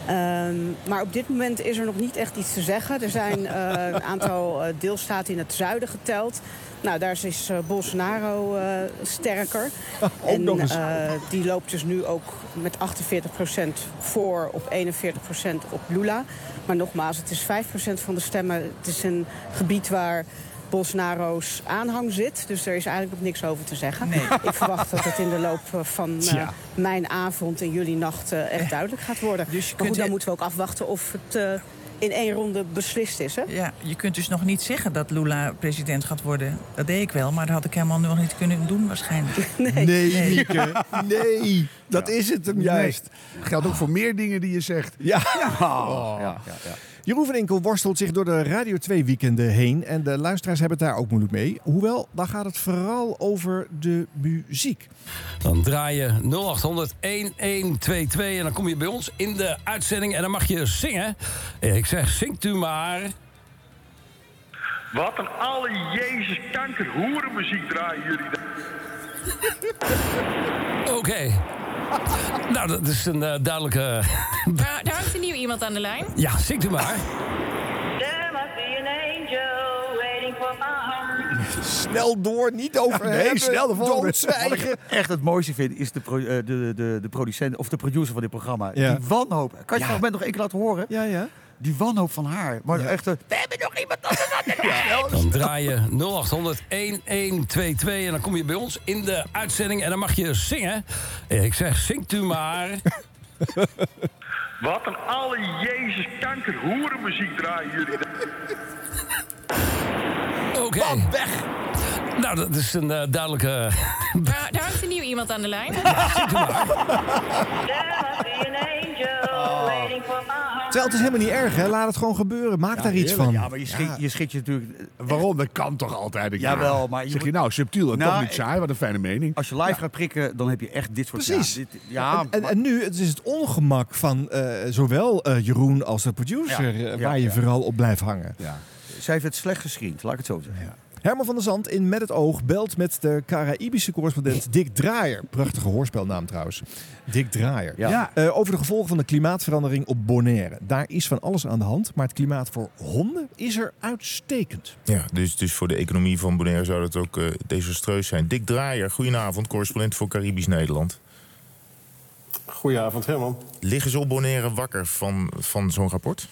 S15: Ehm, maar op dit moment is er nog niet echt iets te zeggen. Er zijn eh, een aantal eh, deelstaten in het zuiden geteld. Nou, daar is eh, Bolsonaro eh, sterker. en
S17: nog eens.
S15: eh, die loopt dus nu ook met 48% voor op 41% op Lula. Maar nogmaals, het is 5% van de stemmen. Het is een gebied waar Bolsonaro's aanhang zit. Dus er is eigenlijk nog niks over te zeggen. Ik verwacht dat het in de loop eh, van eh,
S12: Tja.
S15: mijn avond en jullie nacht eh, echt duidelijk gaat worden. Dus maar
S12: kunt e-
S15: goed, dan
S12: je-
S15: moeten we ook afwachten of het eh, in één ronde beslist is. Hè?
S12: Ja, je kunt dus nog niet zeggen dat Lula president gaat worden. Dat deed ik wel, maar dat had ik helemaal nog niet kunnen doen waarschijnlijk.
S1: Nee, Mieke. Nee, dat is het hem juist.
S3: Geldt ook voor meer dingen die je zegt.
S1: Ja.
S3: Oh.
S1: Ja, ja, ja. Jeroen van Enkel worstelt zich door de Radio 2 weekenden heen. En de luisteraars hebben het daar ook moeilijk mee. Hoewel, dan gaat het vooral over de muziek.
S19: Dan draai je 0800 1122 en dan kom je bij ons in de uitzending en dan mag je zingen. Ik zeg, zingt u maar.
S20: Wat een alle Jezus kanker hoerenmuziek draaien jullie daar.
S19: Oké. Nou, dat is een eh, duidelijke.
S20: Nou, daar hangt er nieuw iemand aan de lijn.
S19: Ja, zingt u maar.
S20: There must be an angel waiting for my
S1: Snel door, niet over
S2: Nee,
S1: hebben,
S2: snel de volgende.
S1: doodzwijgen.
S2: Wat ik echt het mooiste vind is de, pro- eh, de, de, de producent of de producer van dit programma.
S1: Ja.
S2: Die wanhoop. Kan je het fragment nog één keer laten horen?
S1: Ja, ja.
S2: Die wanhoop van haar. Maar echt, eh, we hebben nog iemand anders aan de lijn.
S19: Dan draai je 0800 1122 en dan kom je bij ons in de uitzending en dan mag je zingen. Ik zeg, zingt u maar.
S20: Wat een alle Jezus kanker hoerenmuziek draaien jullie daar.
S19: Oké. weg! Nou, dat is een eh, duidelijke.
S20: Daar, daar hangt er nieuw iemand aan de lijn.
S1: Oh. Terwijl het is helemaal niet erg, hè? Laat het gewoon gebeuren. Maak daar iets van.
S2: Ja, maar je schiet je, schiet je natuurlijk...
S3: Waarom? Dat kan toch altijd? een keer?
S2: Jawel, maar je
S3: zeg je
S2: moet-
S3: nou subtiel en
S2: Nou,
S3: toch niet saai? Wat een fijne mening.
S2: Als je live gaat prikken, dan heb je echt dit soort...
S1: Precies.
S2: Ja, dit- ja,
S1: en, en, en nu het is het ongemak van eh, zowel eh, Jeroen als de producer...
S2: Ja,
S1: eh,
S2: ja,
S1: waar je
S2: ja.
S1: vooral op blijft hangen.
S2: Ja. Zij heeft het slecht gescreend, laat ik het zo zeggen.
S1: Herman van der Zand in Met het Oog belt met de Caraïbische correspondent Dick Draaier. Prachtige hoorspelnaam trouwens. Dick Draaier.
S3: Ja. Ja.
S1: Eh, over de gevolgen van de klimaatverandering op Bonaire. Daar is van alles aan de hand, maar het klimaat voor honden is er uitstekend.
S21: Ja, dus, dus voor de economie van Bonaire zou dat ook eh, desastreus zijn. Dick Draaier, goedenavond, correspondent voor Caribisch Nederland.
S22: Goedenavond, Herman.
S21: Liggen ze op Bonaire wakker van, van zo'n rapport?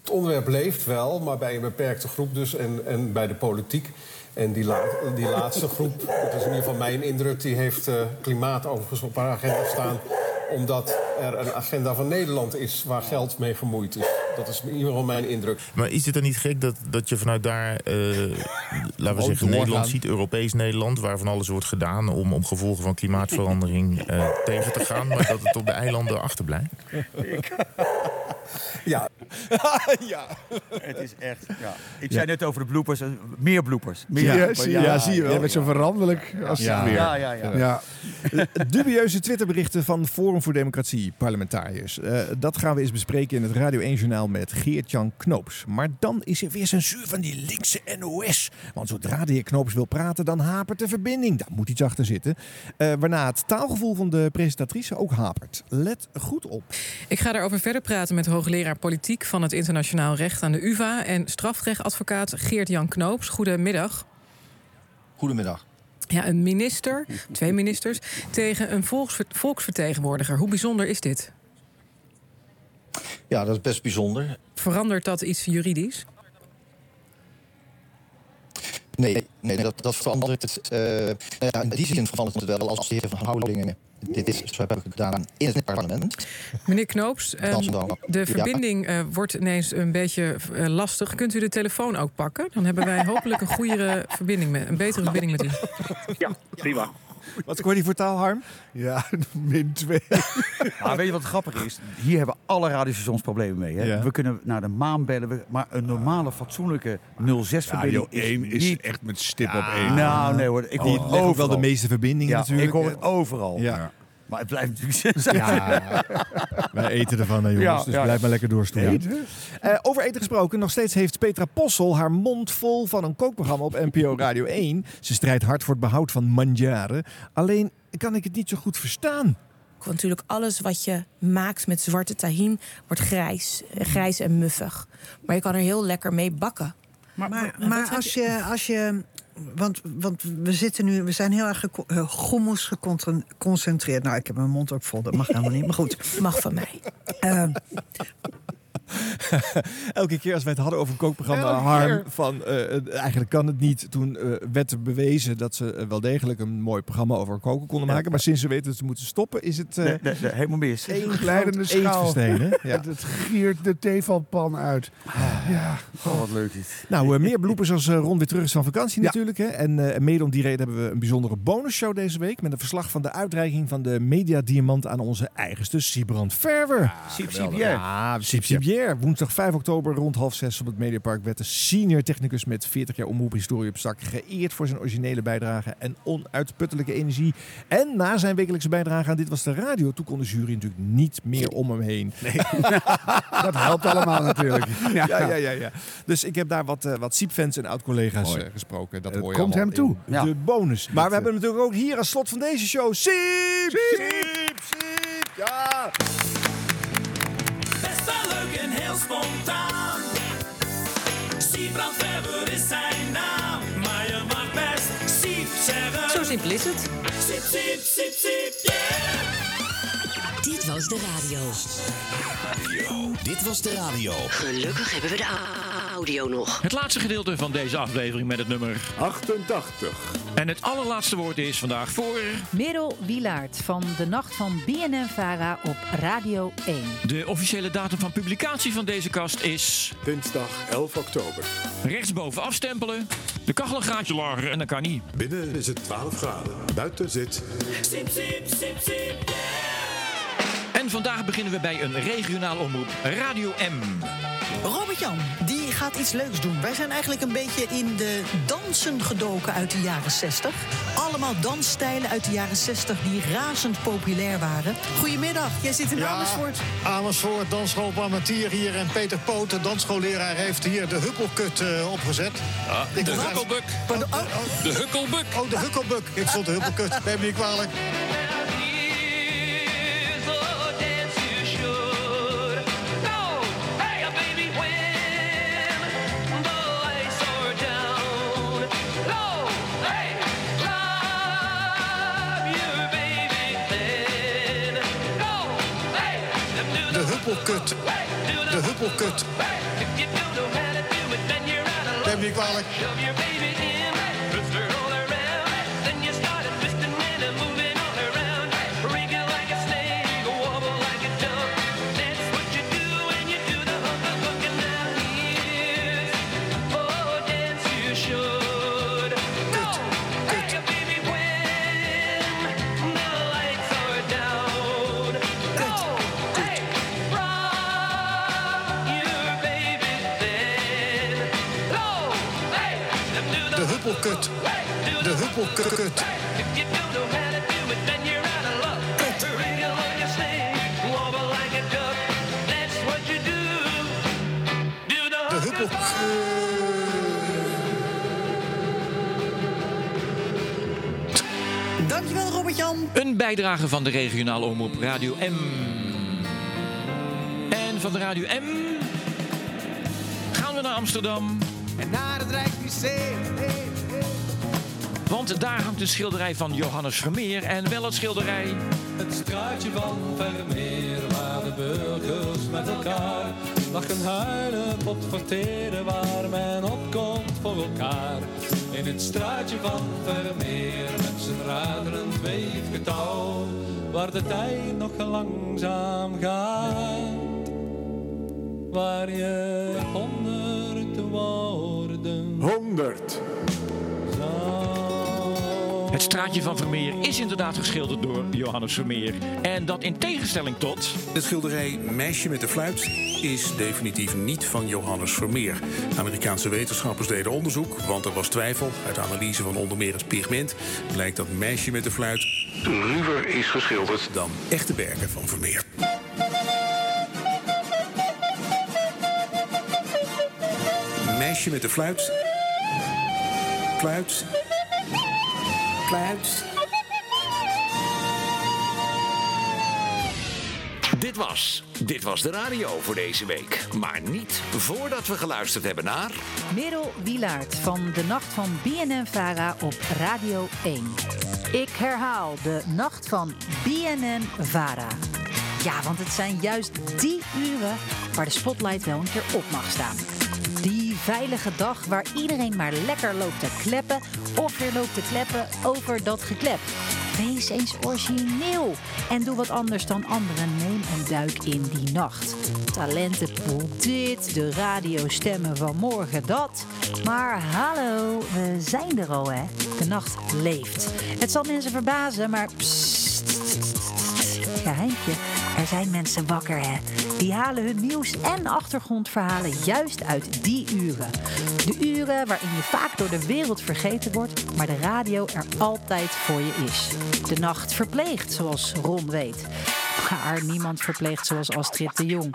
S22: Het onderwerp leeft wel, maar bij een beperkte groep dus en, en bij de politiek. En die, la- die laatste groep, dat is in ieder geval mijn indruk... die heeft eh, klimaat overigens op haar agenda staan... omdat er een agenda van Nederland is waar geld mee gemoeid is.
S9: Dat is in ieder geval mijn indruk.
S21: Maar is het dan niet gek dat, dat je vanuit daar, eh, laten we zeggen, Nederland
S9: doorgaan.
S21: ziet, Europees Nederland, waar van alles wordt gedaan om, om gevolgen van klimaatverandering eh, tegen te gaan, maar dat het op de eilanden achterblijft?
S2: Ja.
S1: ja.
S2: Het is echt. Ja. Ik
S21: Ja.
S2: zei net over de bloepers. eh, Meer bloepers. Meer
S1: Ja,
S2: bloepers.
S1: zie je- ja, zie je wel.
S2: ja.
S1: Ah, Jij bent zo
S3: veranderlijk
S1: als
S2: ja.
S1: het weer.
S2: Ja, ja, ja.
S1: Dubieuze Twitterberichten van Forum voor Democratie parlementariërs. Eh, dat gaan we eens bespreken in het Radio 1 Journaal met Geert-Jan Knoops. Maar dan is er weer censuur van die linkse NOS. Want zodra de heer Knoops wil praten, dan hapert de verbinding. Daar moet iets achter zitten. Eh, waarna het taalgevoel van de presentatrice ook hapert. Let goed op.
S27: Ik ga daarover verder praten met hoogleraar politiek van het internationaal recht aan de UVA en strafrechtadvocaat Geert-Jan Knoops. Goedemiddag.
S13: Goedemiddag.
S27: Ja, een minister, twee ministers, tegen een volksver- volksvertegenwoordiger. Hoe bijzonder is dit?
S13: Ja, dat is best bijzonder.
S27: Verandert dat iets juridisch?
S13: Nee, nee dat, dat verandert het. eh, nou ja, in die zin verandert het wel als de heer Van Houwelingen dit is zo hebben gedaan in het parlement.
S27: Meneer Knoops, ehm,
S13: Dat is wel-
S27: de
S13: ja.
S27: verbinding eh, wordt ineens een beetje eh, lastig. Kunt u de telefoon ook pakken? Dan hebben wij hopelijk een goede verbinding, met, een betere verbinding met u.
S1: Prima. Wat scoort die voor taal, Harm? Ja, min 2.
S2: Maar weet je wat grappig is? Hier hebben alle radiostations problemen mee. Hè?
S3: Ja.
S2: We kunnen naar de maan bellen, we- maar een normale, fatsoenlijke 06-verbinding
S3: Radio 1 is
S2: niet...
S3: echt met stip op
S2: Ah,
S3: 1.
S2: Nou, nee hoor. Ik hoor
S3: Die
S2: het
S3: legt Oh, ook wel
S2: overal.
S3: de meeste verbindingen
S2: ja,
S3: natuurlijk,
S2: ik hoor
S3: hè?
S2: het overal.
S3: Ja.
S2: Maar het blijft natuurlijk
S1: Ja. Wij eten ervan, hè, jongens.
S2: Ja,
S1: dus
S2: ja.
S1: blijf maar lekker doorstoelen.
S2: Eten?
S1: Eh, over eten gesproken, nog steeds heeft Petra Possel haar mond vol van een kookprogramma op NPO Radio 1. Ze strijdt hard voor het behoud van manjaren. Alleen kan ik het niet zo goed verstaan.
S25: Want natuurlijk alles wat je maakt Eh, met zwarte tahin wordt grijs, eh, grijs en muffig. Maar je kan er heel lekker mee bakken.
S28: Maar, maar,
S25: wat heb
S28: als, je, als je. Want, want we zitten nu, we zijn heel erg geco- eh, gommels geconcentreerd. geconcentreerd. Nou, ik heb mijn mond ook vol, dat mag helemaal niet. Maar goed. Ehm,
S25: Mag van mij.
S1: Elke keer als wij het hadden over een kookprogramma,
S28: Elke
S1: Harm,
S28: keer.
S1: van eh, eh, eigenlijk kan het niet. Toen eh, werd bewezen dat ze eh, wel degelijk een mooi programma over koken konden maken. Maar sinds ze weten dat ze moeten stoppen, is het... eh,
S2: Nee, nee, nee, helemaal mis.
S1: één groot
S3: Glijdende schaal.
S1: eetversteend, hè? Ja.
S3: Het, het giert de tevalpan uit.
S1: Ah,
S3: Ja.
S2: Oh, wat leuk is.
S1: Nou, eh, meer bloepers als eh, Ron weer terug is van vakantie natuurlijk. Hè? En eh, mede om die reden hebben we een bijzondere bonusshow deze week... met een verslag van de uitreiking van de Media Diamant aan onze eigenste Sibrand Verwer.
S2: Siep, siep,
S1: geweldig.
S2: ja.
S1: Ja, Siep Sibier. Woensdag 5 oktober rond half zes op het Mediapark... werd de senior technicus met 40 jaar omroephistorie op zak... geëerd voor zijn originele bijdrage en onuitputtelijke energie. En na zijn wekelijkse bijdrage aan Dit Was De Radio... toen kon de jury natuurlijk niet meer om hem heen.
S3: Dat helpt allemaal natuurlijk.
S1: Ja. Ja, ja, ja, Dus ik heb daar wat, eh wat Siep-fans en oud-collega's
S3: Mooi.
S1: eh, gesproken. Dat
S3: Het
S1: hoor je
S3: komt
S1: allemaal
S3: hem toe.
S1: in
S3: Ja.
S1: De bonus. Maar we hebben natuurlijk ook hier als slot van deze show... Siep! Siep! Siep! Ja!
S11: Best wel leuk en heel spontaan. Siebrand Weber is zijn naam. Maar je mag best Siep zeggen.
S27: Zo simpel is het.
S11: Siep, Siep, Siep, Siep, yeah.
S4: Dit was de radio.
S17: Dit was de radio.
S4: Gelukkig hebben we de a- audio nog.
S17: Het laatste gedeelte van deze aflevering met het nummer 88. En het allerlaatste woord is vandaag voor
S18: Merel Wilaert van de Nacht van BNN-Vara op Radio 1.
S17: de officiële datum van publicatie van deze kast is dinsdag 11 oktober. Rechtsboven afstempelen. De kachel een graadje lager en dan kan niet.
S29: Binnen is het 12 graden. Buiten zit.
S11: Siep, Siep, Siep, Siep,
S17: En vandaag beginnen we bij een regionaal omroep Radio M.
S28: Robert-Jan, die gaat iets leuks doen. Wij zijn eigenlijk een beetje in de dansen gedoken uit de jaren 60. Allemaal dansstijlen uit de jaren 60 die razend populair waren. Goedemiddag, jij zit in Amersfoort.
S30: Amersfoort, dansschool Parmentier hier. En Peter Poot, de dansschooleraar, heeft hier de hukkelkut eh, opgezet.
S17: Ja, de hukkelbuk.
S30: Pardon, oh.
S17: De hukkelbuk.
S30: Oh, de hukkelbuk. Ik vond de hukkelkut. Neem me niet kwalijk.
S11: De huppelkut. De huppelkut. Neem me niet kwalijk.
S31: huppelkut. De huppelkut. De huppelkut.
S16: Dankjewel, Robert-Jan.
S17: Een bijdrage van de regionale omroep Radio M. En van de Radio M gaan we naar Amsterdam. En naar het Rijksmuseum. Want daar hangt een schilderij van Johannes Vermeer en wel het schilderij.
S5: Het straatje van Vermeer, waar de burgers met elkaar lachen, huilen, potverteren, waar men opkomt voor elkaar. In het straatje van Vermeer, met zijn raderend weefgetouw, waar de tijd nog langzaam gaat. Waar je honderd woorden... Honderd!
S17: Het straatje van Vermeer is inderdaad geschilderd door Johannes Vermeer. En dat in tegenstelling tot.
S6: Het schilderij Meisje met de fluit is definitief niet van Johannes Vermeer. Amerikaanse wetenschappers deden onderzoek, want er was twijfel. Uit analyse van onder meer het pigment blijkt dat Meisje met de fluit ruwer is geschilderd dan echte werken van Vermeer. Meisje met de fluit. Fluit. Fluit.
S8: Dit was, dit was de radio voor deze week. Maar niet voordat we geluisterd hebben naar...
S18: Merel Wilaert van de Nacht van BNN-Vara op Radio 1. Ik herhaal de Nacht van BNN-Vara. Ja, want het zijn juist die uren waar de spotlight wel een keer op mag staan. Die veilige dag waar iedereen maar lekker loopt te kleppen... of weer loopt te kleppen over dat geklep. Wees eens origineel en doe wat anders dan anderen. Neem een duik in die nacht. Talentenpool dit, de radiostemmen van morgen dat. Maar hallo, we zijn er al hè. De nacht leeft. Het zal mensen verbazen, maar geheimtje. Er zijn mensen wakker, hè? Die halen hun nieuws en achtergrondverhalen juist uit die uren. De uren waarin je vaak door de wereld vergeten wordt, maar de radio er altijd voor je is. De nacht verpleegt, zoals Ron weet. Maar niemand verpleegt zoals Astrid de Jong.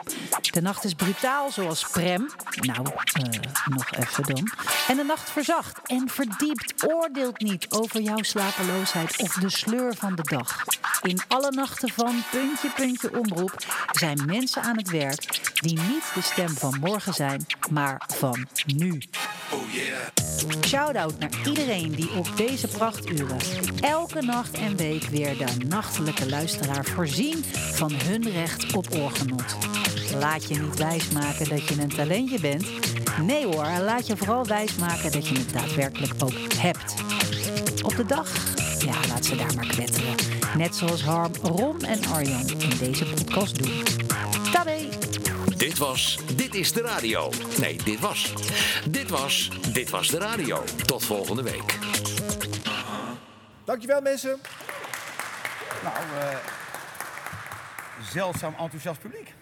S18: De nacht is brutaal, zoals Prem. Nou, eh, nog even dan. En de nacht verzacht en verdiept. Oordeelt niet over jouw slapeloosheid of de sleur van de dag. In alle nachten van puntje, puntje, omroep zijn mensen aan het werk die niet de stem van morgen zijn, maar van nu.
S8: Oh yeah.
S18: Shout-out naar iedereen die op deze prachturen elke nacht en week weer de nachtelijke luisteraar voorzien van hun recht op oorgenot. Laat je niet wijsmaken dat je een talentje bent. Nee hoor, laat je vooral wijsmaken dat je het daadwerkelijk ook hebt. Op de dag? Ja, laat ze daar maar kwetteren. Net zoals Harm, Ron en Arjan in deze podcast doen. Tabé!
S8: Dit was Dit is de radio. Nee, dit was. Dit was Dit was de radio. Tot volgende week.
S1: Dankjewel mensen.
S2: Nou, eh, zeldzaam enthousiast publiek.